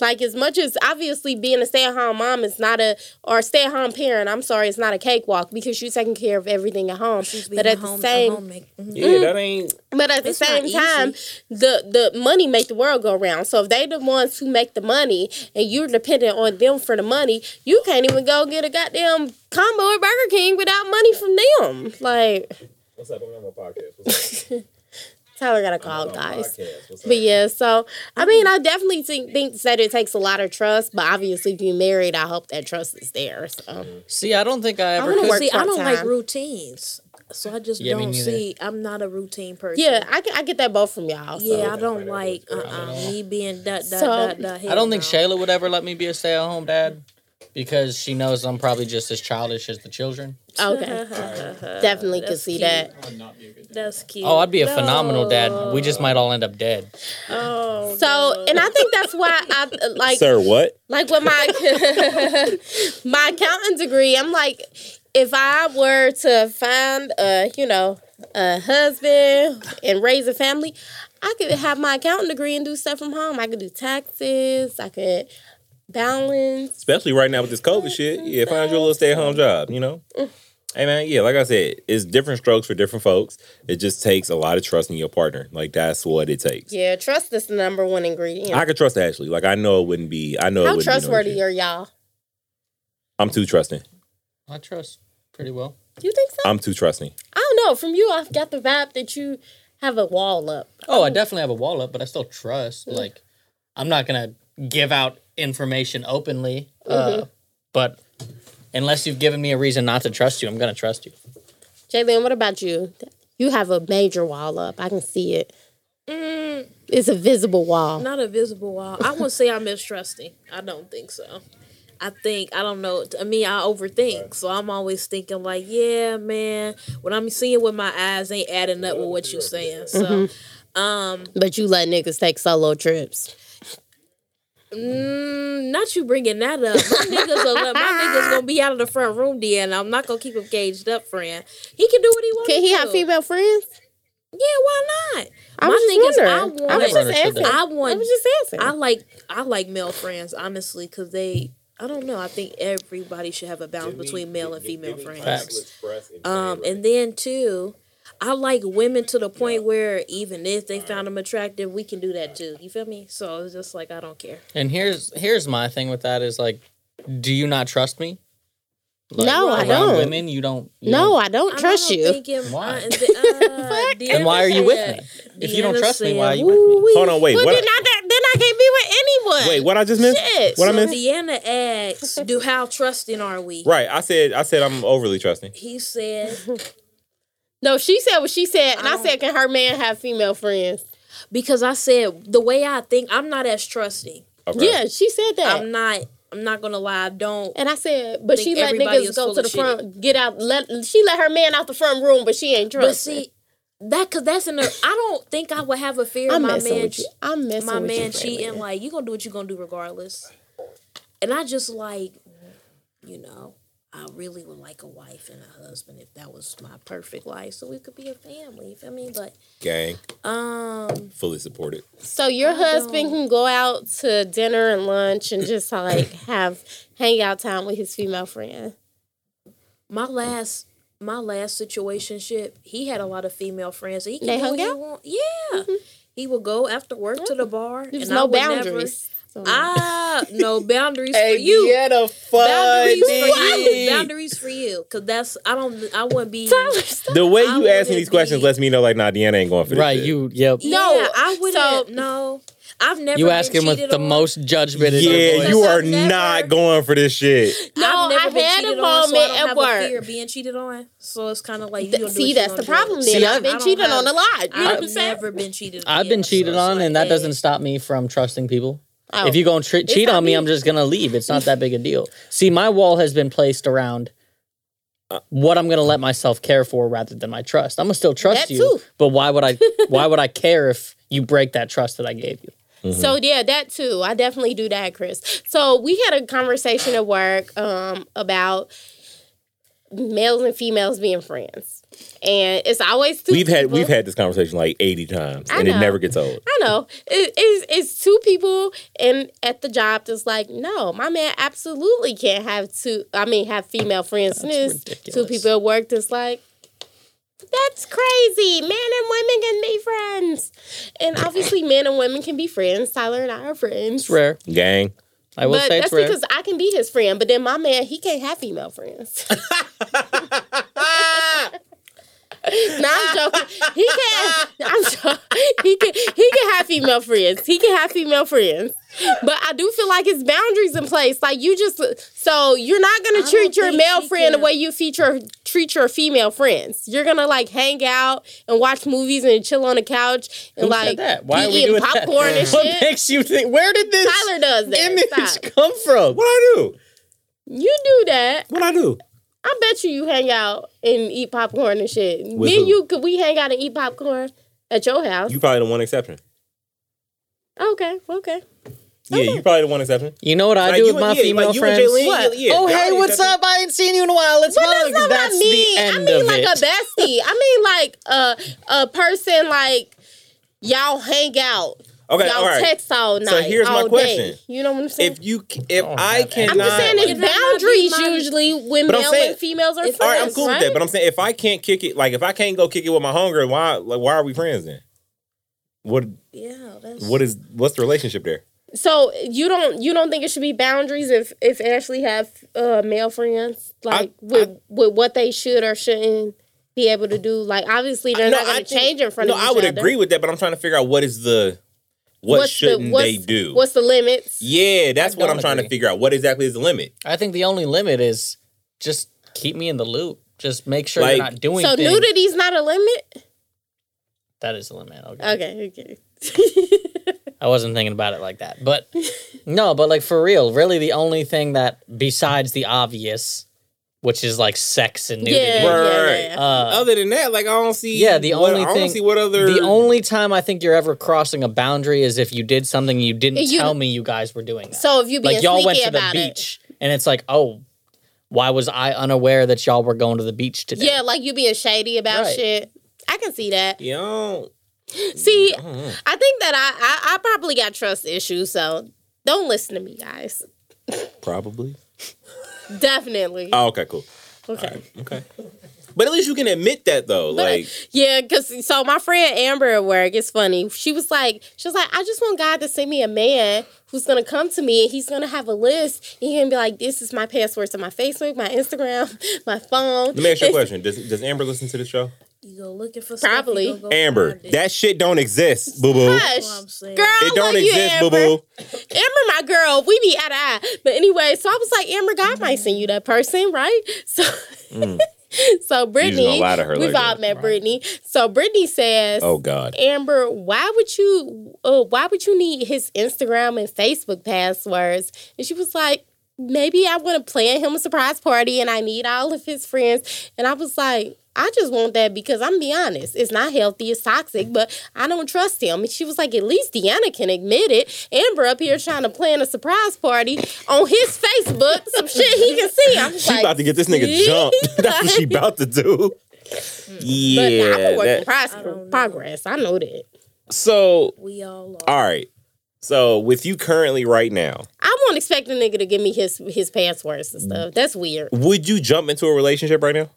C: Like as much as obviously being a stay at home mom is not a or stay at home parent, I'm sorry, it's not a cakewalk because you're taking care of everything at home.
B: She's being
C: But
B: a
C: at
B: home,
C: the same
B: a homemaker. Mhm.
A: Yeah,
C: Mm-hmm.
A: that ain't.
C: but at the
B: It's not
C: same
B: easy.
C: time, the the money make the world go round. So if they the ones who make the money and you're dependent on them for the money, you can't even go get a goddamn combo at Burger King without money from them. Like
A: What's up? I'm on my podcast. What's
C: Tyler got a
A: up?
C: call, Oh, guys.
A: Podcast. What's up?
C: But yeah, so I mean, I definitely think, think that it takes a lot of trust. But obviously, if you're married, I hope that trust is there. So.
D: See, I don't think I
B: I
D: ever.
B: don't
D: could-
C: work
B: see. I don't like
C: part-time.
B: routines, so I just
D: Yeah, me
B: don't
D: neither.
B: see. I'm not a routine person.
C: Yeah, I, get- I get that both from y'all. so.
B: yeah, I don't like uh,
D: I
B: uh,
D: don't know.
B: me being that.
C: So,
B: that, that,
D: I don't think Shayla would ever let me be a stay-at-home dad because she knows I'm probably just as childish as the children.
C: Okay, definitely could
B: That's
C: see
B: cute.
C: that.
E: I would not be a good dad.
B: That's cute.
D: Oh, I'd be a phenomenal dad. We just might all end up dead.
B: Oh,
C: So, and I think that's why I uh, like
A: Sir, what?
C: like with my my accounting degree. I'm like, if I were to find a you know a husband and raise a family, I could have my accounting degree and do stuff from home. I could do taxes. I could balance.
A: especially right now with this COVID shit. Yeah, find you a little stay at home job, you know? Hey man, yeah, like I said, it's different strokes for different folks. It just takes a lot of trust in your partner. Like that's what it takes.
C: Yeah, trust is the number one ingredient.
A: I could trust Ashley. Like I know it wouldn't be I know it
C: How
A: wouldn't be
C: trustworthy
A: no issue.
C: are y'all?
A: I'm too trusting.
D: I trust pretty well.
C: You think so?
A: I'm too trusting.
C: I don't know. From you, I've got the vibe that you have a wall up.
D: Oh, I definitely have a wall up, but I still trust. Like, I'm not gonna give out information openly. Uh, but unless you've given me a reason not to trust you, I'm gonna trust you.
C: Jalen, what about you? You have a major wall up. I can see it.
B: Mm.
C: It's a visible wall.
B: not a visible wall. I wouldn't say I'm mistrusting. I don't think so. I think I don't know. To me, I overthink, so I'm always thinking like, yeah, man. What I'm seeing with my eyes ain't adding up with what you're saying. So, um,
C: But you let niggas take solo trips.
B: mm, not you bringing that up. My niggas, will let- my niggas gonna be out of the front room, then. I'm not gonna keep him caged up, friend. He can do what he wants.
C: Can he have female friends?
B: Yeah, why not?
C: I
B: My
C: was
B: thing is,
C: just
B: I
C: wondering. I was
D: want-
C: just asking.
B: I
C: I
B: want
C: was just asking.
B: I like I like male friends honestly because they I don't know I think everybody should have a balance between male and female friends.
D: Facts.
B: Um, and then too, I like women to the point where even if they found them attractive, we can do that too. You feel me? So it's just like I don't care.
D: And here's here's my thing with that is like, do you not trust me? Like,
C: No, I
D: around
C: don't.
D: Women, you don't. You
C: no,
D: don't-
C: I don't trust
B: I'm
C: you.
B: Thinking,
D: Why?
B: Uh, and the- uh,
D: Then why are you
B: Deanna
D: with
B: said-
D: me? If you don't
B: Deanna
D: trust me,
B: said,
D: why are you with me?
B: "Woo-wee."
A: Hold on, wait.
C: Well,
A: What?
C: then, I, that- then I can't be with anyone.
A: Wait, what I just missed?
C: Shit.
A: What I
B: So
A: missed?
B: Deanna asked, "Do how trusting are we?"
A: Right. I said. I said I'm overly trusting.
B: He said,
C: No, she said what she said, and
B: I
C: I, said, can her man have female friends?
B: because I said the way I think, I'm not as trusting.
A: Okay.
C: Yeah, she said that.
B: I'm not. I'm not gonna lie. I don't.
C: and I said, but
B: Think
C: she let
B: everybody
C: niggas
B: is
C: go
B: full
C: to
B: of
C: the
B: shit.
C: front, get out. Let she let her man out the front room, but she ain't trusting.
B: But see, that because that's in the. I don't think I would have a fear of
C: I'm
B: my
C: messing
B: man.
C: with you. I'm messing
B: My
C: with you,
B: man
C: Brandon.
B: cheating. Like you gonna do what you gonna do regardless. And I just like, you know, I really would like a wife and a husband if that was my perfect life, so we could be a family. You feel me? But
A: Gang.
B: um,
A: Fully supported.
C: So your
B: I
C: husband
B: don't-
C: can go out to dinner and lunch and just like have hangout time with his female friend.
B: my last. My last situationship, he had a lot of female friends. and He can
C: They
B: do
C: hung
B: what he
C: out? Mm-hmm. Oh,
B: want. Yeah, he would go after work to the bar.
C: There's
B: and I
C: no
B: would never-
C: boundaries. So-
B: Ah, no boundaries for you.
D: Deanna,
B: Boundaries for you.
D: funny.
B: Boundaries for you. Cause that's I don't I wouldn't be
C: Tyler, stop.
A: The way
B: I
A: you asking these
B: wouldn't
A: questions
B: be-
A: lets me know like, nah, Deanna ain't going for this.
D: Right,
A: shit.
D: you, yep.
B: No,
C: No,
B: I wouldn't
C: so-
B: no. I've never
D: You
B: been
D: asking with
B: cheated
D: the
B: on.
D: most judgment. in your
A: Yeah,
D: voice.
A: you
B: Because
A: are
B: I've never-
A: not going for this shit.
C: No,
B: I've never
C: I
B: been
C: had a
B: cheated on, so I
C: moment
B: don't
C: at
B: have
C: work.
B: A fear of being cheated on. So it's kinda like you gonna
C: Th-
B: do what
C: See,
B: you
C: that's
B: gonna
C: the
B: do.
C: problem.
D: See,
C: Then
D: I-
C: I've
B: I
C: been
B: don't
C: cheated
B: have-
C: on a lot. You know what I'm
B: I've
C: saying?
B: never been cheated on.
D: I've been cheated on, and that doesn't stop me from trusting people.
C: Oh.
D: If you gonna tre- cheat
C: not
D: on me,
C: me.
D: I'm just gonna leave. It's not that big a deal. See, my wall has been placed around uh, what I'm gonna let myself care for rather than my trust. I'm gonna still trust
C: That
D: you,
C: too.
D: but why would I? why would I care if you break that trust that I gave you?
C: So
B: Mm-hmm.
C: yeah, that too. I definitely do that, Chris. So we had a conversation at work um, about males and females being friends, and it's always two.
A: We've had
C: people-
A: we've had this conversation like 80 times,
C: I
A: and it
C: know.
A: never gets old.
C: I know it, it's it's two people and at the job that's like no, my man absolutely can't have two. I mean, have female friends. And
D: That's
C: it's two
D: ridiculous.
C: people at work that's like. That's crazy. Men and women can be friends. And obviously, men and women can be friends. Tyler and I are friends.
D: It's rare.
A: Gang.
D: I will
C: but
D: say it's
C: that's
D: rare.
C: because I can be his friend, but then my man, he can't have female friends. no, I'm joking. He can. I'm joking. He can. He can have female friends. He can have female friends. But I do feel like it's boundaries in place. Like you just so you're not
B: I
C: gonna
B: don't
C: treat your
B: think
C: male
B: he
C: friend the
B: can.
C: way you feature treat your female friends. You're gonna like hang out and watch movies and chill on the couch and
D: Who
C: like
D: said that?
C: be
D: Why are we
C: eating
D: doing that?
C: popcorn and
D: What
C: shit.
D: makes you think? Where did this
C: Tyler does that.
D: image
C: Stop.
D: come from?
A: What I do?
C: You do that.
A: What I do?
C: I bet you you hang out and eat popcorn and shit.
A: With
C: Me and
A: who?
C: you could we hang out and eat popcorn at your house?
A: You probably the one exception.
C: okay, okay.
A: Yeah, you probably the one exception.
D: You know what I
A: Like,
D: do
A: you
D: with
A: and-
D: my
A: yeah, like,
D: female
A: you and
D: friends?
A: Jaylene,
D: What?
A: yeah, yeah,
D: oh
A: y'all
D: hey,
A: ain't
D: what's
A: nothing.
D: up? I ain't seen you in a while. Let's
C: But
D: hug.
C: that's not what
D: that's
C: I mean.
D: the
C: I
D: end
C: mean
D: of
C: like
D: it.
C: a bestie. I mean like a a person like y'all hang out.
A: Okay,
C: y'all
A: all right.
C: text all night.
A: here's my
C: all
A: question.
C: Day. You know what I'm saying?
A: If you c- if
D: don't
A: I
D: have that.
A: cannot
C: I'm just saying
B: Can
C: it's
B: that not be
C: boundaries
B: my-
C: usually when
A: But I'm
C: male
A: saying-
C: and females are
B: If-
C: friends.
A: All right, I'm cool
C: right?
A: with that, but I'm saying if I can't kick it, like if I can't go kick it with my hunger, why like why are we friends then? What
B: Yeah, that's
A: what is what's the relationship there?
C: So you don't you don't think it should be boundaries if if Ashley have uh, male friends like with with what they should or shouldn't be able to do? Like obviously they're not going to
A: think-
C: change in front
A: no,
C: of each
A: I would
C: other.
A: agree with that, but I'm trying to figure out what is the what
C: What's the-
A: shouldn't
C: what's-
A: they do?
C: What's the limits?
A: yeah, that's
D: I
A: what
D: don't
A: I'm trying to
D: agree.
A: figure out. What exactly is the limit?
D: I think the only limit is just keep me in the loop. Just make sure
A: Like-
D: you're not doing
C: So
D: things.
C: nudity's not a limit.
D: that is the limit. Okay.
C: Okay, okay.
D: I wasn't thinking about it like that. But no, but like for real, really the only thing that besides the obvious, which is like sex and nudity.
C: Yeah, yeah, yeah.
D: Uh,
A: Other than that, like I don't see.
D: Yeah, the
A: what,
D: only
A: I don't
D: thing-
A: see what other.
D: the only time I think you're ever crossing a boundary is if you did something you didn't
C: You-
D: tell me you guys were doing. That.
C: So if you being
D: like y'all
C: sneaky
D: went to the
C: about it,
D: beach, and it's like, oh, why was I unaware that y'all were going to the beach today?
C: yeah, like you being shady about
D: Right.
C: shit. I can see that.
A: You don't-
C: See,
A: I don't know.
C: I think that I, I I probably got trust issues, so don't listen to me, guys.
A: Probably.
C: Definitely.
A: Oh, okay, cool.
C: okay.
A: Okay. But at least you can admit that though.
C: But-
A: like
C: Yeah, because so my friend Amber at work, it's funny. She was like, she was like, I just want God to send me a man who's gonna come to me and he's gonna have a list and he's gonna be like, This is my password to my Facebook, my Instagram, my phone.
A: let me ask you a
C: This-
A: question. Does does Amber listen to the show?
B: You go looking for
C: Probably.
B: Stuff, you gonna go
A: Amber,
C: Oh,
B: find it.
A: that shit don't exist, boo boo.
C: Hush.
B: That's what I'm saying.
C: Girl,
A: It don't
C: like
A: exist,
C: you,
A: boo
C: Amber.
A: boo.
C: Amber, my girl, we be at eye. But anyway, so I was like, Amber, God might send you that person, right? So, so Brittany,
A: Mm. gonna lie to her
C: we've
A: like
C: all
A: that.
C: met Brittany. So Brittany says,
A: Oh God.
C: Amber, why would you? Uh, why would you need his Instagram and Facebook passwords? And she was like, maybe I want to plan him a surprise party, and I need all of his friends. And I was like. I just want that because I'm gonna be honest, it's not healthy, it's toxic, but I don't trust him. And she was like, at least Deanna can admit it. Amber up here trying to plan a surprise party on his Facebook, some shit he can see. I'm just
A: She
C: like,
A: about to get this nigga
C: see?
A: jumped. That's what she about to do.
C: Mm. But nah,
A: Yeah.
C: I'm a work in
A: that-
C: progress.
B: I don't know.
C: progress. I know that.
A: so
B: We all are.
A: all right. So with you currently right now,
C: I won't expect a nigga to give me his his passwords and stuff. That's weird.
A: would you jump into a relationship right now?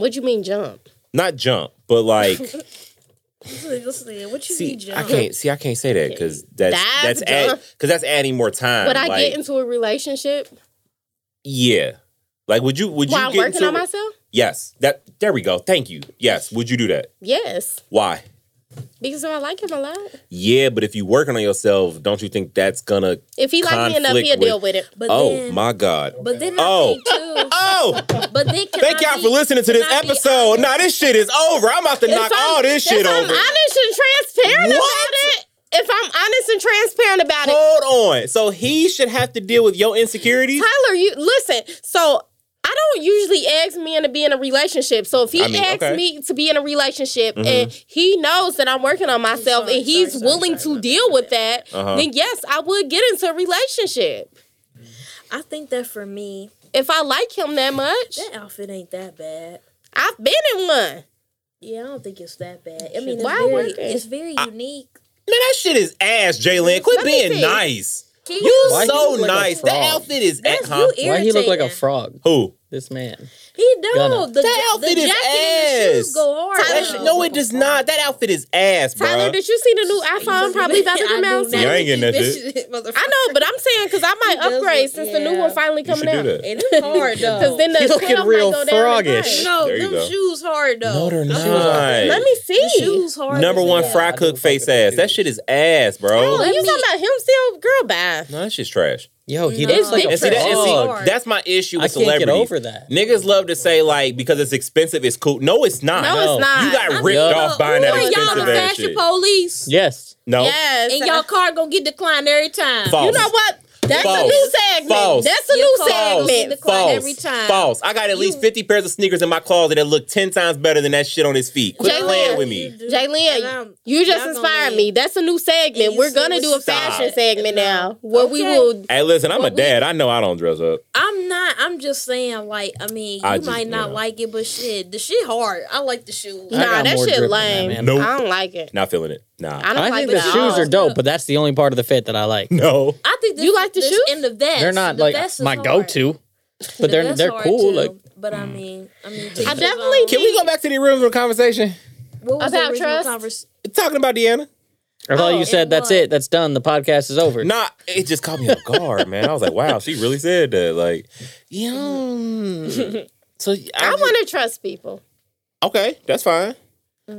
C: What you mean jump?
A: Not jump, but like
B: Listen, listen, what you
A: see,
B: need,
A: I
B: John?
A: can't see. I can't say that because that's
C: Dive
A: that's add,
C: jump.
A: cause that's adding more time.
C: Would I
A: Uh, like,
C: get into a relationship
A: yeah. Like would you would you
C: while I'm
A: get
C: working
A: into
C: on
A: a-
C: myself?
A: Yes. That there we go. Thank you. Yes. Would you do that?
C: Yes,
A: Why?
C: because I like him a lot.
A: Yeah, but if you working on yourself, don't you think that's gonna
C: If he like me enough,
A: Conflict
C: he'll deal
A: with-
C: with it.
B: But
A: Oh
B: then,
A: my god.
B: But then
A: Oh.
B: I think too.
A: Oh,
B: But then can
A: thank
B: I
A: y'all
B: be-
A: for listening to
B: can
A: this
B: I be
A: episode.
B: honest?
A: Nah, this shit is over. I'm about to knock
C: If I'm-
A: all this
C: if
A: shit
C: I'm
A: over.
C: honest and transparent
A: What?
C: about it. If I'm honest and transparent about it,
A: Hold on. So he should have to deal with your insecurities.
C: Tyler, you listen. So I don't usually ask men to be in a relationship. So if he
A: I mean,
C: asks
A: okay. Mm-hmm.
C: me to be in a relationship and he knows that I'm working on myself
B: sorry,
C: and he's
B: sorry, sorry,
C: willing
B: sorry,
C: to
B: my
C: deal with that,
A: Uh-huh.
C: then yes, I would get into a relationship.
B: I think that for me,
C: If I like him that much,
B: that outfit ain't that bad.
C: I've been in one.
B: Yeah, I don't think it's that bad. I mean, it's
C: Why
B: very,
C: work it?
B: it's very unique.
A: Man, that shit is ass, Jalen. Quit
C: Let me
A: being
C: see.
A: nice.
B: Can
A: You
D: Why
A: so
D: he look like a
A: nice. That
D: frog?
A: outfit is at
B: That's
A: huh?
B: you
D: Why he look like a
B: irritating.
D: frog?
A: Who?
D: This man.
B: He don't.
D: Gunna.
A: That
B: The, the
A: outfit is
B: jacket and the shoes
A: ass.
B: go hard.
C: Tyler,
A: That shit- no, it does not. That outfit is ass, bro.
C: Tyler, did you see the new iPhone probably about to come out?
A: not. Yeah, I ain't getting that shit.
C: I know, but I'm saying because I might
B: does
C: upgrade
B: look-
C: since the new
B: yeah.
C: one finally
A: you should
C: coming
A: do
C: out.
A: that.
B: It is hard though.
C: Because then the
D: He looking
C: cutoff might
D: real
C: go down in
D: frogish.
C: price.
B: no,
A: There you
B: them
A: go.
B: shoes hard though.
A: No, they're
B: Them
A: not.
B: shoes hard.
C: Let me
B: The
C: see.
B: shoes hard.
A: Number
B: as
A: one
B: hell.
A: fry cook face ass. That shit is ass, bro.
C: Oh,
B: Let
C: you
B: me-
C: talking about him still? Girl, bye.
A: No, that shit's trash.
D: Yo, he
B: No.
D: looks like a
A: And see, that, and
D: frog.
A: see, that's my issue with
D: I can't
A: celebrities.
D: get over that.
A: Niggas love to say like because it's expensive, it's cool. No, it's not.
C: No,
D: No.
C: it's not.
A: You got
D: I'm
A: ripped
D: not-
A: off
B: Who
A: buying that
B: are y'all the
A: expensive ass
B: fashion
A: shit.
B: police?
D: Yes.
A: No,
C: Yes.
B: And y'all car gonna get declined every time.
A: False.
C: You know what? That's
A: False.
C: a new segment.
A: False.
C: That's a
B: Your
C: new
B: car
A: false,
B: get
C: segment.
B: declined
A: false,
B: every time.
A: false. I got at least fifty pairs of sneakers in my closet that look ten times better than that shit on his feet. Quit
C: Jalen,
A: playing with
B: You
A: me.
B: do. And
C: Jalen,
B: I'm-
C: you just
B: y'all gonna
C: inspired
B: need-
C: me. That's a new segment.
B: And you
C: We're gonna
B: said
C: do a
A: stop.
C: fashion segment
B: No.
C: now. Where we
B: Okay.
C: will
A: Hey, listen, I'm a
B: What we-
A: dad. I know I don't dress up.
B: I'm not. I'm just saying. Like, I mean, you
A: I just-
B: might not
A: yeah.
B: like it, but shit, the shit hard. I like the shoes.
D: I
C: Nah,
D: got
C: that
D: more
C: shit
D: drip than
C: lame.
D: that, man.
A: Nope.
C: I don't like it.
A: Not feeling it. Nah.
C: I don't
D: I
C: like
D: think
C: it
D: the
C: at
D: shoes
C: all.
D: are dope, but that's the only part of the fit that I like.
A: No.
B: I think this,
C: You like the
B: this
C: shoes?
B: and the vest.
D: They're not
B: The
D: like
B: vest is
D: my
B: hard.
D: go-to,
B: The
D: but they're
B: vest
D: they're
B: hard, too.
D: cool. Like mm.
B: but I mean, I mean,
C: I definitely
A: Can we go back to the original conversation?
B: what was
C: About
B: the original
C: trust?
B: convers-
A: Talking about Deanna.
D: I thought
B: Oh,
D: you said
B: it
D: that's
B: was.
D: it, that's done, the podcast is over.
A: Nah, it just caught me off guard, man. I was like, wow, she really said that. Like, yeah. mm. So I,
C: I
A: just-
C: want to trust people.
A: Okay, that's fine.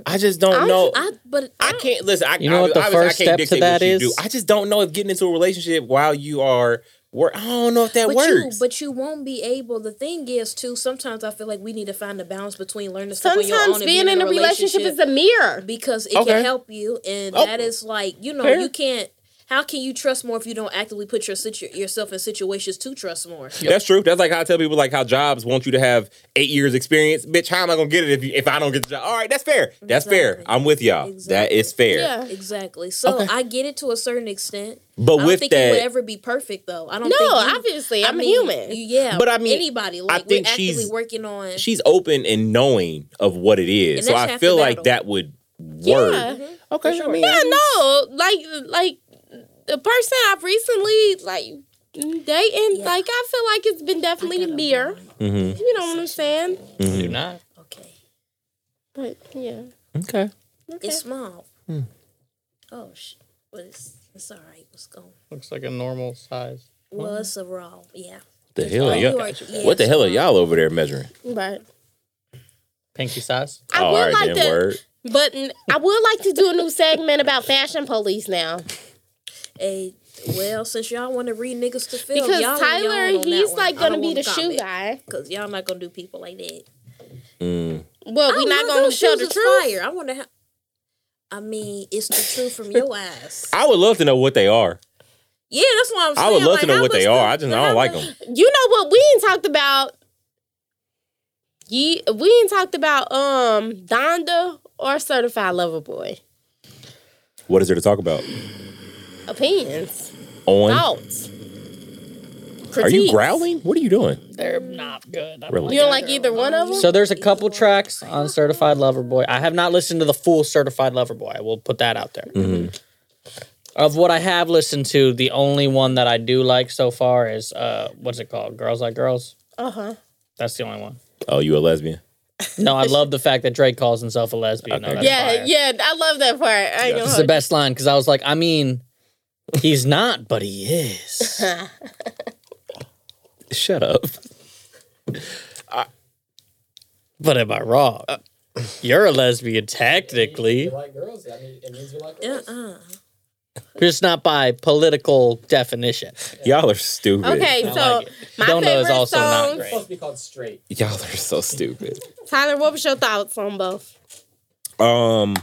A: I just don't
C: I'm-
A: know. I,
B: I but don't-
A: can't listen. I,
D: You know what the
A: obviously I
D: first
A: can't
D: step to
A: dictate what
D: that
A: you
D: is?
A: do. I just don't know if getting into a relationship while you are work. I don't know if that
B: But you,
A: works.
B: but you won't be able. The thing is, too. Sometimes I feel like we need to find a balance between learning stuff on your own
C: Sometimes
B: and
C: being in a relationship is a mirror.
B: because it
A: Okay.
B: can help you, and
A: Oh.
B: that is like you know
A: Fair.
B: you can't How can you trust more if you don't actively put your situ- yourself in situations to trust more?
A: That's true. That's like how I tell people like how jobs want you to have eight years experience. Bitch, how am I gonna get it if you, if I don't get the job? All right, that's fair. That's fair.
B: Exactly.
A: I'm with y'all. That is fair.
C: Yeah.
B: Exactly. So
A: Okay.
B: I get it to a certain extent.
A: But
B: I don't
A: with
B: think you would
A: that,
B: ever be perfect though. I don't
C: No,
B: think you,
C: obviously,
B: I
C: I'm a
B: mean,
C: human.
B: you- yeah.
A: But I mean,
B: anybody like
A: think
B: we're actively
A: she's-
B: working on
A: she's open and knowing of what it is.
B: And
A: So
B: that's
A: I
B: half
A: feel
B: the
A: like
B: battle.
A: that would work.
E: Okay,
A: I mean,
C: Yeah, no, like like the person I've recently like dating,
B: Yeah.
C: like I feel like it's been definitely a mirror.
A: Mhm.
C: You know what I'm saying?
D: Do not.
B: Okay.
C: But yeah,
A: Okay.
B: It's small. Oh sh but it's it's all right. What's going
D: Looks like a normal size.
B: Well, it's a raw, yeah. Oh,
A: The hell are
D: fine.
A: y'all?
B: You are- yeah,
A: what the
B: it's
A: hell are
B: raw.
A: y'all over there measuring?
C: right.
D: Pinky size.
C: I
A: oh,
C: would
A: all right,
C: like
A: then
C: to,
A: word.
C: but n- I would like to do a new segment about fashion police now
B: Hey, well, since y'all want to read niggas to film,
C: because
B: y'all and y'all on
C: Tyler,
B: that
C: he's
B: one.
C: like
B: I don't
C: gonna be
B: wanna
C: the shoe
B: comment,
C: guy.
B: Cause y'all not gonna do people like that.
A: Mm.
C: Well,
B: I
C: we're not
B: love
C: gonna
B: those
C: show
B: shoes
C: the
B: is
C: truth.
B: Fire. I wonder how. I mean, it's the truth from your eyes.
A: I would love to know what they are.
B: Yeah, that's why I'm saying.
A: I would love
B: like,
A: to know
B: how
A: what they are.
B: much the-
A: I just
B: how
A: I don't like
B: much-
A: them.
C: You know what we ain't talked about? Ye, we ain't talked about um Donda or Certified Lover Boy
A: What is there to talk about?
C: opinions,
A: On
C: thoughts.
A: Are you
C: critiques.
A: growling? What are you doing?
D: They're not good.
A: don't Really?
C: You don't like either one of them?
D: So there's a couple tracks on Certified Lover Boy. I have not listened to the full Certified Lover Boy. I will put that out there. Of what I have listened to, the only one that I do like so far is uh, what's it called? Girls Like Girls.
C: Uh huh.
D: That's the only one.
A: Oh, you a lesbian?
D: No, I love the fact that Drake calls himself a lesbian. No,
A: Okay.
D: that's
C: Yeah,
D: fire.
C: yeah. I love that part. I ain't
D: It's
C: gonna
D: the
C: hold
D: best line because I was like, I mean, he's not, but he is.
A: Shut up.
D: but am I wrong? You're a lesbian, technically,
E: You like girls? I mean, it means you like girls.
B: Uh-uh.
D: just not by political definition.
A: Y'all are stupid.
C: you. Okay,
D: I
C: so
D: like it.
C: my
D: Donda
C: favorite
D: is also not
C: songs.
E: It's supposed to be called straight.
A: Y'all are so stupid.
C: Tyler, what was your thoughts on both?
A: Um,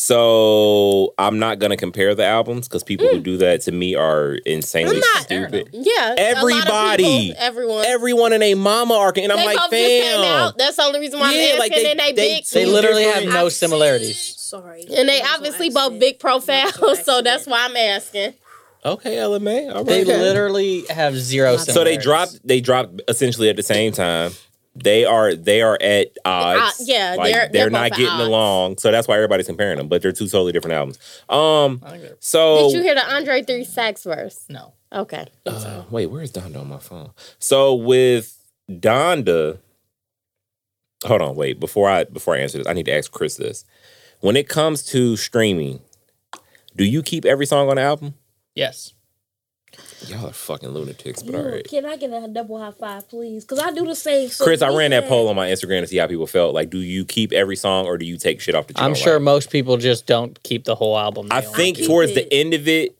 A: so I'm not gonna compare the albums because people who do that to me are insanely
C: Mm. I'm not-
A: stupid.
C: Yeah, a lot of
A: Everybody.
C: people, everyone.
A: Everyone and a mama are, and I'm
C: they
A: like,
C: both just came
A: fam.
C: out. That's the only reason why
A: Yeah,
C: I'm
A: like,
C: asking.
A: they-
C: and they,
A: they-
C: big.
D: They
A: Two
D: literally
A: different-
D: have no
B: I've
D: similarities.
B: Sorry.
C: And they
B: That was on
C: obviously both
B: accident.
C: big
B: That
C: profiles,
B: was on
C: so that's
B: accident.
C: why I'm asking.
A: Okay, LMA. All right.
D: They literally have zero.
A: so they
D: similarities.
A: dropped. They dropped essentially at the same time. They are they are at odds.
C: uh, yeah,
A: like,
C: they're-
A: they're,
C: they're both
A: not
C: at
A: getting
C: odds.
A: along. So that's why everybody's comparing them. But they're two totally different albums. Um,
D: I think they're-
A: so
C: Did you hear the Andre Three Sacks verse?
D: No.
C: Okay.
A: Uh, wait, where is Donda on my phone? So with Donda, hold on, wait before I before I answer this, I need to ask Chris this. When it comes to streaming, do you keep every song on the album?
D: Yes.
A: Y'all are fucking lunatics, but
B: You-
A: all right.
B: Can I get a double high five, please? Because I do the same. So
A: Chris, I
B: we
A: ran that
B: said-
A: poll on my Instagram to see how people felt. Like, do you keep every song or do you take shit off the?
D: I'm sure most people just don't keep the whole album.
A: I
D: They only
A: think
D: keep-
B: keep
A: towards
B: it.
A: the end of it,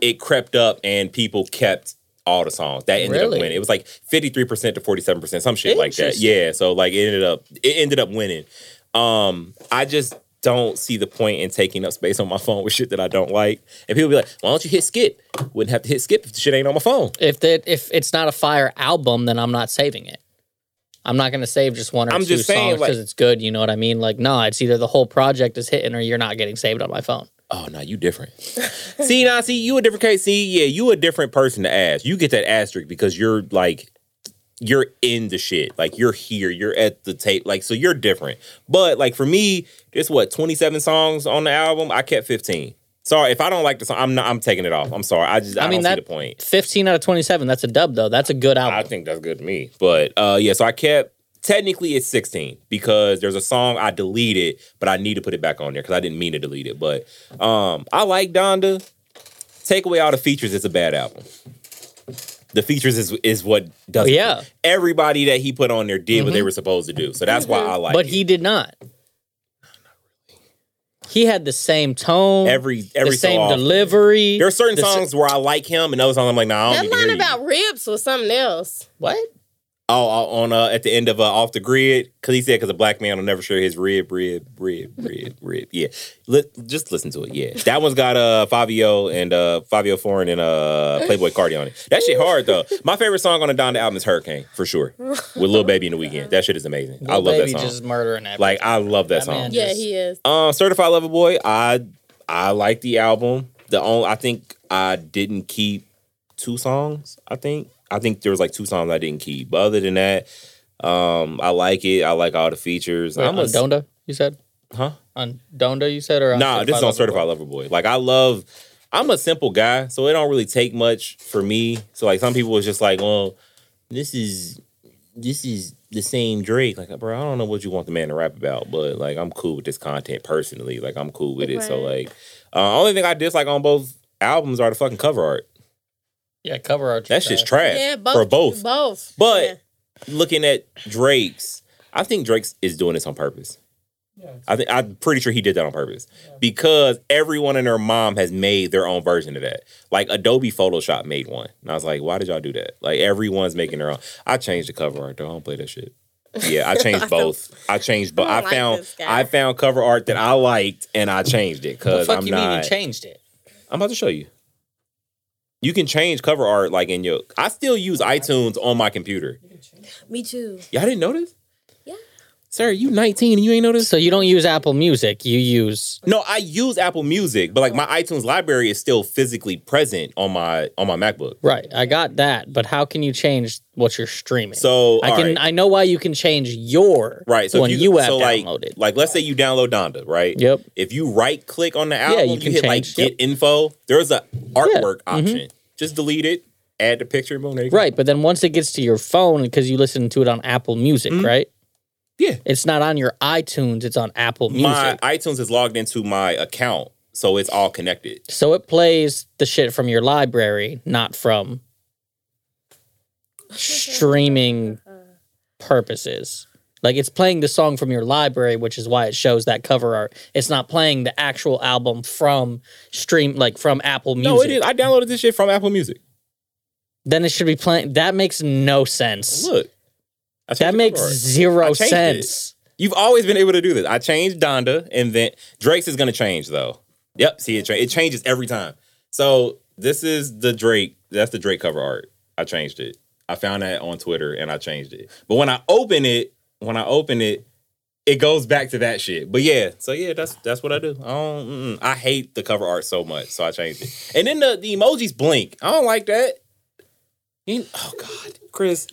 A: it crept up and people kept all the songs. That ended
D: Really?
A: up winning. It was like 53% to 47%, some shit like that.
D: Interesting.
A: Yeah. So like it ended up it ended up winning. Um, I just don't see the point in taking up space on my phone with shit that I don't like. And people be like, why don't you hit skip? Wouldn't have to hit skip if the shit ain't on my phone.
D: if that if it's not a fire album, then I'm not saving it. I'm not gonna save just one or
A: I'm
D: two
A: just saying,
D: songs
A: like-
D: because it's good. You know what I mean? Like, no, it's either the whole project is hitting or you're not getting saved on my phone.
A: Oh no, you different. see now, see you a different case. See, yeah, you a different person to ask. You get that asterisk because you're like you're in the shit. Like you're here. You're at the tape. Like so, you're different. But like for me, there's what 27 songs on the album. I kept 15. Sorry, if I don't like the song, I'm not. I'm taking it off. I'm sorry. I just I,
D: I mean,
A: don't
D: that-
A: see the point.
D: 15 out of 27. That's a dub though. That's a good
A: I
D: album.
A: think that's good to me. But uh yeah, so I kept technically it's 16 because there's a song I deleted, but I need to put it back on there because I didn't mean to delete it. But um I like Donda. Take away all the features, it's a bad album. The features is is what does it.
D: Yeah. Mm-hmm.
A: Everybody that he put on there did what they were supposed to do. So that's why I like
D: but
A: it.
D: he did not. He had the same tone,
A: every
D: the
A: every so
D: same
A: often.
D: delivery.
A: There are certain
D: the s-
A: songs where I like him and other songs I'm like, nah, I don't
C: That
A: need to hear
C: line
A: you.
C: about ribs was something else.
D: What?
A: Oh, oh, on uh, at the end of uh, off the grid, because he said, "Because a black man will never share his rib, rib, rib, rib, rib." Yeah, Li- just listen to it. Yeah, that one's got uh Fabio and uh Fabio Foreign and uh Playboy Cardi on it. That shit hard though. My favorite song on the Donda album is Hurricane for sure, with Lil Baby in the weekend. That shit is amazing. I love that
D: Baby
A: song.
D: Just murdering that.
A: like I love that
D: That man
A: song.
C: Yeah,
D: Just-
C: he is.
A: Uh, Certified Lover Boy, I I like the album. The only I think I didn't keep two songs. I think I think there was like two songs I didn't keep. But other than that, um, I like it. I like all the features.
D: Wait,
A: I'm
D: on
A: a
D: Donda, you said?
A: huh?
D: On Donda, you said? Or on
A: Nah, this is on Certified Lover Boy. Like I love. I'm a simple guy, so it don't really take much for me. So like some people is just like, well, this is this is the same Drake. Like, bro, I don't know what you want the man to rap about, but like I'm cool with this content personally. Like I'm cool with it. So
B: Right.
A: like, uh, only thing I dislike on both albums are the fucking cover art.
D: Yeah, cover art.
A: That's just trash
C: Yeah, both.
A: for both.
C: Both.
A: But
C: Yeah.
A: Looking at Drake's, I think Drake's is doing this on purpose.
E: Yeah.
A: I think I'm pretty sure he did that on purpose because everyone and their mom has made their own version of that. Like Adobe Photoshop made one, and I was like, "Why did y'all do that?" Like everyone's making their own. I changed the cover art though. I don't play that shit. Yeah, I changed both. I changed both.
C: I
A: I,
C: don't like
A: found
C: this guy.
A: I found cover art that I liked, and I changed it
D: The
A: because
D: fuck
A: I'm
D: you mean
A: not.
D: you changed it?
A: I'm about to show you. You can change cover art like in your. I still use iTunes on my computer.
B: Me too.
A: Y'all didn't notice?
B: Yeah.
A: Sarah, you 19 and you ain't noticed?
D: So you don't use Apple Music. You use.
A: No, I use Apple Music, but like my iTunes library is still physically present on my on my MacBook.
D: Right, I got that, but how can you change what you're streaming?
A: So
D: I can. I know why you can change your
A: right. So
D: when
A: if
D: you, have
A: so like
D: downloaded.
A: like let's say you download Donda, right?
D: yep.
A: If you right click on the album,
D: you
A: you,
D: can
A: hit like
D: change,
A: get
D: yep.
A: info. There's a artwork
D: mhm.
A: option. Just delete it, add the picture. Boom, there you go.
D: Right, but then once it gets to your phone, because you listen to it on Apple Music,
A: Mm-hmm.
D: right?
A: Yeah.
D: It's not on your iTunes. It's on Apple Music.
A: My iTunes is logged into my account, so it's all connected.
D: so it plays the shit from your library, not from streaming purposes. Like it's playing the song from your library, which is why it shows that cover art. It's not playing the actual album from stream, like from Apple Music.
A: No, it is. I downloaded this shit from Apple Music.
D: Then it should be playing. That makes no sense.
A: Look. I changed the
D: that
A: cover
D: makes
A: art. I
D: zero
A: changed it.
D: sense.
A: You've always been able to do this. I changed Donda, and then Drake's is gonna change though. Yep, see it. Tra- it changes every time. So this is the Drake. That's the Drake cover art. I changed it. I found that on Twitter, and I changed it. But when I open it, when I open it, it goes back to that shit. But yeah, so yeah, that's that's what I do. I don't. mm-mm. I hate the cover art so much, so I changed it. And then the the emojis blink. I don't like that. You- oh God, Chris,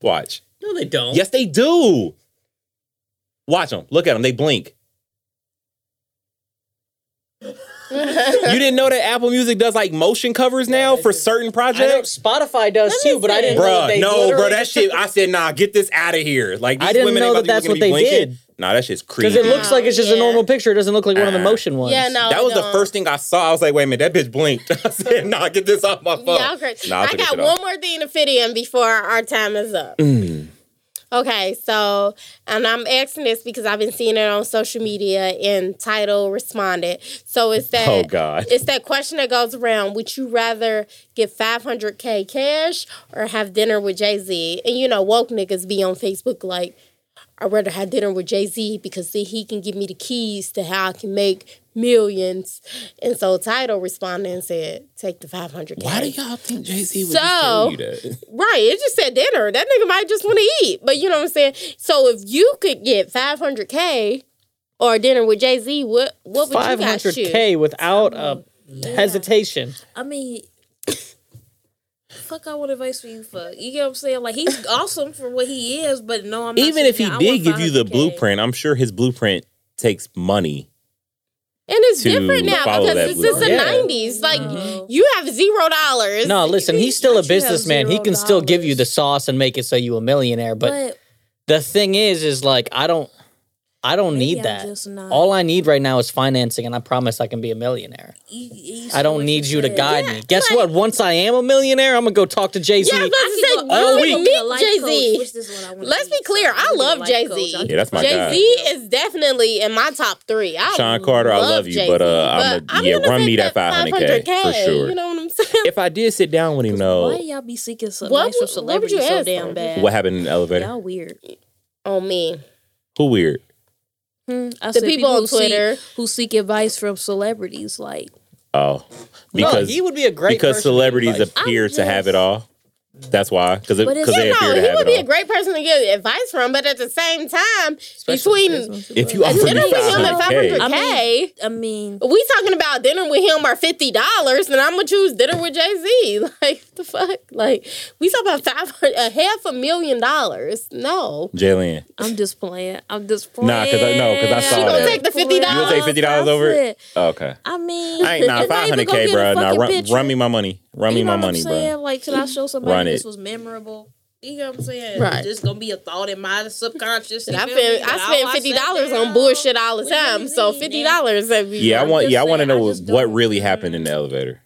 A: watch.
D: No, they don't.
A: Yes, they do. Watch them. Look at them. They blink. you didn't know that Apple Music does like motion covers now for certain
D: I know
A: projects?
D: Spotify does
C: Let me
D: too, but I
C: see.
D: didn't know that
A: Bruh,
D: they
A: no, bro,
D: literally-
A: that shit. I said, nah, get this out of here. Like, these
D: I didn't
A: women
D: know
A: ain't about
D: that
A: to
D: that's
A: be looking
D: what
A: to be
D: they
A: blinking.
D: did.
A: Nah, that shit's creepy.
D: Because it looks
C: Wow,
D: like it's just a
C: yeah.
D: normal picture. It doesn't look like one of the
A: Uh,
D: motion ones.
C: yeah, no.
A: that was the
C: no.
A: first thing I saw. I was like, wait a minute, that bitch blinked. I said, nah, get this off my phone.
C: Y'all crazy.
A: Nah, I
C: I
A: took that
C: got
A: shit
C: one
A: off. Mm.
C: more thing to fit in before our time is up. Okay, so and I'm asking this because I've been seeing it on social media and title responded. So it's that
A: Oh, God.
C: it's that question that goes around: Would you rather get 500k cash or have dinner with Jay Z? And you know, woke niggas be on Facebook like, I'd rather have dinner with Jay Z because then he can give me the keys to how I can make millions. And so title responded and said, "Take the 500k."
A: Why do y'all think Jay Z would
C: So-
A: just tell you that?
C: Right. It just said dinner. That nigga might just want to eat. But you know what I'm saying? So if you could get 500K or dinner with Jay Z, what, what would you guys choose?
D: 500K without a hesitation.
B: I mean, fuck, I want advice for you, fuck. You get what I'm saying? Like, he's awesome for what he is, but no, I'm not
A: Even if he
B: choosing that. I
A: did
B: want
A: give you the
B: 500K.
A: blueprint, I'm sure his blueprint takes money
C: And it's
A: to
C: different now
A: follow
C: because
A: that
C: it's since the
D: blueprint. Yeah.
C: 90s. Like,
B: No.
C: you have zero dollars.
D: No, listen, he's still
B: But
D: a
B: you have
D: businessman. He
B: zero
D: can still give you the
B: dollars.
D: sauce and make it so you a millionaire. But,
B: But
D: the thing is, is like I don't, I don't
B: Maybe
D: need
B: I'm
D: that.
B: just not-
D: All I need right now is financing, and I promise I can be a millionaire.
B: you- you
D: I
B: see
D: don't
B: what
D: need you to
B: said.
D: guide me. Guess
C: like-
D: what? Once I am a millionaire, I'm gonna go talk to Jay Z.
C: Yeah, but-
B: I could go-
C: All
A: "Oh,
B: I could
C: week.
B: go get a life
C: Jay-Z.
B: coach, which is what I wanna
C: Let's
B: do.
C: be clear,
B: So
C: I
B: I'm gonna
C: love
B: get a
C: Jay
B: life coach.
C: Z.
B: I'll
A: Yeah, that's my
C: Jay
A: guy.
C: Z is definitely in my top three. I
A: Sean Carter, I love you,
C: Jay-Z,
A: but, uh, I'ma-
C: I'm
A: yeah,
C: gonna
A: run
C: take
A: me that
C: 500K,
A: 500K, for sure.
C: You know what I'm saying?
A: if I did sit down with him,
B: Why
A: though,
B: y'all be seeking some
C: What
B: advice from
C: would- what would
B: celebrities
C: you
B: so
C: ask
B: damn
C: them?
B: bad?
A: what happened in the elevator?
B: Y'all weird.
C: on me.
A: Who weird?
B: Hmm, I
C: The
B: said
C: people on
B: who seek-
C: Twitter.
B: who seek advice from celebrities, like
A: Oh,
D: no,
A: because
D: he would be a great
A: because
D: person to
A: celebrities
D: invite.
A: appear
B: I'm
A: to have it all. That's why, because
B: But it's-
A: because they
C: You
A: appear
C: know,
A: to
C: he
A: have
C: would be a
A: it all.
C: great person to get advice from, but at the same time, between
A: If you offer me
C: dinner with him at
A: 500
B: I
C: 500 k
B: mean, I mean,
C: we talking about dinner with him or fifty dollars, then I'm gonna choose dinner with Jay Z. Like the fuck, like we talking about five hundred, a half a million dollars. No,
A: Jalen,
B: I'm just playing. I'm just playing.
A: Nah, 'cause I- no, 'cause I saw
B: I'm
A: that.
B: just
A: You
C: take the $50?
A: You gonna take $50 over it? okay.
B: I mean,
A: I ain't nah,
B: it's not
A: five
B: even
A: hundred
B: gonna
A: k,
B: be in the
A: bro. Nah,
B: fucking
A: run,
B: picture.
A: run me my money. Run me
B: You know
A: my
B: what I'm
A: money,
B: saying?
A: bro.
B: Like, should I show somebody
A: Run
B: this
A: it.
B: was memorable? You know what I'm saying?
C: Right.
B: It's gonna be a thought in my subconscious. you
C: I
B: feel me?
C: spend
B: That
C: I spend
B: I
C: fifty
B: sat
C: dollars on
B: down.
C: bullshit all the
B: with
C: time.
B: Jay-Z,
C: So
B: man.
C: fifty dollars every
A: Yeah, I
B: I'm
A: want.
B: just
A: Yeah, I
B: saying,
A: want to know
B: I
A: what,
B: just
A: what
B: don't-
A: really happened in the elevator.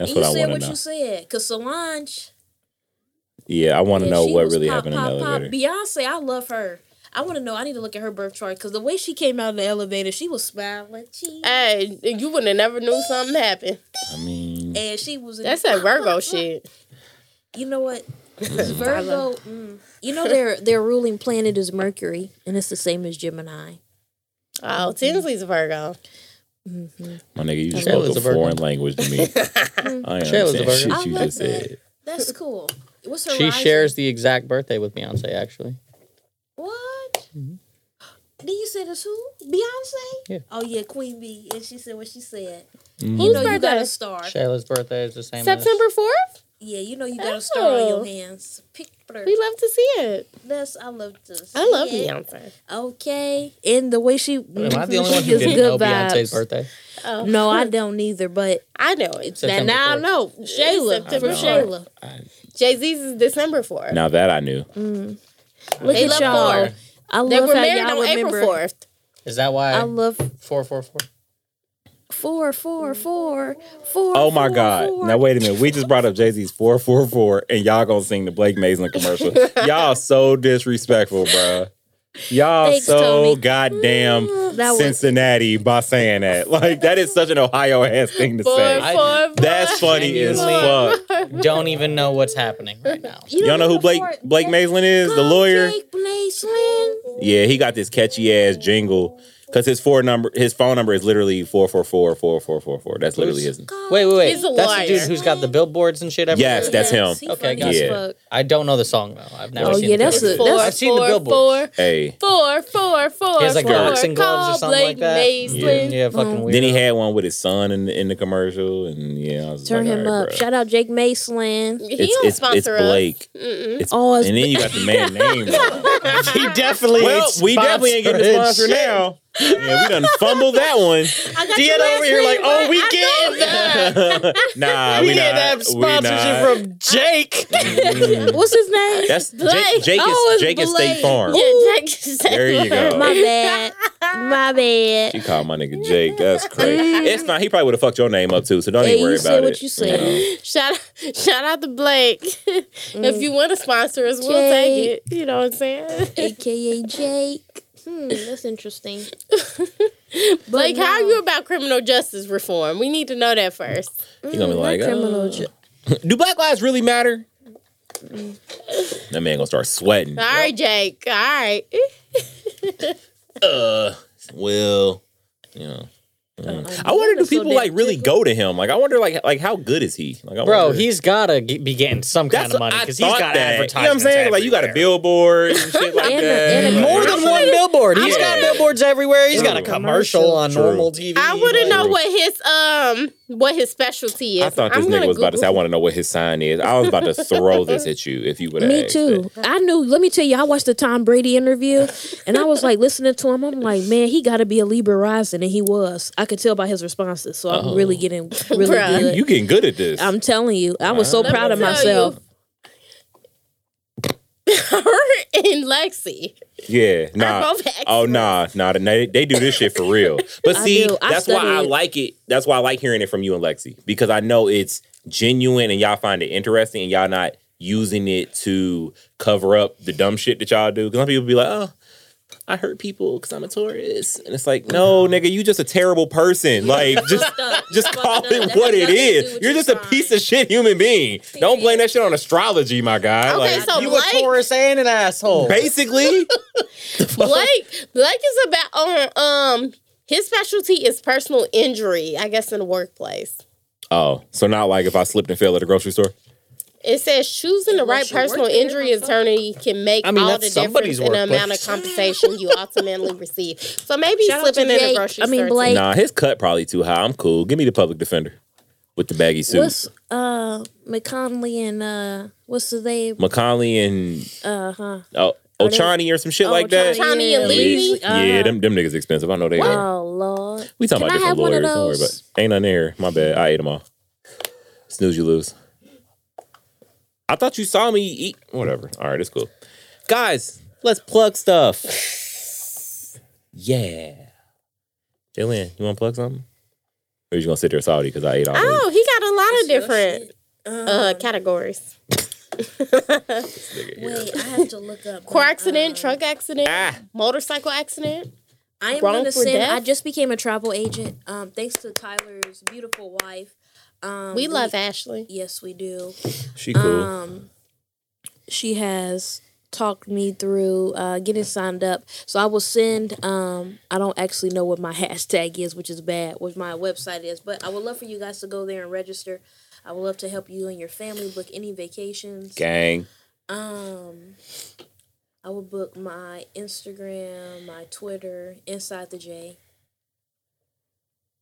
A: That's
B: and you
A: what I
B: said
A: want
B: what
A: to know.
B: you said, cause Solange.
A: Yeah, I want to
B: yeah,
A: know
B: she
A: what
B: was
A: really
B: pop,
A: happened in the
B: pop, pop.
A: elevator.
B: Beyonce, I love her. I want to know. I need to look at her birth chart because the way she came out of the elevator, she was smiling, she,
C: Hey, you would have never knew something happened.
A: I mean,
B: and she was. in-
C: That's that Virgo shit.
B: You know what? Virgo. mm. you know their their ruling planet is Mercury, and it's the same as Gemini.
C: Oh, Tinsley's a Virgo.
A: my nigga, you just
D: Shayla's
A: spoke
D: a
A: a
D: Virgo.
A: foreign language to me. I ain't
D: Shayla's a
A: understand shit
D: Virgo.
B: I
A: you
B: love
A: just
B: that.
A: said.
B: That's cool. What's her?
D: She
B: rising?
D: shares the exact birthday with Beyonce, actually.
B: What? Then you said it's who? Beyonce?
D: Yeah.
B: Oh yeah, Queen B. And she said what she said. You
C: Mm-hmm.
A: Mm-hmm.
C: Who's
B: know you got
C: birthday?
B: a star.
D: Shayla's birthday is the same. as-
C: September fourth.
B: Yeah, you know you got a star on
C: Oh.
B: your hands. Picture.
C: We love to see it.
B: That's I love this.
C: I love Beyonce.
B: Okay. And the way she
D: Am I the only
B: she
D: one who
B: gives
D: didn't know
B: good
D: Beyonce's
B: vibes.
D: birthday?
C: Oh.
B: No, I don't either, but
C: I know it.
B: now,
D: September
B: now I
D: fourth.
B: know. Shayla.
C: September
B: From
A: fourth.
B: Shayla.
C: Jay Z's is December fourth.
A: Now that I knew.
B: Look
C: They
B: at
C: love
B: y'all.
C: four.
B: I love
C: They were
B: how
C: married
B: y'all
C: on
B: remember.
C: April fourth.
D: Is that why?
B: I love
D: four four four.
B: four, four, four, four.
A: Oh my
B: four,
A: God!
B: four.
A: Now wait a minute. We just brought up Jay Z's four four four, and y'all gonna sing the Blake Mason commercial. y'all so disrespectful, bruh. Y'all
B: Thanks,
A: so
B: Tony.
A: goddamn
B: That was-
A: Cincinnati by saying that. Like that is such an Ohio ass thing to
C: Four,
A: say.
C: four,
D: I-
C: four.
A: That's funny as
D: Genuinely.
A: fuck.
D: Don't even know what's happening right now.
B: You
A: Y'all know who Blake
B: before-
A: Blake Maslin is? The
B: Come
A: lawyer.
B: take Maslin.
A: Yeah, he got this catchy ass jingle because his four number, his phone number is literally four four four four four four four. That's literally his.
B: Come
D: Wait, wait, wait.
C: He's a
D: That's
C: liar.
D: the dude who's got the billboards and shit. Everywhere.
A: Yes, that's him.
B: he
D: Okay,
B: funny
D: got
B: as
A: it.
B: fuck.
D: I don't know the song though. I've
B: Oh,
D: never seen
B: yeah,
D: the
B: that's
D: clip.
B: a-
C: Four,
D: I've seen the
C: four,
D: billboards.
A: Hey.
C: Four, four, four.
D: He has like
C: four.
D: boxing gloves or
C: Call
D: something like
C: Blake
D: that.
C: Mason.
D: Yeah, fucking weird.
A: Then he had one with his son in the, in the commercial, and yeah, I was
B: Turn
A: like,
B: him
A: all right,
B: up.
A: bruh.
B: Shout out Jake Maslin.
C: He
A: It's,
C: don't
A: it's, it's
C: sponsor
A: Blake,
C: us. Mm-mm.
A: It's-
B: Oh, it's
A: and then you got the man name. wrong.
D: he definitely.
A: well, we definitely ain't getting a sponsor now. Yeah, we done fumbled that one.
C: I got
D: Deanna
C: your last
D: over here like,
C: name,
D: oh,
C: but
D: we
C: I
D: getting
C: know-
D: that.
A: nah,
D: We
A: we,
D: didn't
A: not.
D: have
A: We not.
D: sponsorship from Jake. oh.
B: What's his name?
A: That's
C: Blake.
A: Jake. Jake is,
B: Oh, it's
A: Jake is
B: Blake.
A: State Farm.
C: Yeah, Jake said
A: There you go.
B: my bad. My bad.
A: She called my nigga Jake. That's crazy. it's not. He probably would have fucked your name up too. So don't
B: Hey,
A: even worry
B: you
A: about
B: said
A: it.
B: what you said.
A: know.
C: Shout out, shout out to Blake. If
B: Mm.
C: you want to sponsor us, we'll take
B: Jake.
C: it. You know what I'm saying?
B: AKA Jake. Hmm, that's interesting.
C: Blake, how are
B: no.
C: you about criminal justice reform? We need to know that first.
A: He
B: Mm,
A: gonna be like,
B: criminal
A: "Uh,
B: ju-
A: do black lives really matter? That man gonna start sweating.
C: All right, Jake. All right.
A: Uh, well, you know. Mm. I wonder do people like really go to him? Like I wonder like like how good is he? Like I
D: Bro,
A: wonder.
D: he's gotta get, be getting some kind
A: That's
D: of
A: what
D: money
A: I
D: because he's
A: thought
D: got
A: that.
D: advertisements.
A: You know what I'm saying? Like you got a
D: everywhere.
A: billboard and shit like
B: And a-
A: that.
B: and a-
A: Like,
D: More than one billboard. He's got
A: Yeah.
D: billboards everywhere. He's got a
B: True.
D: commercial on
A: True.
D: normal TV.
C: I want to
D: Like,
C: know what his um what his specialty is.
A: I thought this
C: I'm
A: nigga
C: gonna
A: was about to say, I
C: Google.
A: want to know what his sign is. I was about to throw this at you if you would have
B: Me too. I knew. Let me tell you, I watched the Tom Brady interview, and I was like listening to him. I'm like, man, he got to be a Libra rising, and he was. I could tell by his responses. So I'm really getting really
C: Bruh.
B: good.
A: Uh-huh. You getting good at this.
B: I'm telling you, I was so
A: Let me
B: proud of
C: tell
B: myself.
C: her and Lexi.
A: Yeah, nah.
C: both
A: Oh, nah, nah. They, they do this shit for real. But
B: I
A: see,
B: do. I
A: that's why
B: study
A: I
B: it.
A: like it. That's why I like hearing it from you and Lexi because I know it's genuine and y'all find it interesting and y'all not using it to cover up the dumb shit that y'all do. Because some people be like, oh, I hurt people because I'm a Taurus, and it's like, no, nigga, you just a terrible person. Like, just
B: Mm-hmm. Fucked up.
A: just
B: Fucked
A: call
B: up. That
A: it
B: has
A: what it
B: nothing to
A: is.
B: do with
A: You're
B: your
A: just a
B: sign.
A: piece of shit human being. Don't blame that shit on astrology, my guy.
C: Okay,
A: like,
C: so
A: you-
C: you a Blake- Taurus
D: and an asshole.
A: basically,
C: Blake, Blake is about on um his specialty is personal injury, I guess in the workplace.
A: oh, so not like if I slipped and fell at a grocery store.
C: It says choosing the right
B: Unless you work
C: personal
B: there,
C: injury
B: motherfucker.
C: attorney can make
D: I mean,
C: all
D: that's
C: the difference
D: somebody's
C: in the
D: workplace.
C: amount of compensation you ultimately receive. So maybe
B: Shout out to
C: slipping in a
B: Jake.
C: grocery
B: I mean,
C: store. too.
B: Blake. Like-
A: nah, his cut probably too high. I'm cool. Give me the public defender with the baggy suit.
B: What's uh McConley and uh what's the name?
A: McConley and
B: Uh huh.
A: oh, Ochani or some
B: Oh,
A: shit like that.
C: Tawny and Levy?
B: Uh-huh.
A: yeah, them them niggas expensive. I know they are.
B: Oh Lord.
A: We talking
B: Can
A: about
B: I have
A: different lawyers.
B: one of
A: Don't worry about.
B: those?
A: It. Ain't none here. My bad. I ate them all. Snooze, you lose. I thought you saw me eat. Whatever. All right, it's cool. Guys, let's plug stuff. yeah. Jillian, you want to plug something? Or you gonna sit there salty because I ate all.
C: Oh, he got a lot of
B: your
C: different
B: shit. Uh-huh.
C: uh categories.
A: these nigga here.
B: Wait, I have to look up.
C: Car
B: my,
C: accident,
B: uh,
C: truck accident,
A: Ah.
C: motorcycle accident.
B: I am going to
C: wrongful
B: send. I
C: death?
B: just became a travel agent. Um, thanks to Tyler's beautiful wife. Um,
C: We love Ashley.
B: Yes, we do.
A: She cool.
B: Um, she has talked me through uh, getting signed up. So I will send. Um, I don't actually know what my hashtag is, which is bad. What my website is, but I would love for you guys to go there and register. I would love to help you and your family book any vacations.
A: Gang.
B: Um, I will book my Instagram, my Twitter, Inside the J.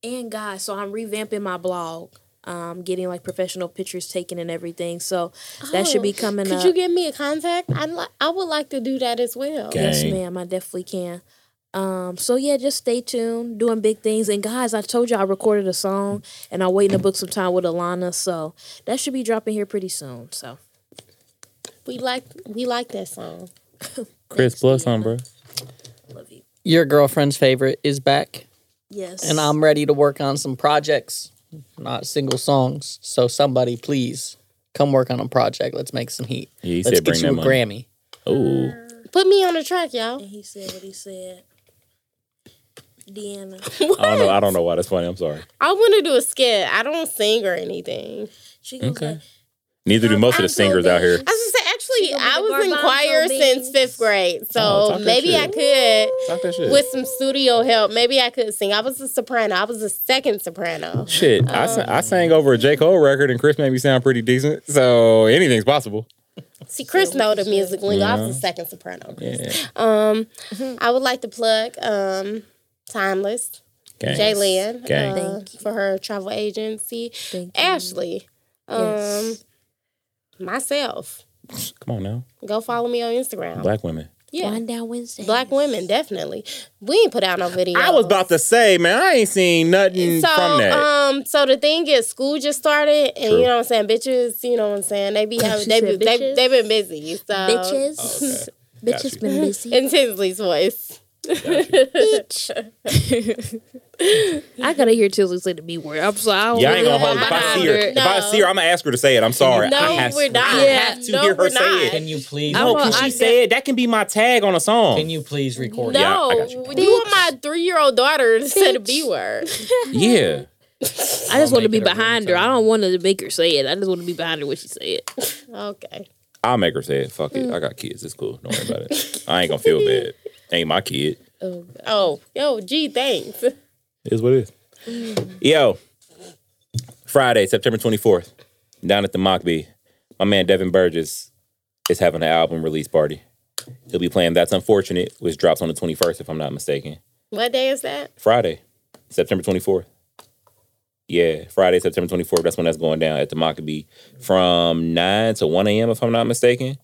B: And guys, so I'm revamping my blog. Um, getting like professional pictures taken and everything. So that should be
C: Oh,
B: coming
C: Could
B: up.
C: you give me a contact? I li- I would like to do that as well.
A: Okay.
B: yes,
A: Dang.
B: ma'am. I definitely can. Um, so yeah, just stay tuned. Doing big things. And guys, I told you I recorded a song, and I'm waiting to book some time with Alana. So that should be dropping here pretty soon. So
C: We like we like that song.
A: Chris,
B: Thanks,
A: plug something,
B: Deanna.
A: bro.
B: love you.
D: Your girlfriend's favorite is back,
B: Yes.
D: and I'm ready to work on some projects, not single songs. So somebody, please come work on a project. Let's make some heat.
A: Yeah, he
D: Let's
A: said
D: get
A: bring
D: you
A: that
D: a
A: money.
D: Grammy.
A: Ooh.
C: Put me on the track, y'all.
B: And he said what he said. Deanna.
A: I don't know. I don't know why that's funny. I'm sorry.
C: I want to do a skit. I don't sing or anything.
B: She goes
A: Okay.
B: like,
A: Neither
B: Um,
A: do most of the singers out here.
C: I was gonna say,
B: She
C: actually,
B: gonna be
C: I
B: the
C: was in
B: garbanzo
C: choir
B: beans.
C: since fifth grade,
A: Oh,
C: so
A: talk that
C: maybe I
A: shit.
C: could,
A: Talk that shit.
C: with some studio help, maybe I could sing. I was a soprano. I was a second soprano.
A: Shit, I, sa- I sang over a J. Cole record and Chris made me sound pretty decent. So anything's possible.
C: See, Chris know the music lingo. I
A: Yeah.
C: was a second soprano. Chris.
A: Yeah.
C: Um,
B: Mm-hmm.
C: I would like to plug um, Timeless, Jalen,
A: Gang.
C: uh,
B: Thank you.
C: for her travel agency.
B: Thank you.
C: Ashley, um,
B: Yes.
C: myself.
A: Come on now.
C: Go follow me on Instagram.
A: Black women.
C: yeah.
B: Wind down Wednesday.
C: Black women, definitely. We ain't put out no video.
A: I was about to say, man, I ain't seen nothing
C: so,
A: from that.
C: Um, so the thing is, school just started, and
A: True.
C: you know what I'm saying, bitches. You know what I'm saying? They be having,
B: She
C: they be,
B: said
C: they,
B: bitches.
C: they been busy. So
B: Bitches.
A: Okay. Got you.
B: Bitches been busy.
C: Intensely's voice.
A: Got you.
B: Bitch. I gotta hear Tilly say the B word. I'm sorry. I don't
A: Yeah, I ain't
B: really
A: gonna hold. If I see her, if I see her, I'm gonna ask her to say it. I'm sorry.
C: No,
A: I have,
C: we're not.
A: I have to
C: No,
A: hear her
C: we're
A: say
C: not.
A: it.
D: Can you please?
B: I
A: No,
B: will-
A: can
B: I
A: she
B: get-
A: say it? That can be my tag on a song.
D: Can you please record?
A: Yeah,
C: No,
A: I got you.
C: you. want my three year old daughter to say the
B: Bitch.
C: B word.
A: Yeah.
B: I just
D: I'll
B: want to
D: make
B: be
D: it a
B: behind her.
D: ringtone.
B: I don't want to make her say it. I just want to be behind her when she say it.
C: Okay.
A: I'll make her say it. Fuck it. I got kids. It's cool. Don't worry about it. I ain't gonna feel bad. Ain't my kid.
B: Oh,
C: Oh, yo, gee, thanks.
A: It is what it is. Yo, Friday, September 24th, down at the Mockbee, my man Devin Burgess is having an album release party. He'll be playing That's Unfortunate, which drops on the 21st, if I'm not mistaken.
C: What day is that?
A: Friday, September 24th. Yeah, Friday, September 24th. That's when that's going down at the Mockabee from 9 to 1 a.m., if I'm not mistaken.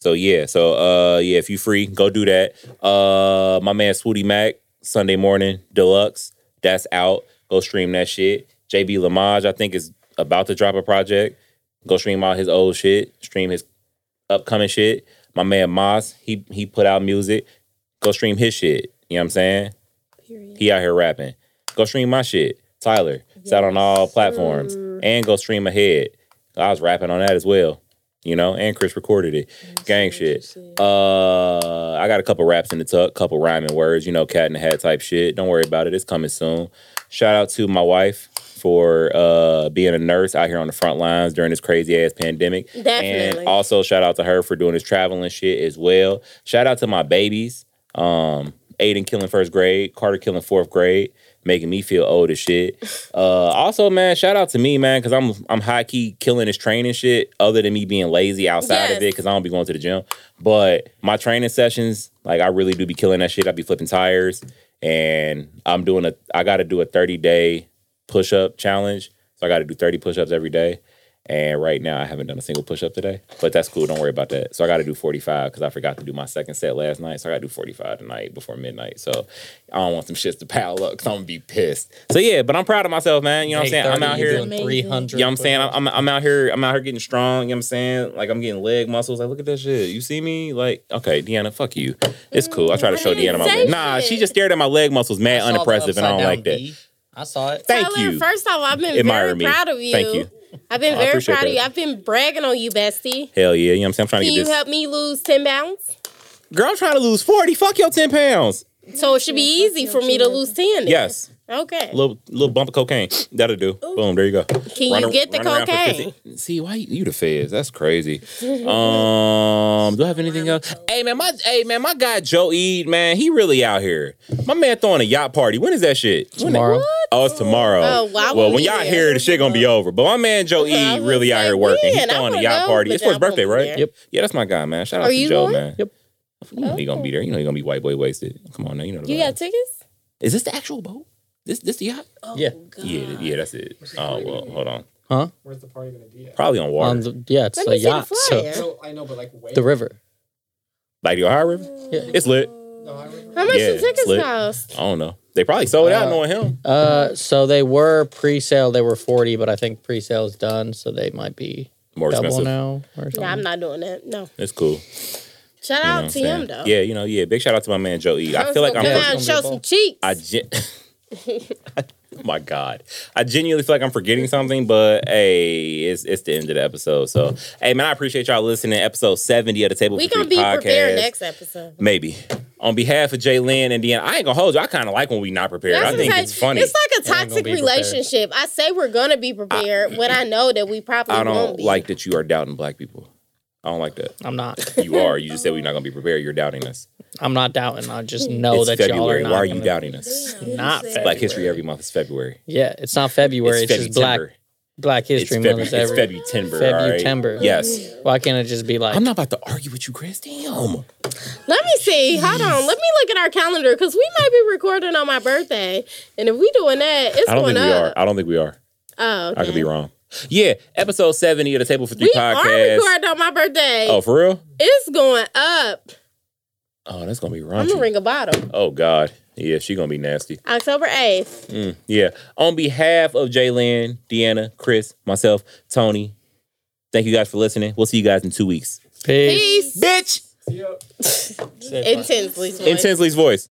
A: So, yeah. So, uh, yeah, if you free, go do that. Uh, my man Swooty Mac, Sunday morning, deluxe. That's out. Go stream that shit. JB Lamage, I think, is about to drop a project. Go stream all his old shit. Stream his upcoming shit. My man Moss, he he put out music. Go stream his shit. You know what I'm saying?
B: period.
A: He out here rapping. Go stream my shit. Tyler. It's out on all platforms. And go stream ahead. I was rapping on that as well. you know, and Chris recorded it. Gang shit.
B: Interesting.
A: Uh, I got a couple raps in the tuck, couple rhyming words, you know, cat in the hat type shit. Don't worry about it. It's coming soon. Shout out to my wife for uh, being a nurse out here on the front lines during this crazy ass pandemic.
C: Definitely.
A: And also shout out to her for doing this traveling shit as well. Shout out to my babies. Um, Aiden killing first grade, Carter killing fourth grade, making me feel old as shit. Uh, also, man, shout out to me, man, because I'm I'm high key killing this training shit. Other than me being lazy outside of
C: Yes.
A: it, because I don't be going to the gym. But my training sessions, like I really do be killing that shit. I be flipping tires, and I'm doing a. I got to do a 30 day push up challenge. So I got to do 30 push ups every day. And right now, I haven't done a single push up today, but that's cool. Don't worry about that. So I got to do 45 because I forgot to do my second set last night. So I got to do 45 tonight before midnight. So I don't want some shits to pile up because I'm going to be pissed. So yeah, but I'm proud of myself, man. You know what I'm saying? I'm out here.
B: doing-
D: Three hundred.
A: You know what I'm saying? I'm, I'm, I'm out here. I'm out here getting strong. You know what I'm saying? Like I'm getting leg muscles. Like look at that shit. You see me? Like okay, Deanna, fuck you. It's cool. I try to show
C: didn't
A: Deanna my
C: say
A: leg. Nah,
C: shit.
A: she just stared at my leg muscles, mad unimpressive, and I don't like that.
D: I saw it.
A: Thank
C: Tyler,
A: you.
C: First off, I've been
A: Admire
C: very
A: me.
C: proud of you.
A: Thank you.
C: I've been
A: I
C: very
A: appreciate
C: proud of
A: that.
C: you. I've been bragging on you, bestie.
A: Hell yeah. You know what I'm saying? I'm trying to
C: Can
A: get
C: you
A: this.
C: help me lose 10 pounds?
A: Girl, I'm trying to lose 40. Fuck your 10 pounds.
C: So it should be easy for me to lose 10.
A: Yes.
C: Okay.
A: Little little bump of cocaine. That'll do. Boom. There you go.
C: Can
A: Run
C: you
A: a-
C: get the
A: run around for
C: cocaine?
A: 50 See, why you, you the feds? That's crazy. Um, do I have anything else? Hey man, my hey man, my guy Joe Eid, man, he really out here. My man throwing a yacht party. When is that shit? When
D: Tomorrow.
A: It, oh, it's tomorrow.
C: Oh, well, I
A: well,
C: won't
A: when
C: be
A: y'all
C: there.
A: hear it, the shit gonna be over. But my man Joe
C: Well, I
A: Eid
C: was
A: really out
C: like,
A: here working. He's
C: man, I
A: throwing a
C: wanna
A: yacht
C: know,
A: party.
C: but
A: It's for his
C: I won't
A: birthday,
C: be
A: right?
C: there.
D: Yep.
A: Yeah, that's my guy, man. Shout out
C: Are
A: to
C: you
A: Joe,
C: going?
A: man.
D: Yep.
A: You know he gonna be there. You know he gonna be white boy wasted. Come on now, you know the
C: You
A: vibe.
C: got tickets?
A: Is this the actual boat? This this the yacht?
D: Yeah.
A: Yeah, yeah, that's it. Oh well, hold on.
D: Huh?
E: Where's the party gonna be at?
A: Probably on water,
D: On the, yeah, it's
C: Let
D: a
C: me see the
D: yacht.
C: flyer.
D: So
E: No, I know, but like where?
D: the river.
A: like the Ohio River.
D: Yeah.
A: It's lit.
E: No, I remember.
C: How much
A: Yeah,
C: do tickets
A: it's lit.
C: cost?
A: I don't know. They probably sold out
D: Uh,
A: knowing him.
D: Uh, so they were pre-sale. They were forty, but I think pre-sale's done, so they might be
A: More
D: double
A: expensive.
D: now or something.
C: Nah, I'm not doing that. No.
A: It's cool. You
C: Shout
A: know what
C: out
A: I'm
C: to
A: saying?
C: him though.
A: Yeah, you know, yeah. Big shout out to my man Joe E. I
C: was
A: feel like I'm.
C: gonna come
A: forgetting
C: out and show some cheeks.
A: I gen- Oh my God, I genuinely feel like I'm forgetting something, but hey, it's it's the end of the episode. So hey, man, I appreciate y'all listening. Episode seventy of the Table
C: we
A: for
C: gonna
A: Three
C: be
A: podcast.
C: prepared next episode.
A: Maybe. On behalf of Jalen and Deanna, I ain't gonna hold you. I kind of like when we not prepared. I
C: what
A: think
C: I'm
A: it's
C: saying.
A: funny.
C: It's like a
D: We're not gonna
C: toxic
D: be prepared.
C: relationship. I say we're gonna be prepared when I know that we probably
A: I don't
C: won't be.
A: like that you are doubting black people. I don't like that.
D: I'm not.
A: You are. You just said we're not gonna be prepared. You're doubting us.
D: I'm not doubting. I just know
A: it's
D: that y'all are
A: February.
D: not.
A: Why are you
D: gonna-
A: doubting us? Black
B: Black
D: Not February.
A: History every month is February.
D: Yeah, it's not February. It's, just black
A: Febtember.
D: Black
A: It's
D: History Month.
A: February.
D: It's
A: It's
D: every
A: February.
D: February.
A: Yes.
D: Why can't it just be like?
A: I'm not about to argue with you, Chris. Damn.
C: Let me see. Hold on. Let me look at our calendar because we might be recording on my birthday, and if we doing that, it's
A: I don't
C: going
A: think we are.
C: up.
A: I don't think we are.
C: Oh, okay.
A: I could be wrong. Yeah. Episode seventy of the Table for Three
C: We are
A: podcast.
C: recording on my birthday.
A: Oh, for real?
C: It's going up.
A: Oh, that's gonna be
C: I'm gonna
A: raunchy.
C: ring a bottle.
A: Oh God. Yeah, she gonna be nasty.
C: October eighth.
A: Mm, yeah. On behalf of Jalen, Deanna, Chris, myself, Tony, thank you guys for listening. We'll see you guys in two weeks.
D: Peace.
C: Peace.
A: Bitch!
E: See ya.
C: Intensely. Sway.
A: In Tinsley's voice.